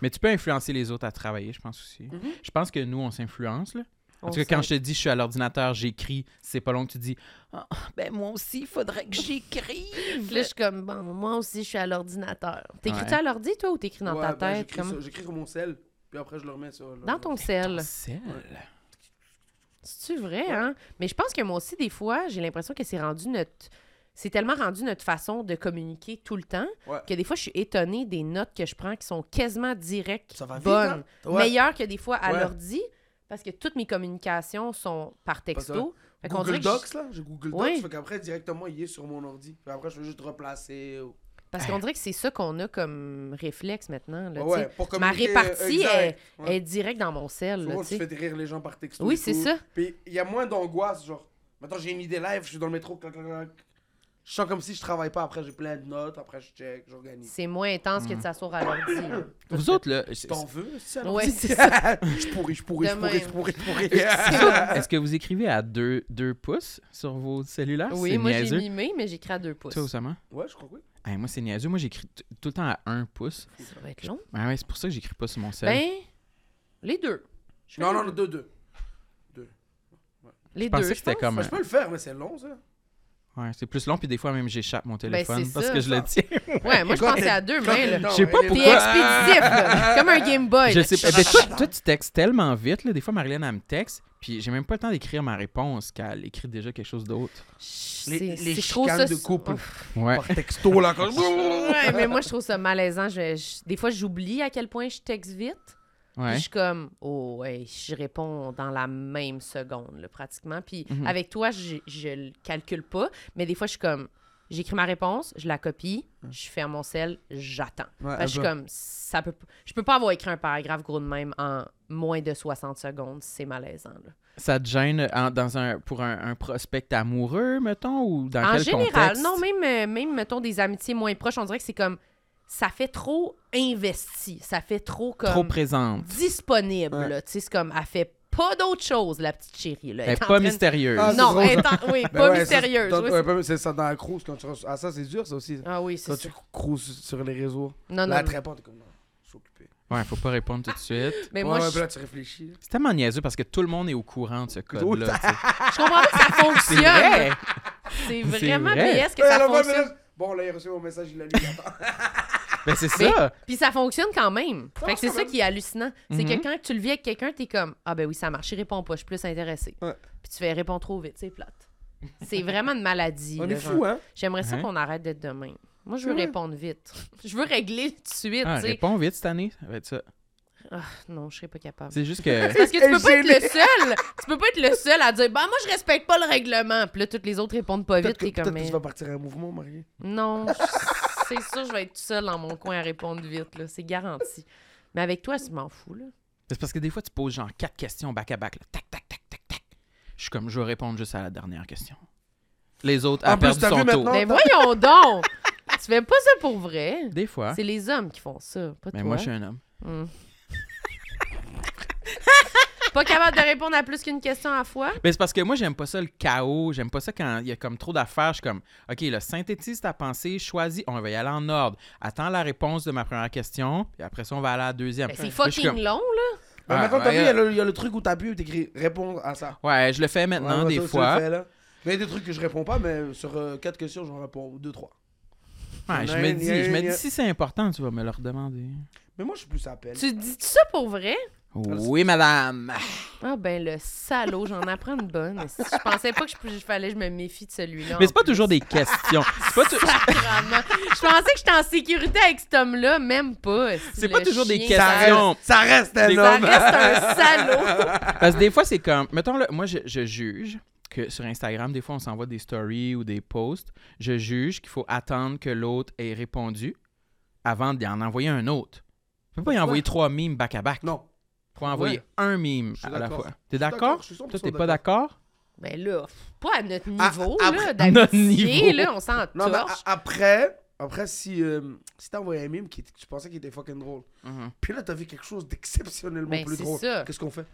S2: Mais tu peux influencer les autres à travailler, je pense aussi.
S1: Mhm.
S2: Je pense que nous, on s'influence. là. En
S1: on
S2: tout cas, quand
S1: s'aide.
S2: je te dis je suis à l'ordinateur, j'écris, c'est pas long que tu dis Ah, ben moi aussi, il faudrait que j'écrive.
S1: Là, je suis comme bon, moi aussi, je suis à l'ordinateur. T'écris-tu
S2: Ouais.
S1: à l'ordi, toi, ou t'écris dans
S4: Ouais,
S1: ta
S4: ben,
S1: tête
S4: j'écris
S1: comme-
S4: sur- J'écris sur mon sel, puis après, je le remets sur. le-
S1: Dans ton sel.
S2: Sel.
S1: C'est-tu vrai, hein? Mais je pense que moi aussi, des fois, j'ai l'impression que c'est rendu notre. C'est tellement rendu notre façon de communiquer tout le temps
S4: Ouais.
S1: que des fois, je suis étonnée des notes que je prends qui sont quasiment directes,
S4: Ça va vite,
S1: bonnes.
S4: hein? Ouais.
S1: meilleur que des fois à
S4: Ouais.
S1: l'ordi parce que toutes mes communications sont par texto. Fait qu'on
S4: Google
S1: dirait que je-
S4: Docs, là, j'ai Google Docs,
S1: Ouais.
S4: fait qu'après, directement, il est sur mon ordi. Puis après, je vais juste replacer. ou-
S1: Parce qu'on dirait que c'est ça qu'on a comme réflexe maintenant. là,
S4: Ouais,
S1: tu sais.
S4: ouais, pour
S1: Ma
S4: communiquer,
S1: répartie
S4: euh,
S1: est,
S4: exact. Ouais.
S1: est direct dans mon sel. là,
S4: Souvent,
S1: tu sais.
S4: tu fais rire les gens par texto.
S1: Oui,
S4: et
S1: c'est
S4: tout.
S1: ça.
S4: Puis il y a moins d'angoisse, genre. Maintenant, j'ai une idée live, je suis dans le métro, clac, clac, clac. Je sens comme si je travaille pas. Après, j'ai plein de notes, après, je check, j'organise.
S1: C'est moins intense
S4: Mm.
S1: que de s'asseoir à l'ordi. là.
S2: Vous autres, là, c'est-
S4: T'en veux, c'est à
S1: Ouais,
S4: l'ordi?
S1: c'est ça.
S4: Je pourris, je pourris, je
S1: De
S4: pourris, je
S1: même.
S4: pourris, je pourris.
S2: est-ce que vous écrivez à deux, deux pouces sur vos cellulaires?
S1: Oui,
S2: Ah, C'est
S1: moi j'ai
S2: niaiseux.
S1: mimé, mais j'écris à deux pouces.
S2: Toi, Oussama?
S4: Ouais, je crois que oui.
S2: Hey, moi, c'est niaiseux. Moi, j'écris t- tout le temps à un pouce.
S1: Ça va être long.
S2: Ah ouais, c'est pour ça que j'écris pas sur mon sel.
S1: Ben, les deux. Je fais
S4: Non,
S1: les
S4: non,
S1: deux.
S4: non, deux, deux.
S1: les
S2: je pensais
S1: deux.
S2: que c'était
S1: pense.
S2: comme.
S4: Bah, je peux le faire, mais c'est long, ça.
S2: Ouais, c'est plus long, puis des fois même j'échappe mon téléphone
S1: Ben, c'est
S2: parce
S1: ça,
S2: que je le
S1: ça.
S2: tiens.
S1: Ouais, moi, je
S4: Comme-
S1: pensais à deux
S4: Comme-
S1: mains, là.
S4: Non,
S2: Je sais pas
S4: elle est-
S1: T'es
S2: pourquoi.
S1: expéditif, là. Comme un Game Boy.
S2: Je
S1: là.
S2: sais pas. Ben, toi, toi, tu textes tellement vite. Là. Des fois, Marilyn, elle me texte, puis j'ai même pas le temps d'écrire ma réponse qu'elle écrit déjà quelque chose d'autre.
S4: Les-
S1: C'est-
S4: les
S1: c'est- je trouve
S4: chicanes
S1: ça-
S4: de couple.
S1: Ouf.
S2: Ouais.
S4: Par texto, là, quand
S1: Ouais, mais moi, je trouve ça malaisant. Je- je- des fois, j'oublie à quel point je texte vite. Puis
S2: Ouais.
S1: je suis comme, oh, ouais, je réponds dans la même seconde, là, pratiquement. Puis
S2: Mhm.
S1: avec toi, je, je le calcule pas, mais des fois, je suis comme, j'écris ma réponse, je la copie,
S2: Mhm.
S1: je ferme mon sel, j'attends.
S4: Ouais,
S1: Parce
S2: Ah,
S1: que je suis
S4: elle
S1: comme, ça peut, p- je peux pas avoir écrit un paragraphe gros de même en moins de 60 secondes, c'est malaisant. là.
S2: Ça te gêne en- dans un, pour un, un prospect amoureux, mettons, ou dans
S1: En
S2: quel
S1: général,
S2: contexte?
S1: non, même, euh, même, mettons, des amitiés moins proches, on dirait que c'est comme, ça fait trop investi, ça fait trop comme...
S2: Trop présente.
S1: disponible.
S4: Ouais.
S1: là. Tu sais, c'est comme, elle fait pas d'autre chose, la petite chérie. Là.
S2: Elle est
S1: est en
S2: Ben, pas
S1: train de-
S2: mystérieuse. Ben
S4: Ah, c'est
S1: Non,
S4: drôle,
S1: elle est en- oui, pas mystérieuse. oui, c'est-
S4: ben, C'est ça dans la cruise. Quand tu reçois- Ah, ça, c'est dur, ça aussi.
S1: Ah oui, c'est
S4: Quand
S1: ça.
S4: tu cruises sur les réseaux,
S1: Non, non,
S4: là, elle
S1: non.
S4: te répond, t'es comme, non, je suis occupé.
S2: Ouais, faut pas répondre tout de suite.
S1: Mais
S4: Ouais,
S1: moi,
S4: ouais,
S1: je,
S4: puis là, tu réfléchis.
S2: C'est tellement niaiseux parce que tout le monde est au courant de ce
S4: Oh,
S2: code-là. tu sais.
S1: je comprends pas que ça
S2: C'est
S1: fonctionne.
S2: vrai!
S1: C'est
S2: C'est
S1: vraiment
S2: vrai.
S1: BS que
S4: Ouais,
S1: ça
S4: alors, ouais, mais
S1: fonctionne.
S4: là, Bon, là, il a reçu mon message, il l'a lu. il attend.
S2: Ben, c'est
S1: Mais-
S2: ça!
S1: Puis ça fonctionne quand même. Fait que c'est ça qui est hallucinant. C'est
S2: Mhm.
S1: que quand tu le vis avec quelqu'un, t'es comme Ah ben oui, ça marche, il répond pas, je suis plus intéressée.
S4: Ouais.
S1: Puis tu fais répondre trop vite, c'est plate. C'est vraiment une maladie.
S4: On
S1: là,
S4: est
S1: genre.
S4: fou, hein?
S1: J'aimerais ça
S2: Hein?
S1: qu'on arrête d'être demain. Moi, je veux
S4: C'est vrai.
S1: répondre vite. Je veux régler tout de suite.
S2: Ah,
S1: tu sais.
S2: réponds vite cette année. Ça va être ça.
S1: Non, je serais pas capable.
S2: C'est juste que.
S1: Parce que tu peux pas être
S4: Gêné.
S1: le seul. Tu peux pas être le seul à dire bah moi je respecte pas le règlement. Puis là toutes les autres répondent pas vite
S4: Peut-être que,
S1: t'es
S4: peut-être
S1: comme
S4: que
S1: mais-
S4: tu vas partir à un mouvement, Marie.
S1: non. je- C'est sûr je vais être tout seul dans mon coin à répondre vite là, c'est garanti. Mais avec toi, je m'en fous là.
S2: C'est parce que des fois, tu poses genre quatre questions back à back. là. Tac, tac, tac, tac, tac. Je suis comme, je vais répondre juste à la dernière question. Les autres,
S4: En
S2: à
S4: plus,
S2: perdu
S4: t'as vu
S2: son tour.
S4: maintenant-
S1: Mais voyons donc. tu fais pas ça pour vrai.
S2: Des fois.
S1: C'est les hommes qui font ça, pas
S2: Hein? Mais
S1: toi.
S2: moi, je suis un homme.
S1: Hmm. pas capable de répondre à plus qu'une question à la fois.
S2: Mais c'est parce que moi, j'aime pas ça le chaos. J'aime pas ça quand il y a comme trop d'affaires. Je suis comme, OK, là, synthétise ta pensée, choisis. On va y aller en ordre. Attends la réponse de ma première question. Puis après ça, on va aller à la deuxième.
S1: Ben, c'est
S2: Là, je suis
S1: fucking
S2: comme,
S1: long là.
S4: Mais
S2: Ah,
S4: maintenant, t'as
S2: ouais,
S4: vu, il
S2: euh,
S4: y a le- il y, a le truc où t'as pu, t'écris répondre à ça.
S2: Ouais, je le fais maintenant,
S4: Ouais, ouais,
S2: des
S4: toi, tu
S2: fois.
S4: le fais, là. Mais il y a des trucs que je réponds pas, mais sur euh, quatre questions, j'en réponds deux, trois.
S2: Ouais, je me
S4: Ouais,
S2: dis,
S4: yeah,
S2: je me
S4: yeah.
S2: dis si c'est important, tu vas me le redemander.
S4: Mais moi, je suis plus appel.
S1: Tu dis ça pour vrai
S2: Oui, madame.
S1: Ah ben le salaud, j'en apprends une bonne. Si Je pensais pas que je, je fallait que je me méfie de celui-là.
S2: Mais
S1: en
S2: c'est pas
S1: plus.
S2: toujours des questions. C'est pas, tu-
S1: Sacrement. Je pensais que j'étais en sécurité avec cet homme-là, même pas.
S2: C'est
S1: le
S2: pas toujours des
S1: chien
S2: questions.
S1: sale.
S4: Ça reste un
S2: Les-
S1: Ça
S4: homme.
S1: reste un salaud.
S2: Parce que des fois, c'est comme. Mettons, là, moi, je, je juge que sur Instagram, des fois, on s'envoie des stories ou des posts. Je juge qu'il faut attendre que l'autre ait répondu avant d'en envoyer un autre. Tu peux pas y envoyer trois mimes back-à-back.
S4: Non.
S2: Faut envoyer
S4: Ouais.
S2: un mime
S4: Je suis
S2: à la
S4: d'accord.
S2: fois. T'es
S4: Je suis
S2: d'accord?
S4: Je suis 100%
S2: Toi, t'es pas d'accord?
S1: Ben là, pas à notre niveau,
S4: À-
S1: là,
S4: après-
S2: Ah, à notre
S1: d'amitié,
S2: niveau.
S1: là, on s'en
S4: Non, mais ah,
S1: torche.
S4: a- après, après si, euh, si t'as envoyé un mime qui, était- que tu pensais qu'il était fucking drôle,
S1: Mhm.
S4: puis là, t'as vu quelque chose d'exceptionnellement
S1: Ben,
S4: plus
S1: c'est
S4: drôle,
S1: ça.
S4: qu'est-ce qu'on fait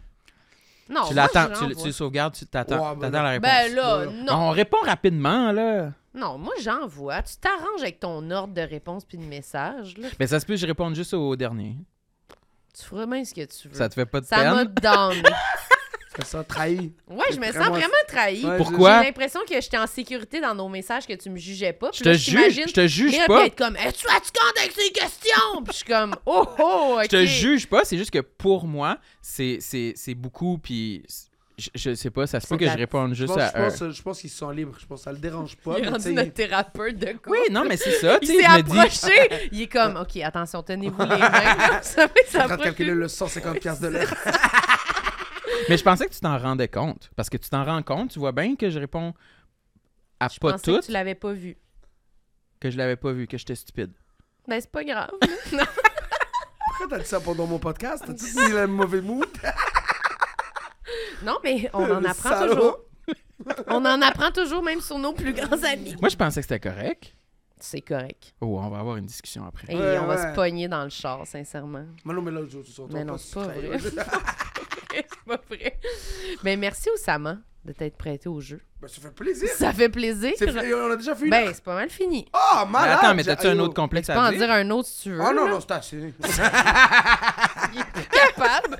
S1: Non, moi,
S2: Tu
S1: je
S2: l'attends, tu, le-
S1: renvoie.
S2: tu le sauvegardes, tu t'attends
S4: Ouais, ben
S2: t'attends
S4: là.
S2: la réponse.
S1: Ben là, non.
S2: On répond rapidement, là.
S1: Non, moi, j'envoie. Tu t'arranges avec ton ordre de réponse puis de message, là.
S2: Mais ça se peut que je réponde juste au dernier.
S1: Tu feras bien ce que tu veux.
S2: Ça te fait pas de
S1: Ça m'a
S2: peine?
S1: donné.
S4: C'est ça, trahi.
S1: Ouais, je me sens
S4: Vraiment-
S1: vraiment trahie.
S4: Ouais,
S2: Pourquoi?
S1: J'ai l'impression que j'étais en sécurité dans nos messages, que tu me jugeais pas. Puis
S2: Je te
S1: là,
S2: juge,
S1: t'imagine
S2: je te juge
S1: Léa,
S2: pas.
S1: puis être comme, Eh, tu as-tu compte avec ces questions? Puis je suis comme, oh, oh, ok.
S2: Je te juge pas, c'est juste que pour moi, c'est, c'est, c'est beaucoup, puis je, je sais pas, ça se peut
S1: C'est
S2: que
S1: la-
S2: je réponde
S4: Je
S2: juste
S4: pense,
S2: à
S4: je
S2: eux.
S4: pense, je pense qu'ils se sont libres. Je pense que ça le dérange pas.
S1: Il est
S4: mais tu sais,
S1: rendu notre thérapeute de couple.
S2: Oui, non, mais c'est ça, tu
S1: Il
S2: sais,
S1: s'est
S2: je me dis...
S1: approché. Il est comme, OK, attention, tenez-vous les mains. Vous savez,
S4: il est
S1: ça
S4: en train de calculer
S1: procure-
S4: le 150 piastres de l'heure.
S2: Mais je pensais que tu t'en rendais compte, parce que tu t'en rends compte, tu vois bien que je réponds à
S1: Je
S2: pas
S1: pensais
S2: toutes,
S1: que tu l'avais pas vu.
S2: que je l'avais pas vu, que j'étais stupide.
S1: Ben, c'est pas grave.
S4: Pourquoi t'as dit ça pendant mon podcast T'as-tu dit le mauvais mood
S1: Non, mais on en
S4: Le
S1: apprend
S4: salaud.
S1: toujours. On en apprend toujours, même sur nos plus grands amis.
S2: Moi, je pensais que c'était correct.
S1: C'est correct.
S2: Oh, on va avoir une discussion après.
S1: Et
S4: Ouais,
S1: on va
S4: ouais.
S1: se pogner dans le char, sincèrement.
S4: Mais non, mais là, je tu sors
S1: Mais
S4: ton
S1: non,
S4: poste,
S1: c'est pas
S4: tu
S1: vrai.
S4: trahis.
S1: c'est pas vrai. Mais merci, Oussama, de t'être prêté au jeu.
S4: Ben, ça fait plaisir.
S1: Ça fait plaisir.
S4: C'est fait- On a déjà fait une.
S1: Ben, c'est pas mal fini.
S4: oh, Ah,
S2: Mais
S4: malade.
S2: attends, mais
S4: j'ai-
S2: t'as-tu un
S4: Ayo.
S2: autre complexe
S1: Tu oh, peux en
S2: à dire?
S1: dire un autre si tu veux.
S4: Ah non,
S1: là.
S4: non, c'est assez.
S1: Il est capable. capable.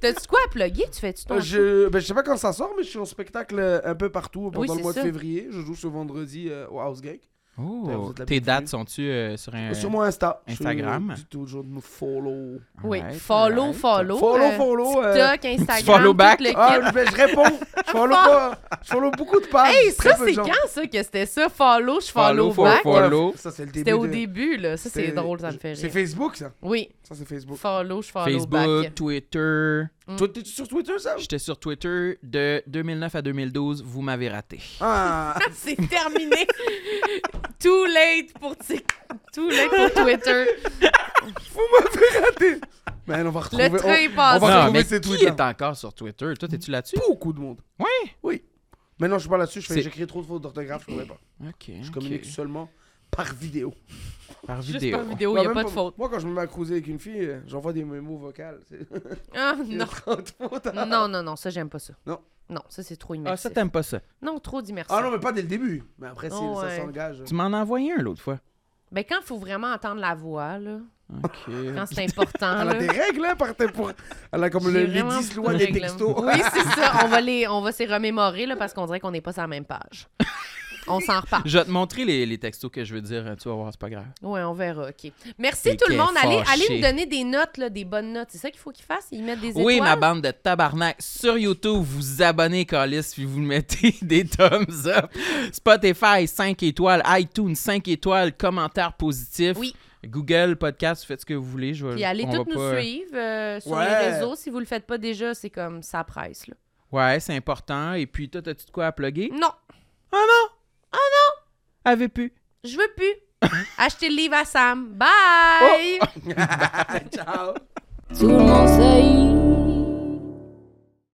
S1: T'as-tu quoi à plugger? Tu fais-tu ton...
S4: Euh, Je, ben, je sais pas quand ça sort, mais je suis en spectacle euh, un peu partout pendant
S1: Oui,
S4: le
S1: c'est
S4: mois
S1: ça.
S4: de février. Je joue ce vendredi euh, au House Gang.
S1: Ben,
S4: Vous
S2: Oh,
S4: êtes la
S2: tes
S4: petite
S2: dates
S4: fille.
S2: sont-tu euh, sur un.
S4: Sur mon Insta. Je suis,
S2: Instagram.
S4: euh, du tout, toujours de me follow.
S1: Oui,
S2: Alright,
S1: follow,
S2: alright.
S1: follow.
S4: Follow,
S1: euh,
S4: follow, euh,
S1: TikTok, Instagram,
S2: follow
S1: tout
S2: back.
S1: le kit.
S4: Ah, ben, je réponds. Je follow, pas, je follow beaucoup de pages.
S1: Hey,
S4: très
S1: ça,
S4: peu de
S1: c'est
S4: gens.
S1: quand, ça, que c'était ça? Follow, je follow,
S2: Follow, follow,
S1: back.
S2: follow. Follow.
S4: Ça, c'est le début.
S1: C'était au
S4: de-
S1: début, là. Ça, c'est
S4: c'était-
S1: drôle, ça me fait
S4: C'est
S1: rire.
S4: Facebook, ça.
S1: Oui,
S4: Ça, c'est Facebook.
S1: follow, je follow
S2: Facebook,
S1: back.
S2: Twitter.
S4: Toi, t'es-tu sur Twitter, ça?
S2: J'étais sur Twitter de 2009 à 2012. Vous m'avez raté.
S4: Ah,
S1: C'est terminé. Too late pour Tik- Too late pour Twitter.
S4: vous m'avez raté. Ben, on va retrouver.
S1: Le train est
S4: on, on
S1: passé.
S4: va retrouver
S2: Ah, mais
S4: ces
S2: qui
S4: tweets.
S2: est encore sur Twitter? Toi, t'es-tu là-dessus?
S4: Beaucoup de monde.
S2: Oui.
S4: Oui. Mais non, je suis pas là-dessus. je fais-
S2: C'est-
S4: J'écris trop de fautes d'orthographe, je ne pas.
S2: Ok.
S4: Je
S2: ok.
S4: communique seulement par vidéo.
S2: Par
S1: Juste
S2: vidéo.
S1: par vidéo,
S4: Ouais,
S1: il n'y a
S4: même
S1: pas de faute.
S4: Moi, quand je me mets à cruiser avec une fille, euh, j'envoie des mémos vocales. C'est-
S1: Ah,
S4: il y a
S1: non.
S4: 30 fautes à-
S1: Non, non, non, ça, j'aime pas ça.
S4: Non.
S1: Non, ça, c'est trop
S2: Ah,
S1: immersif.
S2: ça, t'aimes pas ça.
S1: non, trop d'immersif.
S4: Ah non, mais pas dès le début. Mais après, si
S1: Oh, ouais.
S4: ça s'engage.
S2: Tu m'en as envoyé un l'autre fois.
S1: Ben, quand il faut vraiment entendre la voix, là,
S2: Ok.
S1: quand c'est important,
S4: Elle a
S1: là...
S4: des règles, hein, par pour... Elle a comme le,
S1: J'ai
S4: les
S1: vraiment
S4: 10
S1: beaucoup
S4: lois
S1: de
S4: des
S1: règles, hein.
S4: textos.
S1: Oui, c'est ça. On va, les, on va s'y remémorer là, parce qu'on dirait qu'on n'est pas sur la même page. On s'en reparle.
S2: Je vais te montrer les, les textos que je veux dire. hein, Tu vas voir, c'est pas grave.
S1: Oui, on verra. OK. Merci
S2: Et
S1: tout le
S2: qu'elle
S1: monde.
S2: est
S1: Allez, allez
S2: fâchée.
S1: nous donner des notes, là, des bonnes notes. C'est ça qu'il faut qu'ils fassent? Ils mettent des étoiles?
S2: Oui, ma bande de tabarnak. Sur YouTube, vous abonnez, Calis, puis vous mettez des thumbs up. Spotify, 5 étoiles. iTunes, 5 étoiles. Commentaires positifs.
S1: Oui.
S2: Google, podcast, vous faites ce que vous voulez. Je vais-
S1: Puis allez
S2: on
S1: toutes
S2: va
S1: nous
S2: pas-
S1: suivre euh, sur
S4: Ouais.
S1: les réseaux. Si vous le faites pas déjà, c'est comme ça presse. Là.
S2: Ouais, c'est important. Et puis, toi, t'as-tu de quoi à plugger?
S1: Non,
S2: Ah non! Ah non! Avait pu.
S1: je veux plus. Achetez le livre à Sam. Bye!
S4: Ciao.
S3: Tout le monde saillit